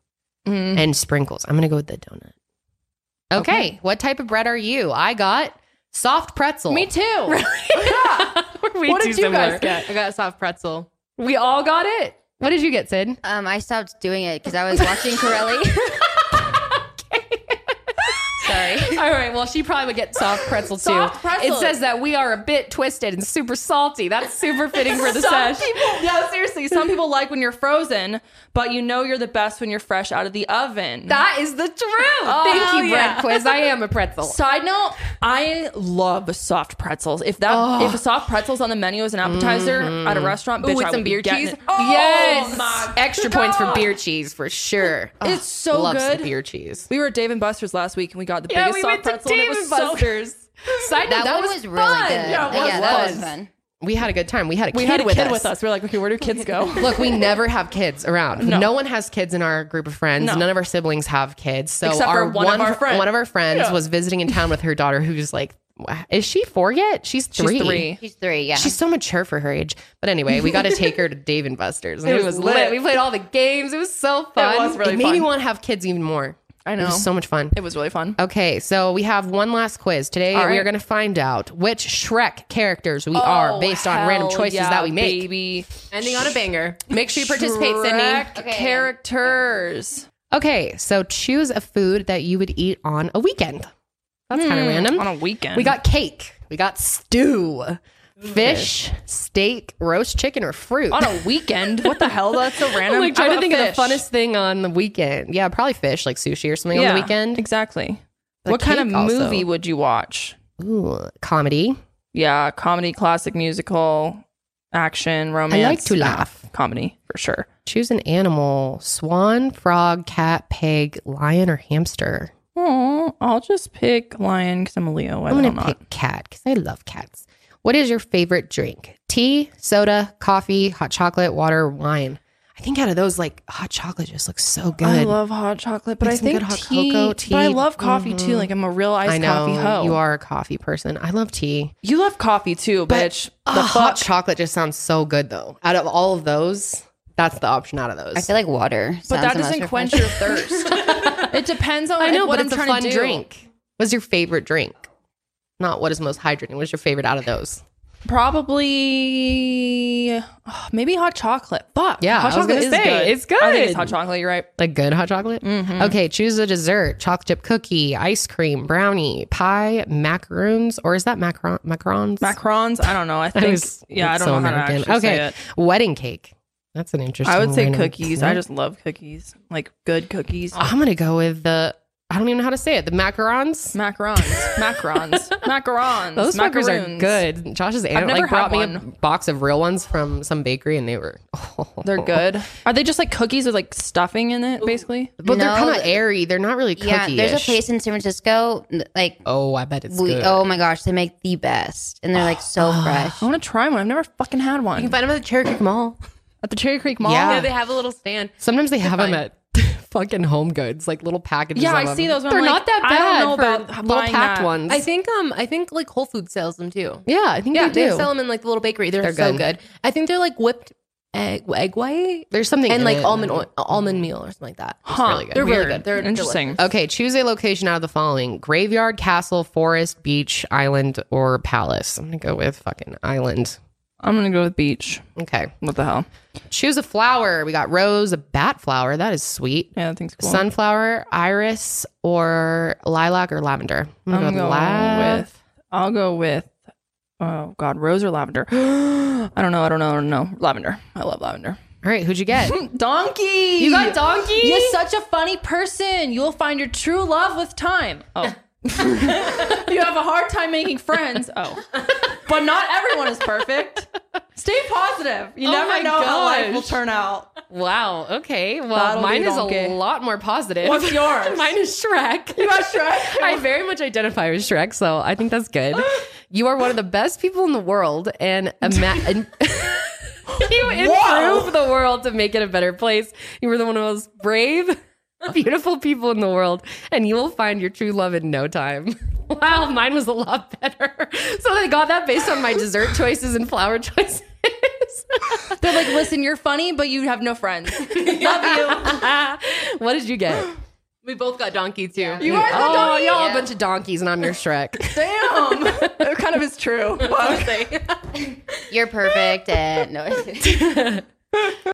[SPEAKER 2] Mm.
[SPEAKER 1] and sprinkles. I'm gonna go with the donut. Okay, what type of bread are you? I got soft pretzel.
[SPEAKER 11] Me too.
[SPEAKER 1] what did you guys get? I got a soft pretzel.
[SPEAKER 11] We all got it.
[SPEAKER 1] What did you get, Sid?
[SPEAKER 8] Um, I stopped doing it because I was watching Corelli. Sorry.
[SPEAKER 1] All right. Well, she probably would get soft pretzel too.
[SPEAKER 11] Soft pretzel.
[SPEAKER 1] It says that we are a bit twisted and super salty. That's super fitting for the
[SPEAKER 2] Some
[SPEAKER 1] sesh.
[SPEAKER 2] people, no, seriously, some people like when you're frozen, but you know you're the best when you're fresh out of the oven.
[SPEAKER 1] That is the truth. Thank you, bread quiz. I am a pretzel.
[SPEAKER 2] Side note, I love soft pretzels. If that if a soft pretzel's on the menu as an appetizer at
[SPEAKER 1] Mm-hmm.
[SPEAKER 2] a restaurant, bitch,
[SPEAKER 1] Ooh, with
[SPEAKER 2] I
[SPEAKER 1] some
[SPEAKER 2] would
[SPEAKER 1] beer
[SPEAKER 2] be getting
[SPEAKER 1] cheese.
[SPEAKER 2] it. Oh,
[SPEAKER 1] yes.
[SPEAKER 2] my
[SPEAKER 1] Extra points for
[SPEAKER 2] God.
[SPEAKER 1] beer cheese for sure. Ugh,
[SPEAKER 2] It's so
[SPEAKER 1] love some
[SPEAKER 2] good.
[SPEAKER 1] beer Oh, cheese.
[SPEAKER 2] We were at Dave and Buster's last week and we got the
[SPEAKER 1] Yeah,
[SPEAKER 2] biggest
[SPEAKER 1] we went
[SPEAKER 2] soft
[SPEAKER 1] to
[SPEAKER 2] pretzel and it
[SPEAKER 1] Dave
[SPEAKER 2] was
[SPEAKER 1] and
[SPEAKER 2] so
[SPEAKER 1] Buster's. Side note,
[SPEAKER 8] That,
[SPEAKER 1] that
[SPEAKER 8] one
[SPEAKER 1] was,
[SPEAKER 8] was, really
[SPEAKER 1] fun.
[SPEAKER 8] good.
[SPEAKER 1] Yeah, it
[SPEAKER 8] yeah, that was
[SPEAKER 1] was.
[SPEAKER 8] fun.
[SPEAKER 1] We had a good time. We had a
[SPEAKER 2] we
[SPEAKER 1] kid,
[SPEAKER 2] had a
[SPEAKER 1] with,
[SPEAKER 2] kid
[SPEAKER 1] us.
[SPEAKER 2] with us. We were like, okay, where do kids go?
[SPEAKER 1] Look, we never have kids around. No. one has kids in our group of friends.
[SPEAKER 2] No.
[SPEAKER 1] None of our siblings have kids. So
[SPEAKER 2] Except for
[SPEAKER 1] our
[SPEAKER 2] one of our friends.
[SPEAKER 1] one of our friends
[SPEAKER 2] Yeah.
[SPEAKER 1] was visiting in town with her daughter, who's like, "Wha- is she four yet? She's three.
[SPEAKER 2] She's three.
[SPEAKER 8] She's three, yeah.
[SPEAKER 1] She's so mature for her age. But anyway, we got to take her to Dave and Buster's. And it,
[SPEAKER 2] was
[SPEAKER 1] was lit.
[SPEAKER 2] lit.
[SPEAKER 1] We played all the games. It was so fun.
[SPEAKER 2] was really
[SPEAKER 1] it made me
[SPEAKER 2] fun.
[SPEAKER 1] want to have kids even more.
[SPEAKER 2] I
[SPEAKER 1] It
[SPEAKER 2] know.
[SPEAKER 1] was so much fun.
[SPEAKER 2] It was really fun.
[SPEAKER 1] Okay, so we have one last quiz. Today
[SPEAKER 2] All
[SPEAKER 1] we are
[SPEAKER 2] right. Oh,
[SPEAKER 1] going to find out which Shrek characters we are based on random
[SPEAKER 2] hell
[SPEAKER 1] choices
[SPEAKER 2] yeah,
[SPEAKER 1] that we make.
[SPEAKER 2] Baby.
[SPEAKER 1] Ending on a banger. Make sure you participate,
[SPEAKER 2] Shrek
[SPEAKER 1] Sydney.
[SPEAKER 2] characters.
[SPEAKER 1] Okay, so choose a food that you would eat on a weekend. That's kind of random.
[SPEAKER 2] Hmm. On a weekend.
[SPEAKER 1] we got cake, we got stew, fish, steak, roast chicken, or fruit.
[SPEAKER 2] on a weekend. What the hell? That's so random.
[SPEAKER 1] I'm like trying
[SPEAKER 2] I
[SPEAKER 1] to
[SPEAKER 2] want
[SPEAKER 1] think of the
[SPEAKER 2] fish.
[SPEAKER 1] funnest thing on the weekend. Yeah, probably fish, like sushi or something on the weekend.
[SPEAKER 2] Exactly.
[SPEAKER 1] But
[SPEAKER 2] what kind of
[SPEAKER 1] cake also.
[SPEAKER 2] movie would you watch?
[SPEAKER 1] Ooh, comedy.
[SPEAKER 2] Yeah, comedy, classic, musical, action, romance.
[SPEAKER 1] to
[SPEAKER 2] Yeah,
[SPEAKER 1] laugh.
[SPEAKER 2] Comedy for sure.
[SPEAKER 1] Choose an animal: swan, frog, cat, pig, lion, or hamster.
[SPEAKER 2] Oh, I'll just pick lion because I'm a Leo. I
[SPEAKER 1] I'm
[SPEAKER 2] am
[SPEAKER 1] gonna
[SPEAKER 2] not.
[SPEAKER 1] pick cat because I love cats. What is your favorite drink? Tea, soda, coffee, hot chocolate, water, wine. I think out of those, like hot chocolate just looks so good.
[SPEAKER 2] I love hot chocolate, but
[SPEAKER 1] Like
[SPEAKER 2] I
[SPEAKER 1] some good
[SPEAKER 2] think
[SPEAKER 1] hot
[SPEAKER 2] tea,
[SPEAKER 1] cocoa,
[SPEAKER 2] But I
[SPEAKER 1] tea.
[SPEAKER 2] love coffee too.
[SPEAKER 1] Mhm.
[SPEAKER 2] Like I'm a real iced
[SPEAKER 1] I know
[SPEAKER 2] coffee hoe.
[SPEAKER 1] you are a coffee person. I love tea.
[SPEAKER 2] You love coffee too,
[SPEAKER 1] But-
[SPEAKER 2] bitch.
[SPEAKER 1] Ugh,
[SPEAKER 2] the
[SPEAKER 1] hot
[SPEAKER 2] fuck.
[SPEAKER 1] chocolate just sounds so good though. Out of all of those, that's the option out of those.
[SPEAKER 8] I feel like water.
[SPEAKER 2] but
[SPEAKER 8] sounds
[SPEAKER 2] that
[SPEAKER 8] the most
[SPEAKER 2] doesn't quench
[SPEAKER 8] refreshing.
[SPEAKER 2] your thirst. it depends on
[SPEAKER 1] I know,
[SPEAKER 2] what
[SPEAKER 1] but
[SPEAKER 2] I'm
[SPEAKER 1] it's a
[SPEAKER 2] trying
[SPEAKER 1] fun
[SPEAKER 2] to do.
[SPEAKER 1] drink. What's your favorite drink? Not what is most hydrating. What's your favorite out of those?
[SPEAKER 2] Probably oh, maybe hot chocolate. Fuck.
[SPEAKER 1] Yeah,
[SPEAKER 2] hot
[SPEAKER 1] I was
[SPEAKER 2] chocolate
[SPEAKER 1] gonna say,
[SPEAKER 2] is good.
[SPEAKER 1] it's
[SPEAKER 2] I think
[SPEAKER 1] good.
[SPEAKER 2] it's hot chocolate. You're right.
[SPEAKER 1] Like good hot chocolate?
[SPEAKER 2] Mm-hmm.
[SPEAKER 1] Okay, choose a dessert chocolate chip cookie, ice cream, brownie, pie, macaroons, or is that macaron, macarons?
[SPEAKER 2] Macarons. I don't know. I think.
[SPEAKER 1] was-
[SPEAKER 2] yeah, I
[SPEAKER 1] it's
[SPEAKER 2] don't
[SPEAKER 1] so
[SPEAKER 2] know
[SPEAKER 1] American.
[SPEAKER 2] how to actually
[SPEAKER 1] Okay.
[SPEAKER 2] say it.
[SPEAKER 1] Wedding cake. That's an interesting
[SPEAKER 2] I would say
[SPEAKER 1] random
[SPEAKER 2] cookies.
[SPEAKER 1] snack.
[SPEAKER 2] I just love cookies, like good cookies.
[SPEAKER 1] I'm going to go with the, I don't even know how to say it, the macarons.
[SPEAKER 2] Macarons, macarons, macarons.
[SPEAKER 1] Those
[SPEAKER 2] macaroons
[SPEAKER 1] fuckers are good. Josh's aunt
[SPEAKER 2] never
[SPEAKER 1] like brought
[SPEAKER 2] had
[SPEAKER 1] me a
[SPEAKER 2] one.
[SPEAKER 1] box of real ones from some bakery and they were,
[SPEAKER 2] They're good. Are they just like cookies with like stuffing in it, basically?
[SPEAKER 1] but they're
[SPEAKER 8] No,
[SPEAKER 1] kind of
[SPEAKER 8] the-
[SPEAKER 1] airy. They're not really
[SPEAKER 8] Yeah,
[SPEAKER 1] cookie
[SPEAKER 8] there's a place in San Francisco, n- like
[SPEAKER 1] Oh, I bet it's
[SPEAKER 8] we,
[SPEAKER 1] good.
[SPEAKER 8] oh my gosh, they make the best, and they're like so fresh.
[SPEAKER 2] I want to try one. I've never fucking had one.
[SPEAKER 1] find them at the Cherokee Mall.
[SPEAKER 2] At the Cherry Creek Mall.
[SPEAKER 1] Yeah. Yeah,
[SPEAKER 3] They have a little stand.
[SPEAKER 1] Sometimes they have them at fucking Home Goods, like little packages.
[SPEAKER 2] Yeah,
[SPEAKER 1] of
[SPEAKER 2] I
[SPEAKER 1] them.
[SPEAKER 2] see those, but
[SPEAKER 1] They're
[SPEAKER 2] I'm
[SPEAKER 1] not
[SPEAKER 2] like,
[SPEAKER 1] that bad.
[SPEAKER 2] I don't know
[SPEAKER 1] for
[SPEAKER 2] about
[SPEAKER 1] little
[SPEAKER 2] buying
[SPEAKER 1] packed
[SPEAKER 2] that.
[SPEAKER 1] ones.
[SPEAKER 3] I think um I think like Whole Foods sells them too.
[SPEAKER 1] yeah, I think
[SPEAKER 3] Yeah,
[SPEAKER 1] they
[SPEAKER 3] they,
[SPEAKER 1] do.
[SPEAKER 3] sell them in like the little bakery. They're,
[SPEAKER 1] They're
[SPEAKER 3] so
[SPEAKER 1] good.
[SPEAKER 3] good. I think they're like whipped egg, egg white
[SPEAKER 1] There's something
[SPEAKER 3] and
[SPEAKER 1] in
[SPEAKER 3] like
[SPEAKER 1] it.
[SPEAKER 3] almond oil, almond meal or something like that.
[SPEAKER 2] Huh.
[SPEAKER 1] really good.
[SPEAKER 3] They're really
[SPEAKER 2] Weird.
[SPEAKER 3] good. They're
[SPEAKER 2] interesting.
[SPEAKER 1] Okay, choose a location out of the following: graveyard, castle, forest, beach, island, or palace. I'm gonna go with fucking island.
[SPEAKER 2] I'm gonna go with beach.
[SPEAKER 1] Okay,
[SPEAKER 2] What the hell?
[SPEAKER 1] choose a flower. We got rose, a bat flower. That is sweet.
[SPEAKER 2] Yeah, that thing's cool.
[SPEAKER 1] Sunflower, iris, or lilac or lavender. I'm gonna
[SPEAKER 2] I'm
[SPEAKER 1] go
[SPEAKER 2] going
[SPEAKER 1] with lav-
[SPEAKER 2] with. I'll go with. Oh God, rose or lavender? I don't know. I don't know. I don't know. Lavender. I love lavender.
[SPEAKER 1] All right, who'd you get?
[SPEAKER 2] Donkey.
[SPEAKER 1] You got donkey?
[SPEAKER 2] You're such a funny person. You'll find your true love with time. Oh. you have a hard time making friends. Oh. But not everyone is perfect. Stay positive. You
[SPEAKER 1] Oh my
[SPEAKER 2] never know how life will
[SPEAKER 1] gosh.
[SPEAKER 2] turn out.
[SPEAKER 1] wow. Okay. Well,
[SPEAKER 2] That'll be
[SPEAKER 1] mine is
[SPEAKER 2] donkey.
[SPEAKER 1] a lot more positive.
[SPEAKER 2] What's yours?
[SPEAKER 1] mine is Shrek.
[SPEAKER 2] You got Shrek?
[SPEAKER 1] I very much identify with Shrek, so I think that's good. You are one of the best people in the world, and, ima- and you improve the world to make it a better place. You were the one of the most brave, beautiful people in the world, and you will find your true love in no time. Wow, mine was a lot better. So they got that based on my dessert choices and flower choices.
[SPEAKER 2] They're like, listen, you're funny, but you have no friends. Love you.
[SPEAKER 1] what did you get? We both got donkey too.
[SPEAKER 2] You are the
[SPEAKER 1] oh,
[SPEAKER 2] donkey.
[SPEAKER 1] y'all a bunch of donkeys, and I'm your Shrek.
[SPEAKER 2] Damn. that kind of is true.
[SPEAKER 8] You're perfect. And no,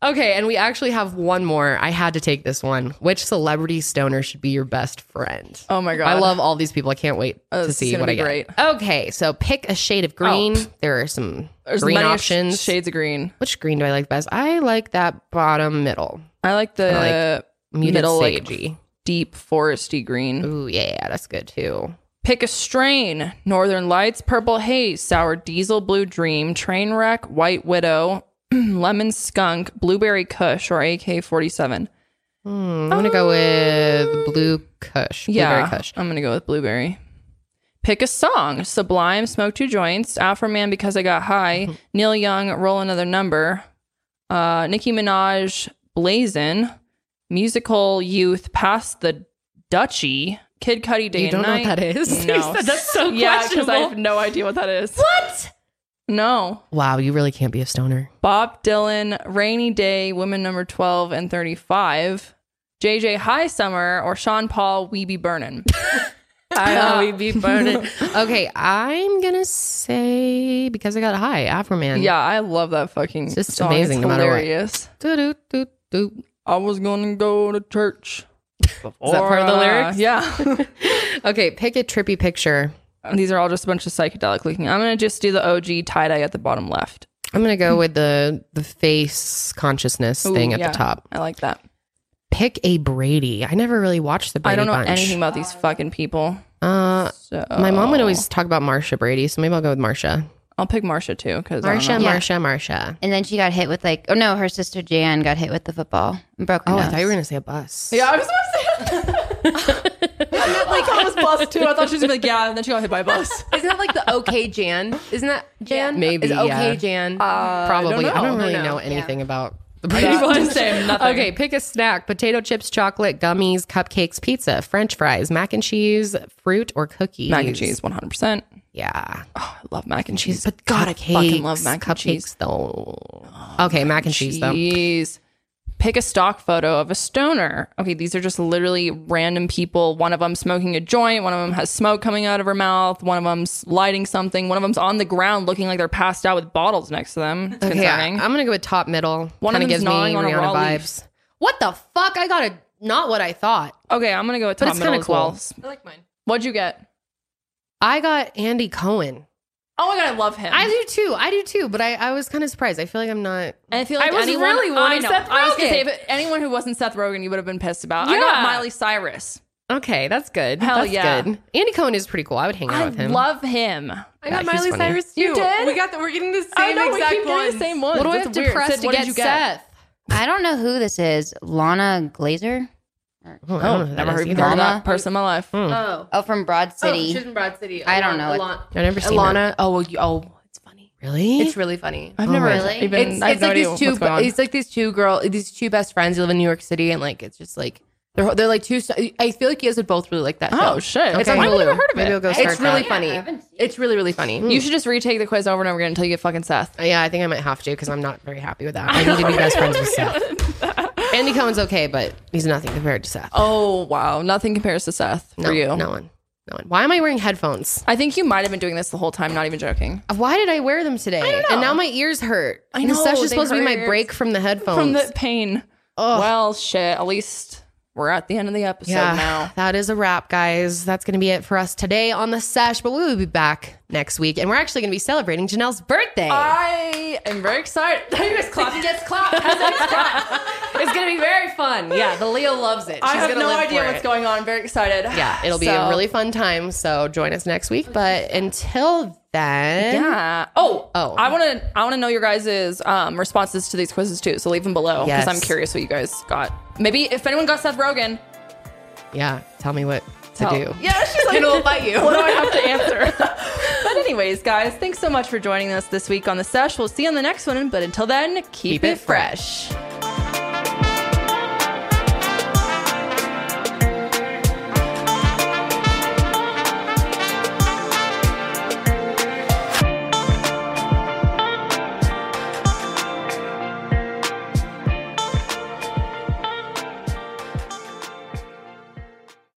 [SPEAKER 1] Okay, and we actually have one more. I had to take this one. Which celebrity stoner should be your best friend?
[SPEAKER 2] Oh my God.
[SPEAKER 1] I love all these people. I can't wait
[SPEAKER 2] Oh,
[SPEAKER 1] to
[SPEAKER 2] this
[SPEAKER 1] see
[SPEAKER 2] is gonna
[SPEAKER 1] what I
[SPEAKER 2] be
[SPEAKER 1] get.
[SPEAKER 2] great. Oh.
[SPEAKER 1] Okay, so pick a shade of green. there are some
[SPEAKER 2] There's
[SPEAKER 1] green
[SPEAKER 2] many
[SPEAKER 1] options.
[SPEAKER 2] Shades of green.
[SPEAKER 1] Which green do I like best? I like that bottom middle,
[SPEAKER 2] I like the
[SPEAKER 1] muted
[SPEAKER 2] middle like,
[SPEAKER 1] sagey.
[SPEAKER 2] deep foresty green.
[SPEAKER 1] Ooh, yeah, that's good too.
[SPEAKER 2] Pick a strain Northern Lights, Purple Haze, Sour Diesel, Blue Dream, Trainwreck, White Widow, Lemon Skunk, Blueberry Kush, or AK 47.
[SPEAKER 1] Hmm, I'm gonna go with blue Kush. Blueberry
[SPEAKER 2] Oh. Yeah.
[SPEAKER 1] Kush.
[SPEAKER 2] I'm going to go with Blueberry. Pick a song Sublime, Smoke Two Joints, Afro Man, Because I Got High,
[SPEAKER 1] Mm-hmm.
[SPEAKER 2] Neil Young, Roll Another Number, uh, Nicki Minaj, Blazin', Musical Youth, Past the Duchy, Kid Cudi, Day
[SPEAKER 1] You
[SPEAKER 2] and
[SPEAKER 1] don't know
[SPEAKER 2] Night.
[SPEAKER 1] what that is.
[SPEAKER 2] No.
[SPEAKER 1] You said that's so
[SPEAKER 2] yeah, because
[SPEAKER 1] questionable.
[SPEAKER 2] I have no idea what that is. What? No.
[SPEAKER 1] wow, you really can't be a stoner.
[SPEAKER 2] Bob Dylan, Rainy Day, Women Number 12 and 35, JJ High Summer, or Sean Paul, We Be Burnin'.
[SPEAKER 1] I we be burning. okay, I'm gonna say because I got a high Afro Man.
[SPEAKER 2] yeah, I love that fucking
[SPEAKER 1] It's just
[SPEAKER 2] song.
[SPEAKER 1] amazing
[SPEAKER 2] it's
[SPEAKER 1] no matter what.
[SPEAKER 2] hilarious.
[SPEAKER 1] Doo-doo-doo-doo.
[SPEAKER 2] I was gonna go to church. uh,
[SPEAKER 1] Is that part of the lyrics?
[SPEAKER 2] yeah.
[SPEAKER 1] Okay, pick a trippy picture.
[SPEAKER 2] These are all just a bunch of psychedelic looking. I'm gonna just do the OG tie dye at the bottom left.
[SPEAKER 1] I'm gonna go with the the face consciousness
[SPEAKER 2] Ooh,
[SPEAKER 1] thing at
[SPEAKER 2] yeah,
[SPEAKER 1] the top.
[SPEAKER 2] I like that.
[SPEAKER 1] Pick a Brady. I never really watched the Brady
[SPEAKER 2] I don't know
[SPEAKER 1] Bunch.
[SPEAKER 2] anything about these fucking people.
[SPEAKER 1] Uh,
[SPEAKER 2] So
[SPEAKER 1] my mom would always talk about Marsha Brady, so maybe I'll go with Marsha.
[SPEAKER 2] I'll pick Marsha too because
[SPEAKER 1] Marsha,
[SPEAKER 8] Yeah.
[SPEAKER 1] Marsha, Marsha.
[SPEAKER 8] and then she got hit with like, oh no, her sister Jan got hit with the football and broke her
[SPEAKER 1] Oh, I
[SPEAKER 8] nose.
[SPEAKER 1] thought you were gonna say a bus.
[SPEAKER 2] Yeah, I was gonna say. I meant like I was bus too. I thought she was gonna be like, yeah, and then she got hit by a bus.
[SPEAKER 3] Isn't that like the okay Jan? Isn't that Jan?
[SPEAKER 1] Maybe,
[SPEAKER 3] Is okay
[SPEAKER 1] yeah.
[SPEAKER 3] Jan.
[SPEAKER 1] probably. I don't,
[SPEAKER 2] don't know.
[SPEAKER 1] really
[SPEAKER 3] I don't
[SPEAKER 1] know,
[SPEAKER 3] know.
[SPEAKER 1] anything about the Brady
[SPEAKER 2] Yeah.
[SPEAKER 1] Bunch.
[SPEAKER 2] Same, nothing.
[SPEAKER 1] Okay, pick a snack: potato chips, chocolate, gummies, cupcakes, pizza, French fries, mac and cheese, fruit, or cookies.
[SPEAKER 2] Mac and cheese, one hundred percent.
[SPEAKER 1] Yeah,
[SPEAKER 2] I love mac and cheese,
[SPEAKER 1] but God, I
[SPEAKER 2] fucking love mac
[SPEAKER 1] cupcakes
[SPEAKER 2] and cheese.
[SPEAKER 1] though. okay, mac and cheese, though.
[SPEAKER 2] Jeez. Pick a stock photo of a stoner. Okay, these are just literally random people. One of them smoking a joint. One of them has smoke coming out of her mouth. One of them's lighting something. One of them's on the ground looking like they're passed out with bottles next to them. It's
[SPEAKER 1] Okay, I,
[SPEAKER 2] concerning.
[SPEAKER 1] am gonna go with top middle.
[SPEAKER 2] One
[SPEAKER 1] Kinda
[SPEAKER 2] of them's
[SPEAKER 1] gives me
[SPEAKER 2] gnawing on a
[SPEAKER 1] Rihanna
[SPEAKER 2] raw leaf.
[SPEAKER 1] vibes. What the fuck? I got a not what I thought.
[SPEAKER 2] okay, I'm gonna go with
[SPEAKER 1] But
[SPEAKER 2] top
[SPEAKER 1] it's
[SPEAKER 2] middle
[SPEAKER 1] kinda
[SPEAKER 2] as well.
[SPEAKER 1] cool.
[SPEAKER 2] I like mine. What'd you get?
[SPEAKER 1] I got Andy Cohen.
[SPEAKER 2] Oh my god, I love him.
[SPEAKER 1] I do too. I do too. But I, I was kind of surprised. I feel like I'm not.
[SPEAKER 2] I feel like
[SPEAKER 1] I was
[SPEAKER 2] anyone,
[SPEAKER 1] really wanting
[SPEAKER 2] I know.
[SPEAKER 1] Seth
[SPEAKER 2] I was
[SPEAKER 1] Rogen.
[SPEAKER 2] gonna say, if anyone who wasn't Seth Rogen, you would have been pissed about. I
[SPEAKER 1] Yeah.
[SPEAKER 2] got Miley Cyrus.
[SPEAKER 1] Okay, that's good.
[SPEAKER 2] Hell
[SPEAKER 1] that's
[SPEAKER 2] yeah.
[SPEAKER 1] good. Andy Cohen is pretty cool. I would hang out
[SPEAKER 2] I
[SPEAKER 1] with him.
[SPEAKER 2] love him.
[SPEAKER 3] I got
[SPEAKER 1] Yeah, he's
[SPEAKER 3] Miley
[SPEAKER 1] funny.
[SPEAKER 3] Cyrus too.
[SPEAKER 2] You did?
[SPEAKER 3] We got the, we're getting the same
[SPEAKER 2] I know we
[SPEAKER 3] exact
[SPEAKER 2] keep getting
[SPEAKER 3] ones.
[SPEAKER 2] the same ones.
[SPEAKER 1] What do I
[SPEAKER 2] That's
[SPEAKER 1] have to
[SPEAKER 2] weird.
[SPEAKER 1] press
[SPEAKER 2] Sid,
[SPEAKER 1] to
[SPEAKER 2] what did
[SPEAKER 1] get,
[SPEAKER 2] you
[SPEAKER 1] Seth?
[SPEAKER 8] I don't know who this is. Lana Glazer?
[SPEAKER 1] Oh, I
[SPEAKER 2] Oh,
[SPEAKER 1] don't know who that
[SPEAKER 2] never
[SPEAKER 1] is
[SPEAKER 2] heard
[SPEAKER 1] either.
[SPEAKER 2] of
[SPEAKER 8] Lana?
[SPEAKER 2] that person in my life.
[SPEAKER 3] Oh.
[SPEAKER 8] Oh, from Broad
[SPEAKER 3] Oh,
[SPEAKER 8] City.
[SPEAKER 3] she's from Broad City.
[SPEAKER 8] I don't know.
[SPEAKER 3] Alana.
[SPEAKER 1] I've never seen her.
[SPEAKER 3] Alana. Oh, well, you, oh, it's funny.
[SPEAKER 1] Really?
[SPEAKER 3] It's really funny.
[SPEAKER 2] I've never
[SPEAKER 8] Really?
[SPEAKER 2] even.
[SPEAKER 3] it's,
[SPEAKER 2] I have
[SPEAKER 3] it's
[SPEAKER 2] no
[SPEAKER 3] like
[SPEAKER 2] idea
[SPEAKER 3] these two.
[SPEAKER 2] what's going on.
[SPEAKER 3] It's like these two girl, these two best friends who live in New York City, and like it's just like they're they're like two. I feel like you guys would both really like that.
[SPEAKER 2] oh
[SPEAKER 3] show.
[SPEAKER 2] shit!
[SPEAKER 3] It's on
[SPEAKER 2] I've
[SPEAKER 3] Hulu.
[SPEAKER 2] never heard of it.
[SPEAKER 1] Maybe we'll go start
[SPEAKER 3] It's really
[SPEAKER 1] that.
[SPEAKER 3] funny. It's really really
[SPEAKER 1] Mm.
[SPEAKER 3] funny.
[SPEAKER 2] You should just retake the quiz over and over again until you get fucking Seth.
[SPEAKER 1] Yeah, I think I might have to because I'm not very happy with that. I need to be best friends with Seth. Andy Cohen's okay, but he's nothing compared to Seth.
[SPEAKER 2] Oh wow, nothing compares to Seth for
[SPEAKER 1] no,
[SPEAKER 2] you.
[SPEAKER 1] no one, no one. Why am I wearing headphones?
[SPEAKER 2] I think you might have been doing this the whole time. Not even joking.
[SPEAKER 1] Why did I wear them today? And now my ears hurt.
[SPEAKER 2] I
[SPEAKER 1] This
[SPEAKER 2] know,
[SPEAKER 1] is actually
[SPEAKER 2] they
[SPEAKER 1] supposed to be
[SPEAKER 2] hurt
[SPEAKER 1] my
[SPEAKER 2] your ears.
[SPEAKER 1] break from the headphones.
[SPEAKER 2] From the pain. Well, shit. At least We're at the end of the episode
[SPEAKER 3] yeah,
[SPEAKER 2] now.
[SPEAKER 3] that is a wrap, guys. That's going to be it for us today on the sesh, but we will be back next week, and we're actually going to be celebrating Janelle's birthday.
[SPEAKER 2] Uh, I am very excited.
[SPEAKER 3] you guys clap, you guys clap. It's going to be very fun. Yeah, the Leo loves it. She's
[SPEAKER 2] I have
[SPEAKER 3] gonna
[SPEAKER 2] no
[SPEAKER 3] live
[SPEAKER 2] idea
[SPEAKER 3] for
[SPEAKER 2] what's
[SPEAKER 3] it.
[SPEAKER 2] going on. I'm very excited.
[SPEAKER 3] Yeah, it'll be
[SPEAKER 2] So-
[SPEAKER 3] a really fun time. So join us next week. But until then,
[SPEAKER 2] Yeah. Oh,
[SPEAKER 3] Oh.
[SPEAKER 2] oh. I want to. I want to know your guys' um, responses to these quizzes too. So leave them below because
[SPEAKER 3] Yes.
[SPEAKER 2] I'm curious what you guys got. Maybe if anyone got Seth Rogen,
[SPEAKER 3] yeah, tell me what to
[SPEAKER 2] tell-
[SPEAKER 3] do.
[SPEAKER 2] Yeah, she's like,
[SPEAKER 3] And we'll bite you.
[SPEAKER 2] What do I have to answer? but anyways, guys, thanks so much for joining us this week on the sesh. We'll see you on the next one. But until then, keep,
[SPEAKER 3] it
[SPEAKER 2] it fresh.